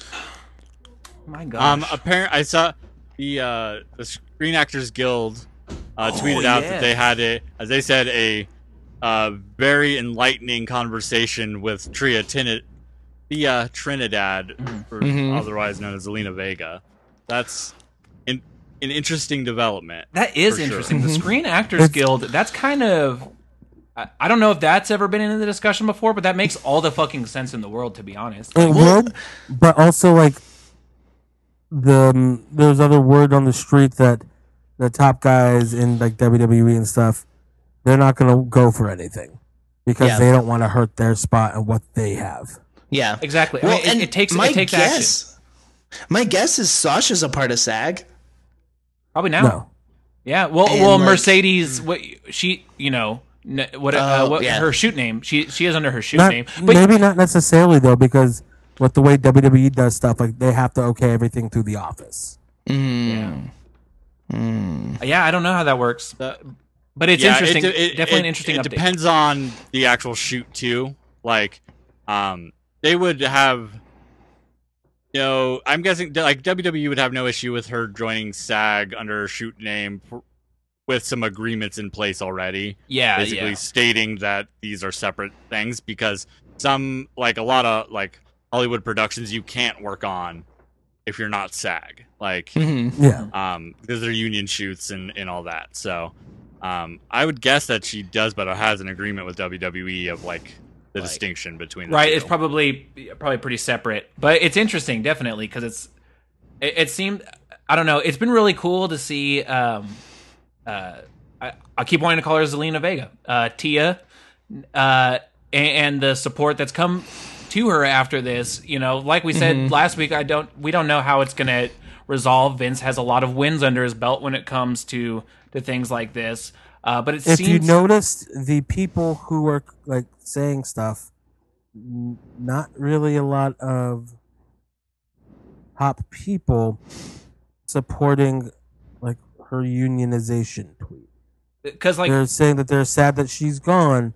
Speaker 4: Oh My God.
Speaker 2: Um, apparent I saw the uh, the Screen Actors Guild uh, tweeted out that they had a, as they said, a uh, very enlightening conversation with Tria Trinidad, Thea Trinidad, or otherwise known as Elena Vega. That's an, an interesting development.
Speaker 4: that is
Speaker 2: for sure.
Speaker 4: interesting. The Screen Actors Guild. That's kind of. I, I don't know if that's ever been in the discussion before, but that makes all the fucking sense in the world. To be honest.
Speaker 3: It would, but also like the um, there's other word on the street that the top guys in like WWE and stuff they're not gonna go for anything because
Speaker 1: Yeah.
Speaker 3: they don't want to hurt their spot and what they have.
Speaker 1: Yeah,
Speaker 4: Exactly. I mean, it-
Speaker 1: and
Speaker 4: it takes- it takes
Speaker 1: My guess is Sasha's a part of SAG.
Speaker 4: Probably now.
Speaker 3: No,
Speaker 4: Yeah. Well,
Speaker 1: And,
Speaker 4: well,
Speaker 1: like-
Speaker 4: Mercedes. What she, you know, n- what, uh,
Speaker 1: Oh,
Speaker 4: what
Speaker 1: yeah.
Speaker 4: her shoot name? She she is under her shoot
Speaker 3: not,
Speaker 4: name. But
Speaker 3: maybe not necessarily though because with the way WWE does stuff, like they have to okay everything through the office.
Speaker 4: yeah, I don't know how that works. But it's
Speaker 2: Yeah, it
Speaker 4: interesting.
Speaker 2: de- it-
Speaker 4: Definitely an
Speaker 2: it-
Speaker 4: interesting
Speaker 2: It
Speaker 4: update.
Speaker 2: depends on the actual shoot too. Like, um, they would have. You know, I'm guessing like WWE would have no issue with her joining SAG under her shoot name pr- with some agreements in place already,
Speaker 4: Yeah,
Speaker 2: basically
Speaker 4: yeah.
Speaker 2: stating that these are separate things because some like a lot of like Hollywood productions you can't work on if you're not SAG. Like,
Speaker 3: Yeah.
Speaker 2: um, because they're union shoots and, and all that. So um, I would guess that she does, but has an agreement with WWE of like the
Speaker 4: Like-
Speaker 2: distinction between the
Speaker 4: Right.
Speaker 2: two.
Speaker 4: It's probably probably pretty separate, but it's interesting, definitely, because it's it, it seemed I don't know. It's been really cool to see. Um, uh, I, I keep wanting to call her Zelina Vega, uh, Tia, uh, and, and the support that's come to her after this. You know, like we said
Speaker 3: Mm-hmm.
Speaker 4: last week, I don't. We don't know how it's gonna resolve. Vince has a lot of wins under his belt when it comes to to things like this. Uh, but it
Speaker 3: if
Speaker 4: seems
Speaker 3: you noticed the people who were like saying stuff n- not really a lot of top people supporting like her unionization tweet
Speaker 4: because uh, like
Speaker 3: they're saying that they're sad that she's gone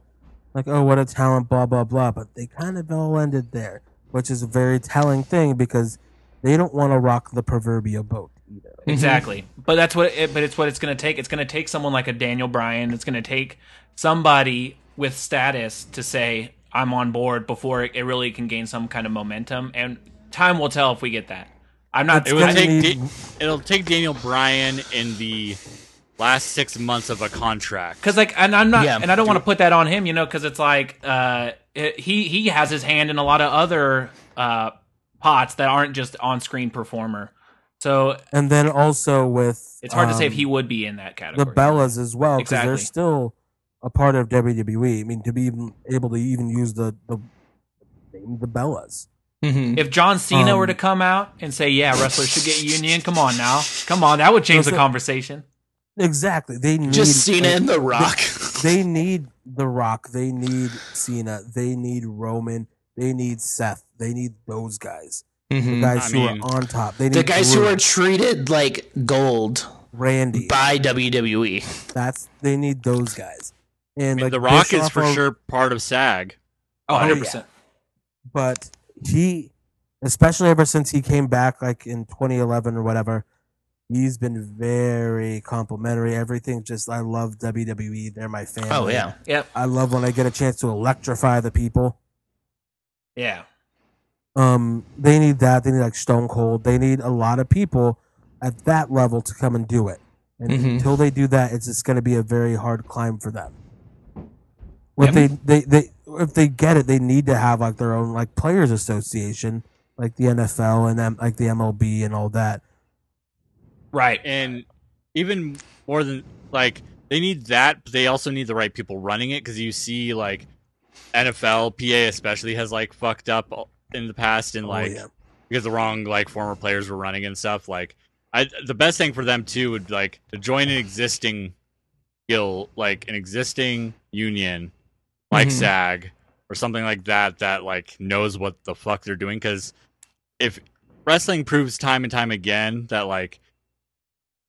Speaker 3: like oh what a talent blah blah blah but they kind of all ended there which is a very telling thing because they don't want to rock the proverbial boat either
Speaker 4: Exactly. But that's what it, but it's what it's going to take. It's going to take someone like a Daniel Bryan. It's going to take somebody with status to say I'm on board before it, it really can gain some kind of momentum and time will tell if we get that. I'm not
Speaker 2: It would
Speaker 3: gonna
Speaker 2: take
Speaker 3: need-
Speaker 2: da- it'll take Daniel Bryan in the last six months of a contract.
Speaker 4: because like and i'm not
Speaker 1: Yeah.
Speaker 4: and i don't want to put that on him you know because it's like uh it- he he has his hand in a lot of other uh pots that aren't just on-screen performer so
Speaker 3: and then also with
Speaker 4: it's hard to say if
Speaker 3: um,
Speaker 4: he would be in that
Speaker 3: the
Speaker 4: category
Speaker 3: Bellas as well because
Speaker 4: Exactly.
Speaker 3: they're still a part of WWE. I mean, to be even able to even use the the name the Bellas.
Speaker 1: Mm-hmm.
Speaker 4: If John Cena
Speaker 3: Um,
Speaker 4: were to come out and say, "Yeah, wrestlers should get union," come on now, come on, that would change the
Speaker 3: Also-
Speaker 4: conversation.
Speaker 3: Exactly, they need
Speaker 1: Just Cena and The Rock.
Speaker 3: They need The Rock. They need Cena. They need Roman. They need Seth. They need those guys. The
Speaker 1: Mhm.
Speaker 3: guys
Speaker 2: I
Speaker 3: who
Speaker 2: mean,
Speaker 3: are on top. They need
Speaker 1: The guys who
Speaker 3: Drew,
Speaker 1: are treated like gold
Speaker 3: Randy.
Speaker 1: by E. WWE.
Speaker 3: That's they need those guys. And
Speaker 2: I mean,
Speaker 3: like
Speaker 2: the Rock is
Speaker 3: Bischoff
Speaker 2: for
Speaker 3: or-
Speaker 2: sure part of SAG.
Speaker 4: Oh,
Speaker 2: yeah.
Speaker 4: 100 percent.
Speaker 3: but he especially ever since he came back like in 2011 or whatever he's been very complimentary everything just i love wwe they're my family
Speaker 1: Oh yeah,
Speaker 4: Yep.
Speaker 3: i love when i get a chance to electrify the people
Speaker 4: Yeah.
Speaker 3: um they need that they need like stone cold they need a lot of people at that level to come and do it and
Speaker 1: Mhm.
Speaker 3: until they do that it's just going to be a very hard climb for them
Speaker 1: Yep.
Speaker 3: what they, they they if they get it they need to have like their own like players association like the nfl and um, like the mlb and all that
Speaker 4: Right.
Speaker 2: and even more than like they need that but they also need the right people running it because you see like nfl pa especially has like fucked up in the past and
Speaker 3: Oh,
Speaker 2: like
Speaker 3: yeah.
Speaker 2: because the wrong like former players were running and stuff like i the best thing for them too would like to join an existing guild like an existing union like
Speaker 3: Mm-hmm.
Speaker 1: Mhm.
Speaker 2: sag or something like that that like knows what the fuck they're doing because if wrestling proves time and time again that like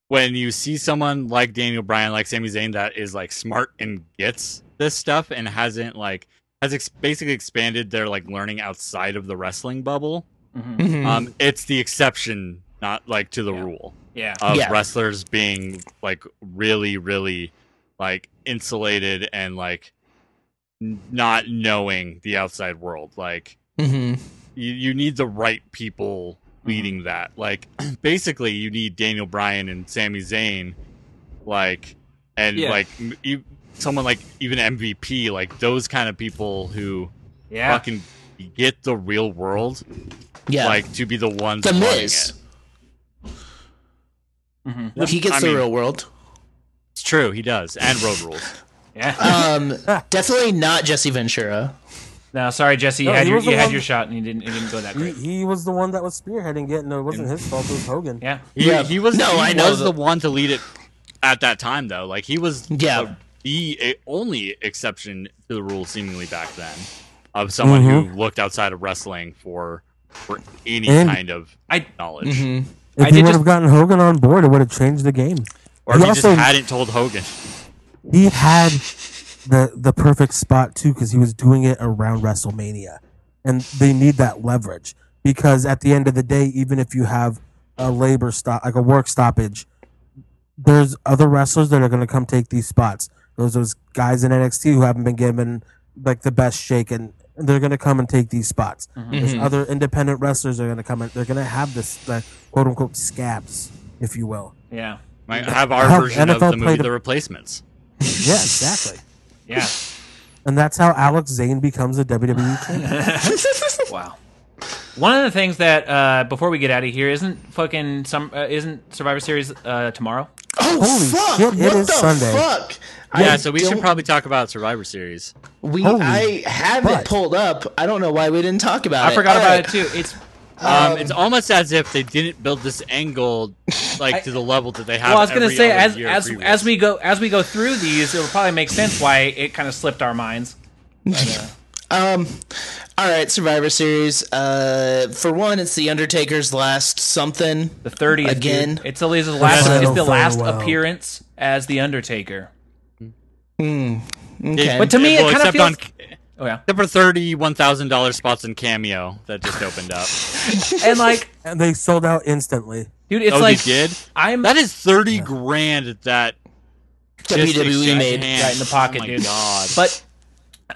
Speaker 2: when you see someone like Daniel Bryan, like Sami Zayn, that is like smart and gets this stuff and hasn't like has ex- basically expanded their like learning outside of the wrestling bubble.
Speaker 4: Mhm.
Speaker 1: Mm-hmm. Uh,
Speaker 2: Um, it's the exception, not like to the
Speaker 4: Yeah.
Speaker 2: rule
Speaker 4: Yeah.
Speaker 2: of
Speaker 1: Yeah.
Speaker 2: wrestlers being like really, really like insulated and like n- not knowing the outside world. Like
Speaker 1: hmm
Speaker 2: you, you need the right people leading that. Like (clears throat) basically, you need Daniel Bryan and Sami Zayn, like and
Speaker 6: Yeah.
Speaker 2: like m- e- someone like even MVP, like those kind of people who
Speaker 4: Yeah.
Speaker 2: fucking get the real world,
Speaker 1: Yeah.
Speaker 2: like to be the ones.
Speaker 1: the
Speaker 2: running
Speaker 1: Miz.
Speaker 2: it.
Speaker 4: Mhm.
Speaker 1: He gets
Speaker 2: I
Speaker 1: the
Speaker 2: mean-
Speaker 1: real world.
Speaker 2: It's true, he does, and Road Rules.
Speaker 4: Yeah.
Speaker 1: Um,
Speaker 3: Ah.
Speaker 1: definitely not Jesse Ventura.
Speaker 4: no, sorry, Jesse. You
Speaker 3: No,
Speaker 4: had
Speaker 3: he
Speaker 4: your
Speaker 3: was the
Speaker 4: you had
Speaker 3: one-
Speaker 4: your shot, and you didn't. It didn't go that
Speaker 3: He,
Speaker 4: great.
Speaker 3: he was the one that was spearheading it, and it wasn't his fault. It was Hogan.
Speaker 4: Yeah.
Speaker 2: He,
Speaker 1: Yeah.
Speaker 2: he was
Speaker 1: No,
Speaker 2: he
Speaker 1: I know
Speaker 2: was
Speaker 1: the-
Speaker 2: the one to lead it at that time though. Like he was
Speaker 1: Yeah.
Speaker 2: the, the a- only exception to the rule seemingly back then of someone
Speaker 1: Mm-hmm.
Speaker 2: who looked outside of wrestling for for any
Speaker 3: And-
Speaker 2: kind of
Speaker 4: I
Speaker 2: knowledge.
Speaker 1: Mm-hmm.
Speaker 3: If
Speaker 4: I
Speaker 3: he
Speaker 4: did
Speaker 3: would have
Speaker 4: just-
Speaker 3: gotten Hogan on board, it would have changed the game.
Speaker 2: Or if
Speaker 3: he
Speaker 2: he just
Speaker 3: also-
Speaker 2: hadn't told Hogan.
Speaker 3: He had the the perfect spot too because he was doing it around WrestleMania, and they need that leverage because at the end of the day, even if you have a labor stop like a work stoppage, there's other wrestlers that are going to come take these spots. Those those guys in NXT who haven't been given like the best shake and. They're gonna come and take these spots. There's other independent wrestlers that are gonna come and they're gonna have this like quote unquote scabs, if you will.
Speaker 4: Yeah.
Speaker 2: Might have our
Speaker 3: How
Speaker 2: version
Speaker 3: NFL
Speaker 2: of the movie
Speaker 3: played a-
Speaker 2: The Replacements.
Speaker 3: Yeah, exactly.
Speaker 4: Yeah.
Speaker 3: And that's how Alex Zane becomes a E WWE champion.
Speaker 4: (laughs) Wow. One of the things that uh, before we get out of here isn't fucking some uh, isn't Survivor Series uh, tomorrow.
Speaker 1: Oh
Speaker 3: Holy
Speaker 1: fuck!
Speaker 3: shit, it
Speaker 1: what
Speaker 3: is
Speaker 1: the
Speaker 3: Sunday.
Speaker 1: fuck?
Speaker 2: Yeah,
Speaker 1: I
Speaker 2: so we should
Speaker 1: don't-
Speaker 2: probably talk about Survivor Series.
Speaker 1: We
Speaker 3: Holy
Speaker 1: I have
Speaker 3: fuck.
Speaker 1: it pulled up. I don't know why we didn't talk about it.
Speaker 4: I forgot
Speaker 1: All
Speaker 4: about
Speaker 1: right.
Speaker 4: it too. It's
Speaker 2: Um, it's almost as if they didn't build this angle like to the level that they have.
Speaker 4: well, I was gonna
Speaker 2: every
Speaker 4: say
Speaker 2: other
Speaker 4: as
Speaker 2: year
Speaker 4: as
Speaker 2: previous.
Speaker 4: as we go as we go through these, it'll probably make sense why it kind of slipped our minds.
Speaker 1: Um, all right, Survivor Series. Uh, for one, it's the Undertaker's last something.
Speaker 4: The thirtieth
Speaker 1: Again?
Speaker 4: It's Eliza's last.
Speaker 3: Final
Speaker 4: It's the last
Speaker 3: farewell.
Speaker 4: appearance as
Speaker 1: (laughs)
Speaker 4: the Undertaker.
Speaker 1: Okay.
Speaker 4: But to me, it
Speaker 2: Well,
Speaker 4: kind of
Speaker 2: except
Speaker 4: feels.
Speaker 2: on
Speaker 4: oh yeah,
Speaker 2: Except for thirty one thousand dollars spots in Cameo that just opened up.
Speaker 4: and like,
Speaker 3: and they sold out instantly.
Speaker 4: dude, it's
Speaker 2: oh,
Speaker 4: like
Speaker 2: they did.
Speaker 4: I'm
Speaker 2: That is thirty grand that just
Speaker 1: WWE
Speaker 2: exchanged
Speaker 1: E made
Speaker 2: hands.
Speaker 4: (laughs) right in the pocket,
Speaker 2: oh my
Speaker 4: dude.
Speaker 2: God.
Speaker 4: But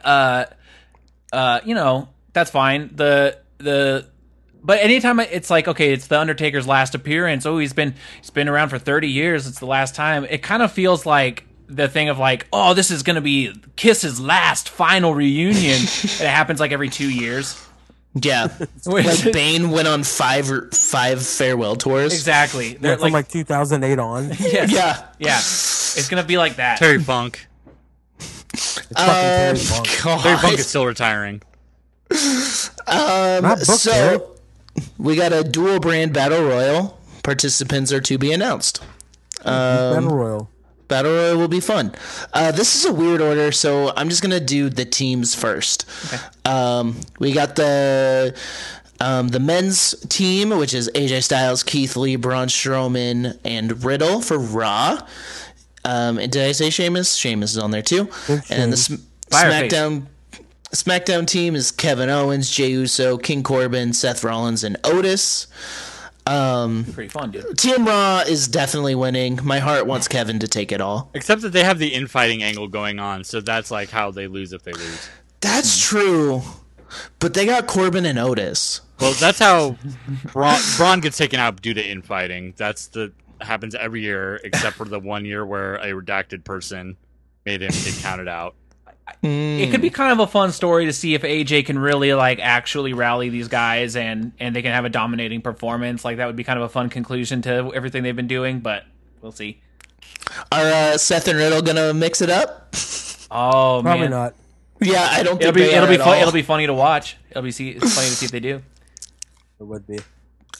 Speaker 4: uh, uh, you know that's fine. The the but anytime I- it's like okay, it's the Undertaker's last appearance. Oh, he's been he's been around for thirty years. It's the last time. It kind of feels like the thing of like oh, this is gonna be Kiss's last final
Speaker 1: (laughs)
Speaker 4: reunion, and it happens like every two years. (laughs)
Speaker 1: yeah, like Bane went on five or- five farewell tours.
Speaker 4: exactly. They're
Speaker 3: from
Speaker 4: like,
Speaker 3: like 2008 on.
Speaker 4: yes, yeah,
Speaker 1: Yeah.
Speaker 4: It's gonna be like that.
Speaker 2: Terry Funk.
Speaker 1: Um,
Speaker 3: Terry Funk.
Speaker 1: God.
Speaker 2: Terry Funk is still retiring.
Speaker 3: Not booked, Eric.
Speaker 1: So we got a dual brand battle royal. Participants are to be announced.
Speaker 3: Battle Royal.
Speaker 1: Battle royal will be fun. Uh, this is a weird order, so I'm just gonna do the teams first. Um, we got the um, the men's team, which is AJ Styles, Keith Lee, Braun Strowman, and Riddle for Raw. Um, and did I say Sheamus? Sheamus is on there too. And then the sm-
Speaker 4: Fireface.
Speaker 1: SmackDown SmackDown team is Kevin Owens, Jey Uso, King Corbin, Seth Rollins, and Otis.
Speaker 4: Pretty fun, dude.
Speaker 1: Team Raw is definitely winning. My heart wants Kevin to take it all.
Speaker 2: Except that they have the infighting angle going on, so that's like how they lose if they lose.
Speaker 4: Hmm.
Speaker 1: That's true, but they got Corbin and Otis.
Speaker 2: Well, that's how Braun, Braun gets taken out due to infighting. That's the happens every year, except for the one year where a redacted person made him get counted out.
Speaker 4: it could be kind of a fun story to see if AJ can really like actually rally these guys and and they can have a dominating performance. Like that would be kind of a fun conclusion to everything they've been doing, but we'll see.
Speaker 1: Are uh, Seth and Riddle gonna mix it up?
Speaker 4: Oh
Speaker 3: Probably
Speaker 4: man.
Speaker 3: not.
Speaker 1: Yeah, I don't think
Speaker 4: It'll be
Speaker 1: they
Speaker 4: it'll
Speaker 1: are
Speaker 4: be
Speaker 1: at
Speaker 4: fun,
Speaker 1: all.
Speaker 4: it'll be funny to watch. It'll be see it's funny to see if they do.
Speaker 3: It would be.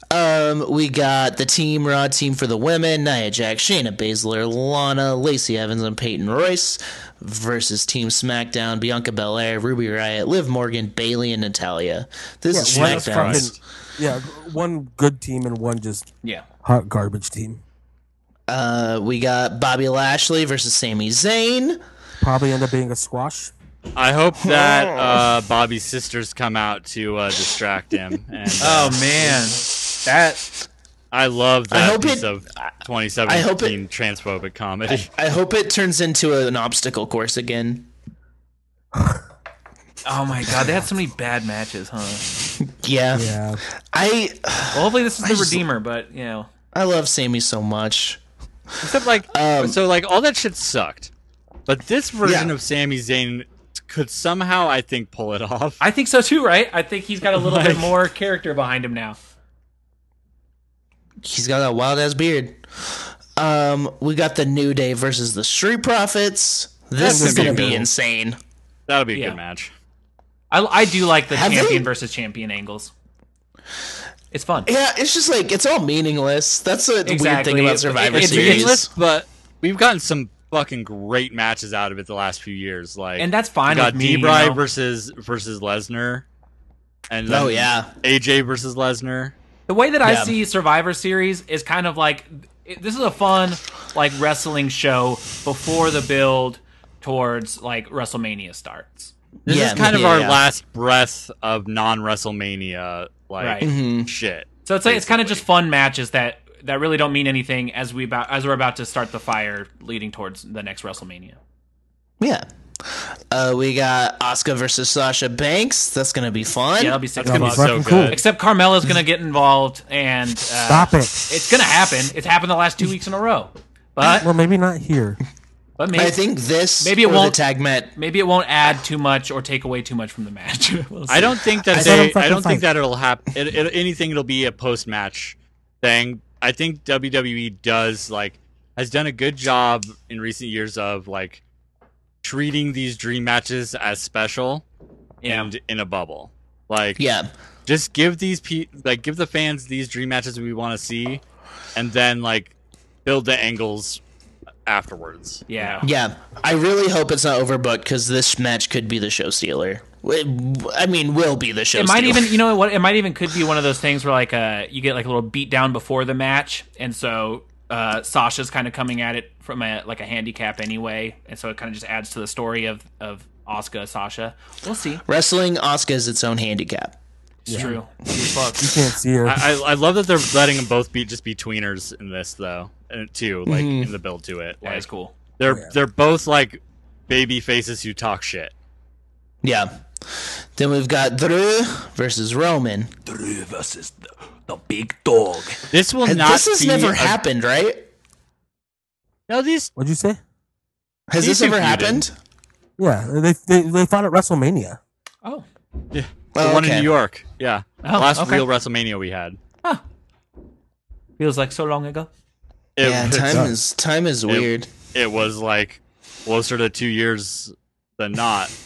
Speaker 1: Um, we got the team Raw team for the women: Nia Jax, Shayna Baszler, Lana, Lacey Evans, and Peyton Royce versus Team SmackDown: Bianca Belair, Ruby Riot, Liv Morgan, Bailey, and Natalia. This
Speaker 3: Yeah, one
Speaker 1: is SmackDown.
Speaker 3: fucking, yeah, one good team and one just
Speaker 4: Yeah.
Speaker 3: hot garbage team.
Speaker 1: Uh, we got Bobby Lashley versus Sami Zayn.
Speaker 3: Probably end up being a squash.
Speaker 2: I hope that
Speaker 1: Oh.
Speaker 2: uh, Bobby's sisters come out to uh, distract him. And, uh,
Speaker 4: Oh man,
Speaker 7: That
Speaker 2: I love that
Speaker 1: hope
Speaker 2: piece
Speaker 1: it-
Speaker 2: of
Speaker 1: I hope
Speaker 2: 2017
Speaker 1: it-
Speaker 2: transphobic comedy. (laughs)
Speaker 1: I hope it turns into an obstacle course again.
Speaker 4: oh my god, they had so many bad matches, huh?
Speaker 1: Yeah.
Speaker 3: Yeah.
Speaker 1: I
Speaker 4: Well, hopefully this is the
Speaker 1: just-
Speaker 4: redeemer, but you know,
Speaker 1: I love Sammy so much.
Speaker 2: Except like, so like all that shit sucked, but this version
Speaker 1: Um, Yeah.
Speaker 2: of Sami Zayn could somehow, I think, pull it off.
Speaker 4: I think so too, right? I think he's got a little bit
Speaker 2: Like-
Speaker 4: more character behind him now.
Speaker 1: He's got that wild ass beard. Um, we got the New Day versus the Street Profits. This
Speaker 2: That's
Speaker 1: is
Speaker 2: gonna
Speaker 1: gonna
Speaker 2: be
Speaker 1: be
Speaker 2: cool.
Speaker 1: insane.
Speaker 2: That'll be a
Speaker 4: Yeah.
Speaker 2: good match.
Speaker 4: I, I do like the
Speaker 1: Have
Speaker 4: champion
Speaker 1: they-
Speaker 4: versus champion angles. It's fun.
Speaker 1: Yeah, it's just like it's all meaningless. That's the weird
Speaker 4: Exactly.
Speaker 1: thing about
Speaker 4: It-
Speaker 1: Survivor
Speaker 4: it's
Speaker 2: It's
Speaker 1: Series.
Speaker 2: meaningless, but we've gotten some fucking great matches out of it the last few years. Like,
Speaker 4: And that's fine
Speaker 2: We got
Speaker 4: with me, you
Speaker 2: Debray
Speaker 4: know?
Speaker 2: versus versus Lesnar, and
Speaker 1: Oh
Speaker 2: then
Speaker 1: yeah,
Speaker 2: AJ versus Lesnar.
Speaker 4: The way that I
Speaker 1: Yeah.
Speaker 4: see Survivor Series is kind of like it- this is a fun like wrestling show before the build towards like WrestleMania starts.
Speaker 2: This
Speaker 1: yeah,
Speaker 2: is kind of
Speaker 1: yeah,
Speaker 2: our
Speaker 1: yeah.
Speaker 2: last breath of non WrestleMania like
Speaker 4: Right.
Speaker 1: Mm-hmm.
Speaker 2: shit.
Speaker 4: So it's like it's kind of just fun matches that that really don't mean anything as we about as we're about to start the fire leading towards the next WrestleMania.
Speaker 1: Yeah. Uh, we got Oscar versus Sasha Banks. That's gonna be fun.
Speaker 4: Yeah, that'll be six
Speaker 2: It's gonna be
Speaker 4: bucks.
Speaker 2: so
Speaker 3: fucking cool.
Speaker 2: good.
Speaker 4: Except Carmella's gonna get involved, and uh,
Speaker 3: Stop it.
Speaker 4: It's gonna happen. It's happened the last two weeks in a row. But
Speaker 3: Well, maybe not here.
Speaker 4: but maybe
Speaker 1: I think this
Speaker 4: Maybe it
Speaker 1: or
Speaker 4: won't-
Speaker 1: the tag match.
Speaker 4: maybe it won't add too much or take away too much from the match. (laughs) We'll see.
Speaker 2: I
Speaker 3: (laughs)
Speaker 2: don't think that
Speaker 3: I said I'm
Speaker 2: they.
Speaker 3: fucking
Speaker 2: I don't
Speaker 3: fine.
Speaker 2: think that it'll happen. It, it, anything, it'll be a post match thing. I think WWE does like has done a good job in recent years of like treating these dream matches as special
Speaker 4: Yeah.
Speaker 2: and in a bubble. Like
Speaker 1: Yeah,
Speaker 2: just give these pe- like give the fans these dream matches we want to see, and then like build the angles afterwards.
Speaker 4: Yeah.
Speaker 1: yeah. I really hope it's not overbooked because this match could be the show stealer. It- I mean, will be the show.
Speaker 4: It might
Speaker 1: stealer.
Speaker 4: even, you know, what it might even could be one of those things where like uh you get like a little beat down before the match, and so uh Sasha's kind of coming at it from a like a handicap anyway, and so it kind of just adds to the story of of Asuka Sasha. We'll see.
Speaker 1: wrestling Oscar is its own handicap.
Speaker 4: It's true.
Speaker 3: You can't see her.
Speaker 2: I, I, I love that they're letting them both be just be tweeners in this though, and too like
Speaker 3: Mm-hmm.
Speaker 2: in the build to it.
Speaker 4: That
Speaker 2: Like
Speaker 4: is cool.
Speaker 2: they're they're both like baby faces who talk shit.
Speaker 1: Yeah. Then we've got Drew versus Roman.
Speaker 5: Drew versus the, the big dog.
Speaker 2: This will
Speaker 1: And
Speaker 2: not.
Speaker 1: this has
Speaker 2: be
Speaker 1: never
Speaker 2: a-
Speaker 1: happened, right?
Speaker 2: No, these
Speaker 3: What'd you say?
Speaker 1: Has
Speaker 2: These
Speaker 1: this ever
Speaker 2: two feuded.
Speaker 1: happened?
Speaker 3: Yeah, they they they fought at WrestleMania.
Speaker 4: Oh,
Speaker 2: the
Speaker 1: Oh,
Speaker 2: one
Speaker 1: okay.
Speaker 2: in New York. Yeah, The
Speaker 4: Oh,
Speaker 2: last
Speaker 4: okay.
Speaker 2: real WrestleMania we had.
Speaker 4: feels like so long ago.
Speaker 2: It,
Speaker 1: Yeah, time is time is weird.
Speaker 2: it was like closer to two years than not ago.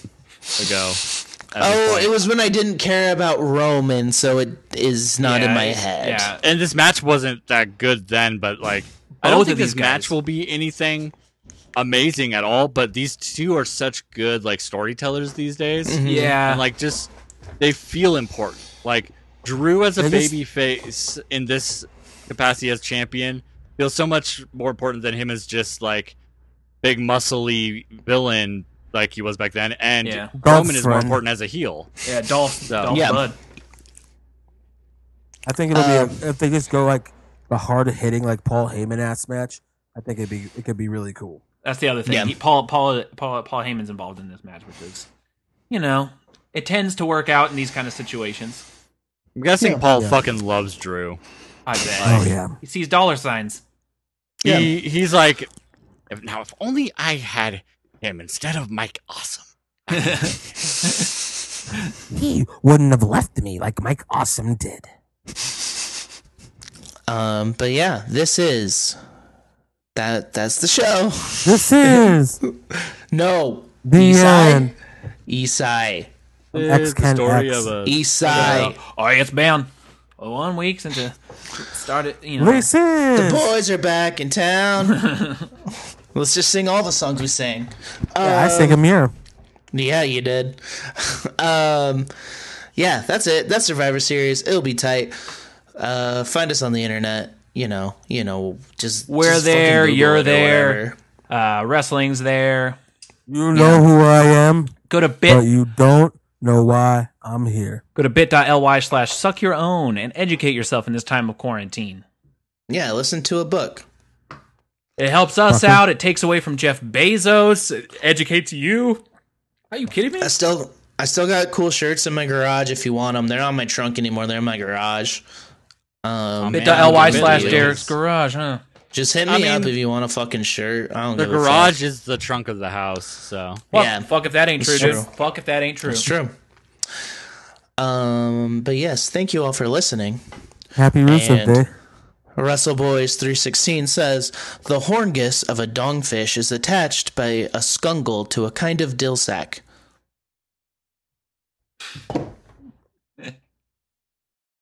Speaker 2: at this
Speaker 1: Oh,
Speaker 2: point.
Speaker 1: it was when I didn't care about Roman, so it is not in
Speaker 4: Yeah,
Speaker 1: my
Speaker 4: it-
Speaker 1: head.
Speaker 4: Yeah.
Speaker 2: and this match wasn't that good then, but like I
Speaker 4: Both
Speaker 2: don't
Speaker 4: of
Speaker 2: think this
Speaker 4: these guys.
Speaker 2: match will be anything amazing at all. But these two are such good like storytellers these days.
Speaker 4: Yeah.
Speaker 2: and like just they feel important. Like Drew as a
Speaker 3: They just-
Speaker 2: baby face in this capacity as champion feels so much more important than him as just like big muscly villain like he was back then. And
Speaker 4: Yeah.
Speaker 2: Roman is more
Speaker 3: Godfriend.
Speaker 2: important as a heel.
Speaker 4: yeah, Dolph, Dolph
Speaker 1: Yeah.
Speaker 4: Bud.
Speaker 3: I think it'll be a, if they just go like the hard hitting like Paul Heyman ass match. I think it'd be it could be really cool.
Speaker 4: That's the other thing.
Speaker 1: Yeah.
Speaker 4: He, Paul Paul Paul Paul Heyman's involved in this match, which is, you know, it tends to work out in these kind of situations.
Speaker 2: I'm guessing Paul
Speaker 3: Yeah.
Speaker 2: fucking loves Drew.
Speaker 4: I bet.
Speaker 3: Oh yeah,
Speaker 4: He sees dollar signs.
Speaker 2: He he's like, if, now if only I had him instead of Mike Awesome.
Speaker 3: he wouldn't have left me like Mike Awesome did.
Speaker 1: Um, but yeah, this is that that's the show. (laughs)
Speaker 3: This is
Speaker 1: No.
Speaker 3: the
Speaker 1: Isai.
Speaker 3: end.
Speaker 1: Isai.
Speaker 3: X Ken X.
Speaker 2: a
Speaker 1: Isai.
Speaker 4: oh, it's bound. Well, one week since it started, you know.
Speaker 3: This is
Speaker 1: Boys are back in town.
Speaker 2: (laughs)
Speaker 1: Let's just sing all the songs we sang.
Speaker 3: I sing a mirror.
Speaker 1: Yeah, you did. um, yeah, that's it. That's Survivor Series. It'll be tight. Uh, find us on the internet. You know, you know, just
Speaker 4: We're
Speaker 1: just fucking
Speaker 4: there,
Speaker 1: Google
Speaker 4: you're
Speaker 1: it or
Speaker 4: there.
Speaker 1: whatever.
Speaker 4: Uh, wrestling's there.
Speaker 3: You know who I am.
Speaker 4: Go to bit.
Speaker 3: But you don't know why I'm here.
Speaker 4: Go to bit.ly slash suck your own and educate yourself in this time of quarantine.
Speaker 1: Yeah, listen to a book.
Speaker 4: It helps us out. It takes away from Jeff Bezos. It educates you. Are you kidding me?
Speaker 1: I still I still got cool shirts in my garage if you want them. They're not in my trunk anymore. They're in my garage. Um,
Speaker 2: man,
Speaker 4: Bit.ly
Speaker 2: I'm
Speaker 4: slash
Speaker 2: convinced.
Speaker 4: Derek's Garage, huh?
Speaker 1: just hit me up if you want a fucking shirt. I don't
Speaker 2: The
Speaker 1: give a fuck.
Speaker 2: garage is the trunk of the house, so
Speaker 4: Well,
Speaker 1: Yeah.
Speaker 4: fuck if that ain't true,
Speaker 1: It's
Speaker 4: dude.
Speaker 1: true.
Speaker 4: Fuck if that ain't true.
Speaker 1: It's true. Um, but yes, thank you all for listening.
Speaker 3: Happy Rusev
Speaker 1: And-
Speaker 3: Day.
Speaker 1: Russell Boys 316 says the horngus of a dongfish is attached by a skungle to a kind of dill sack.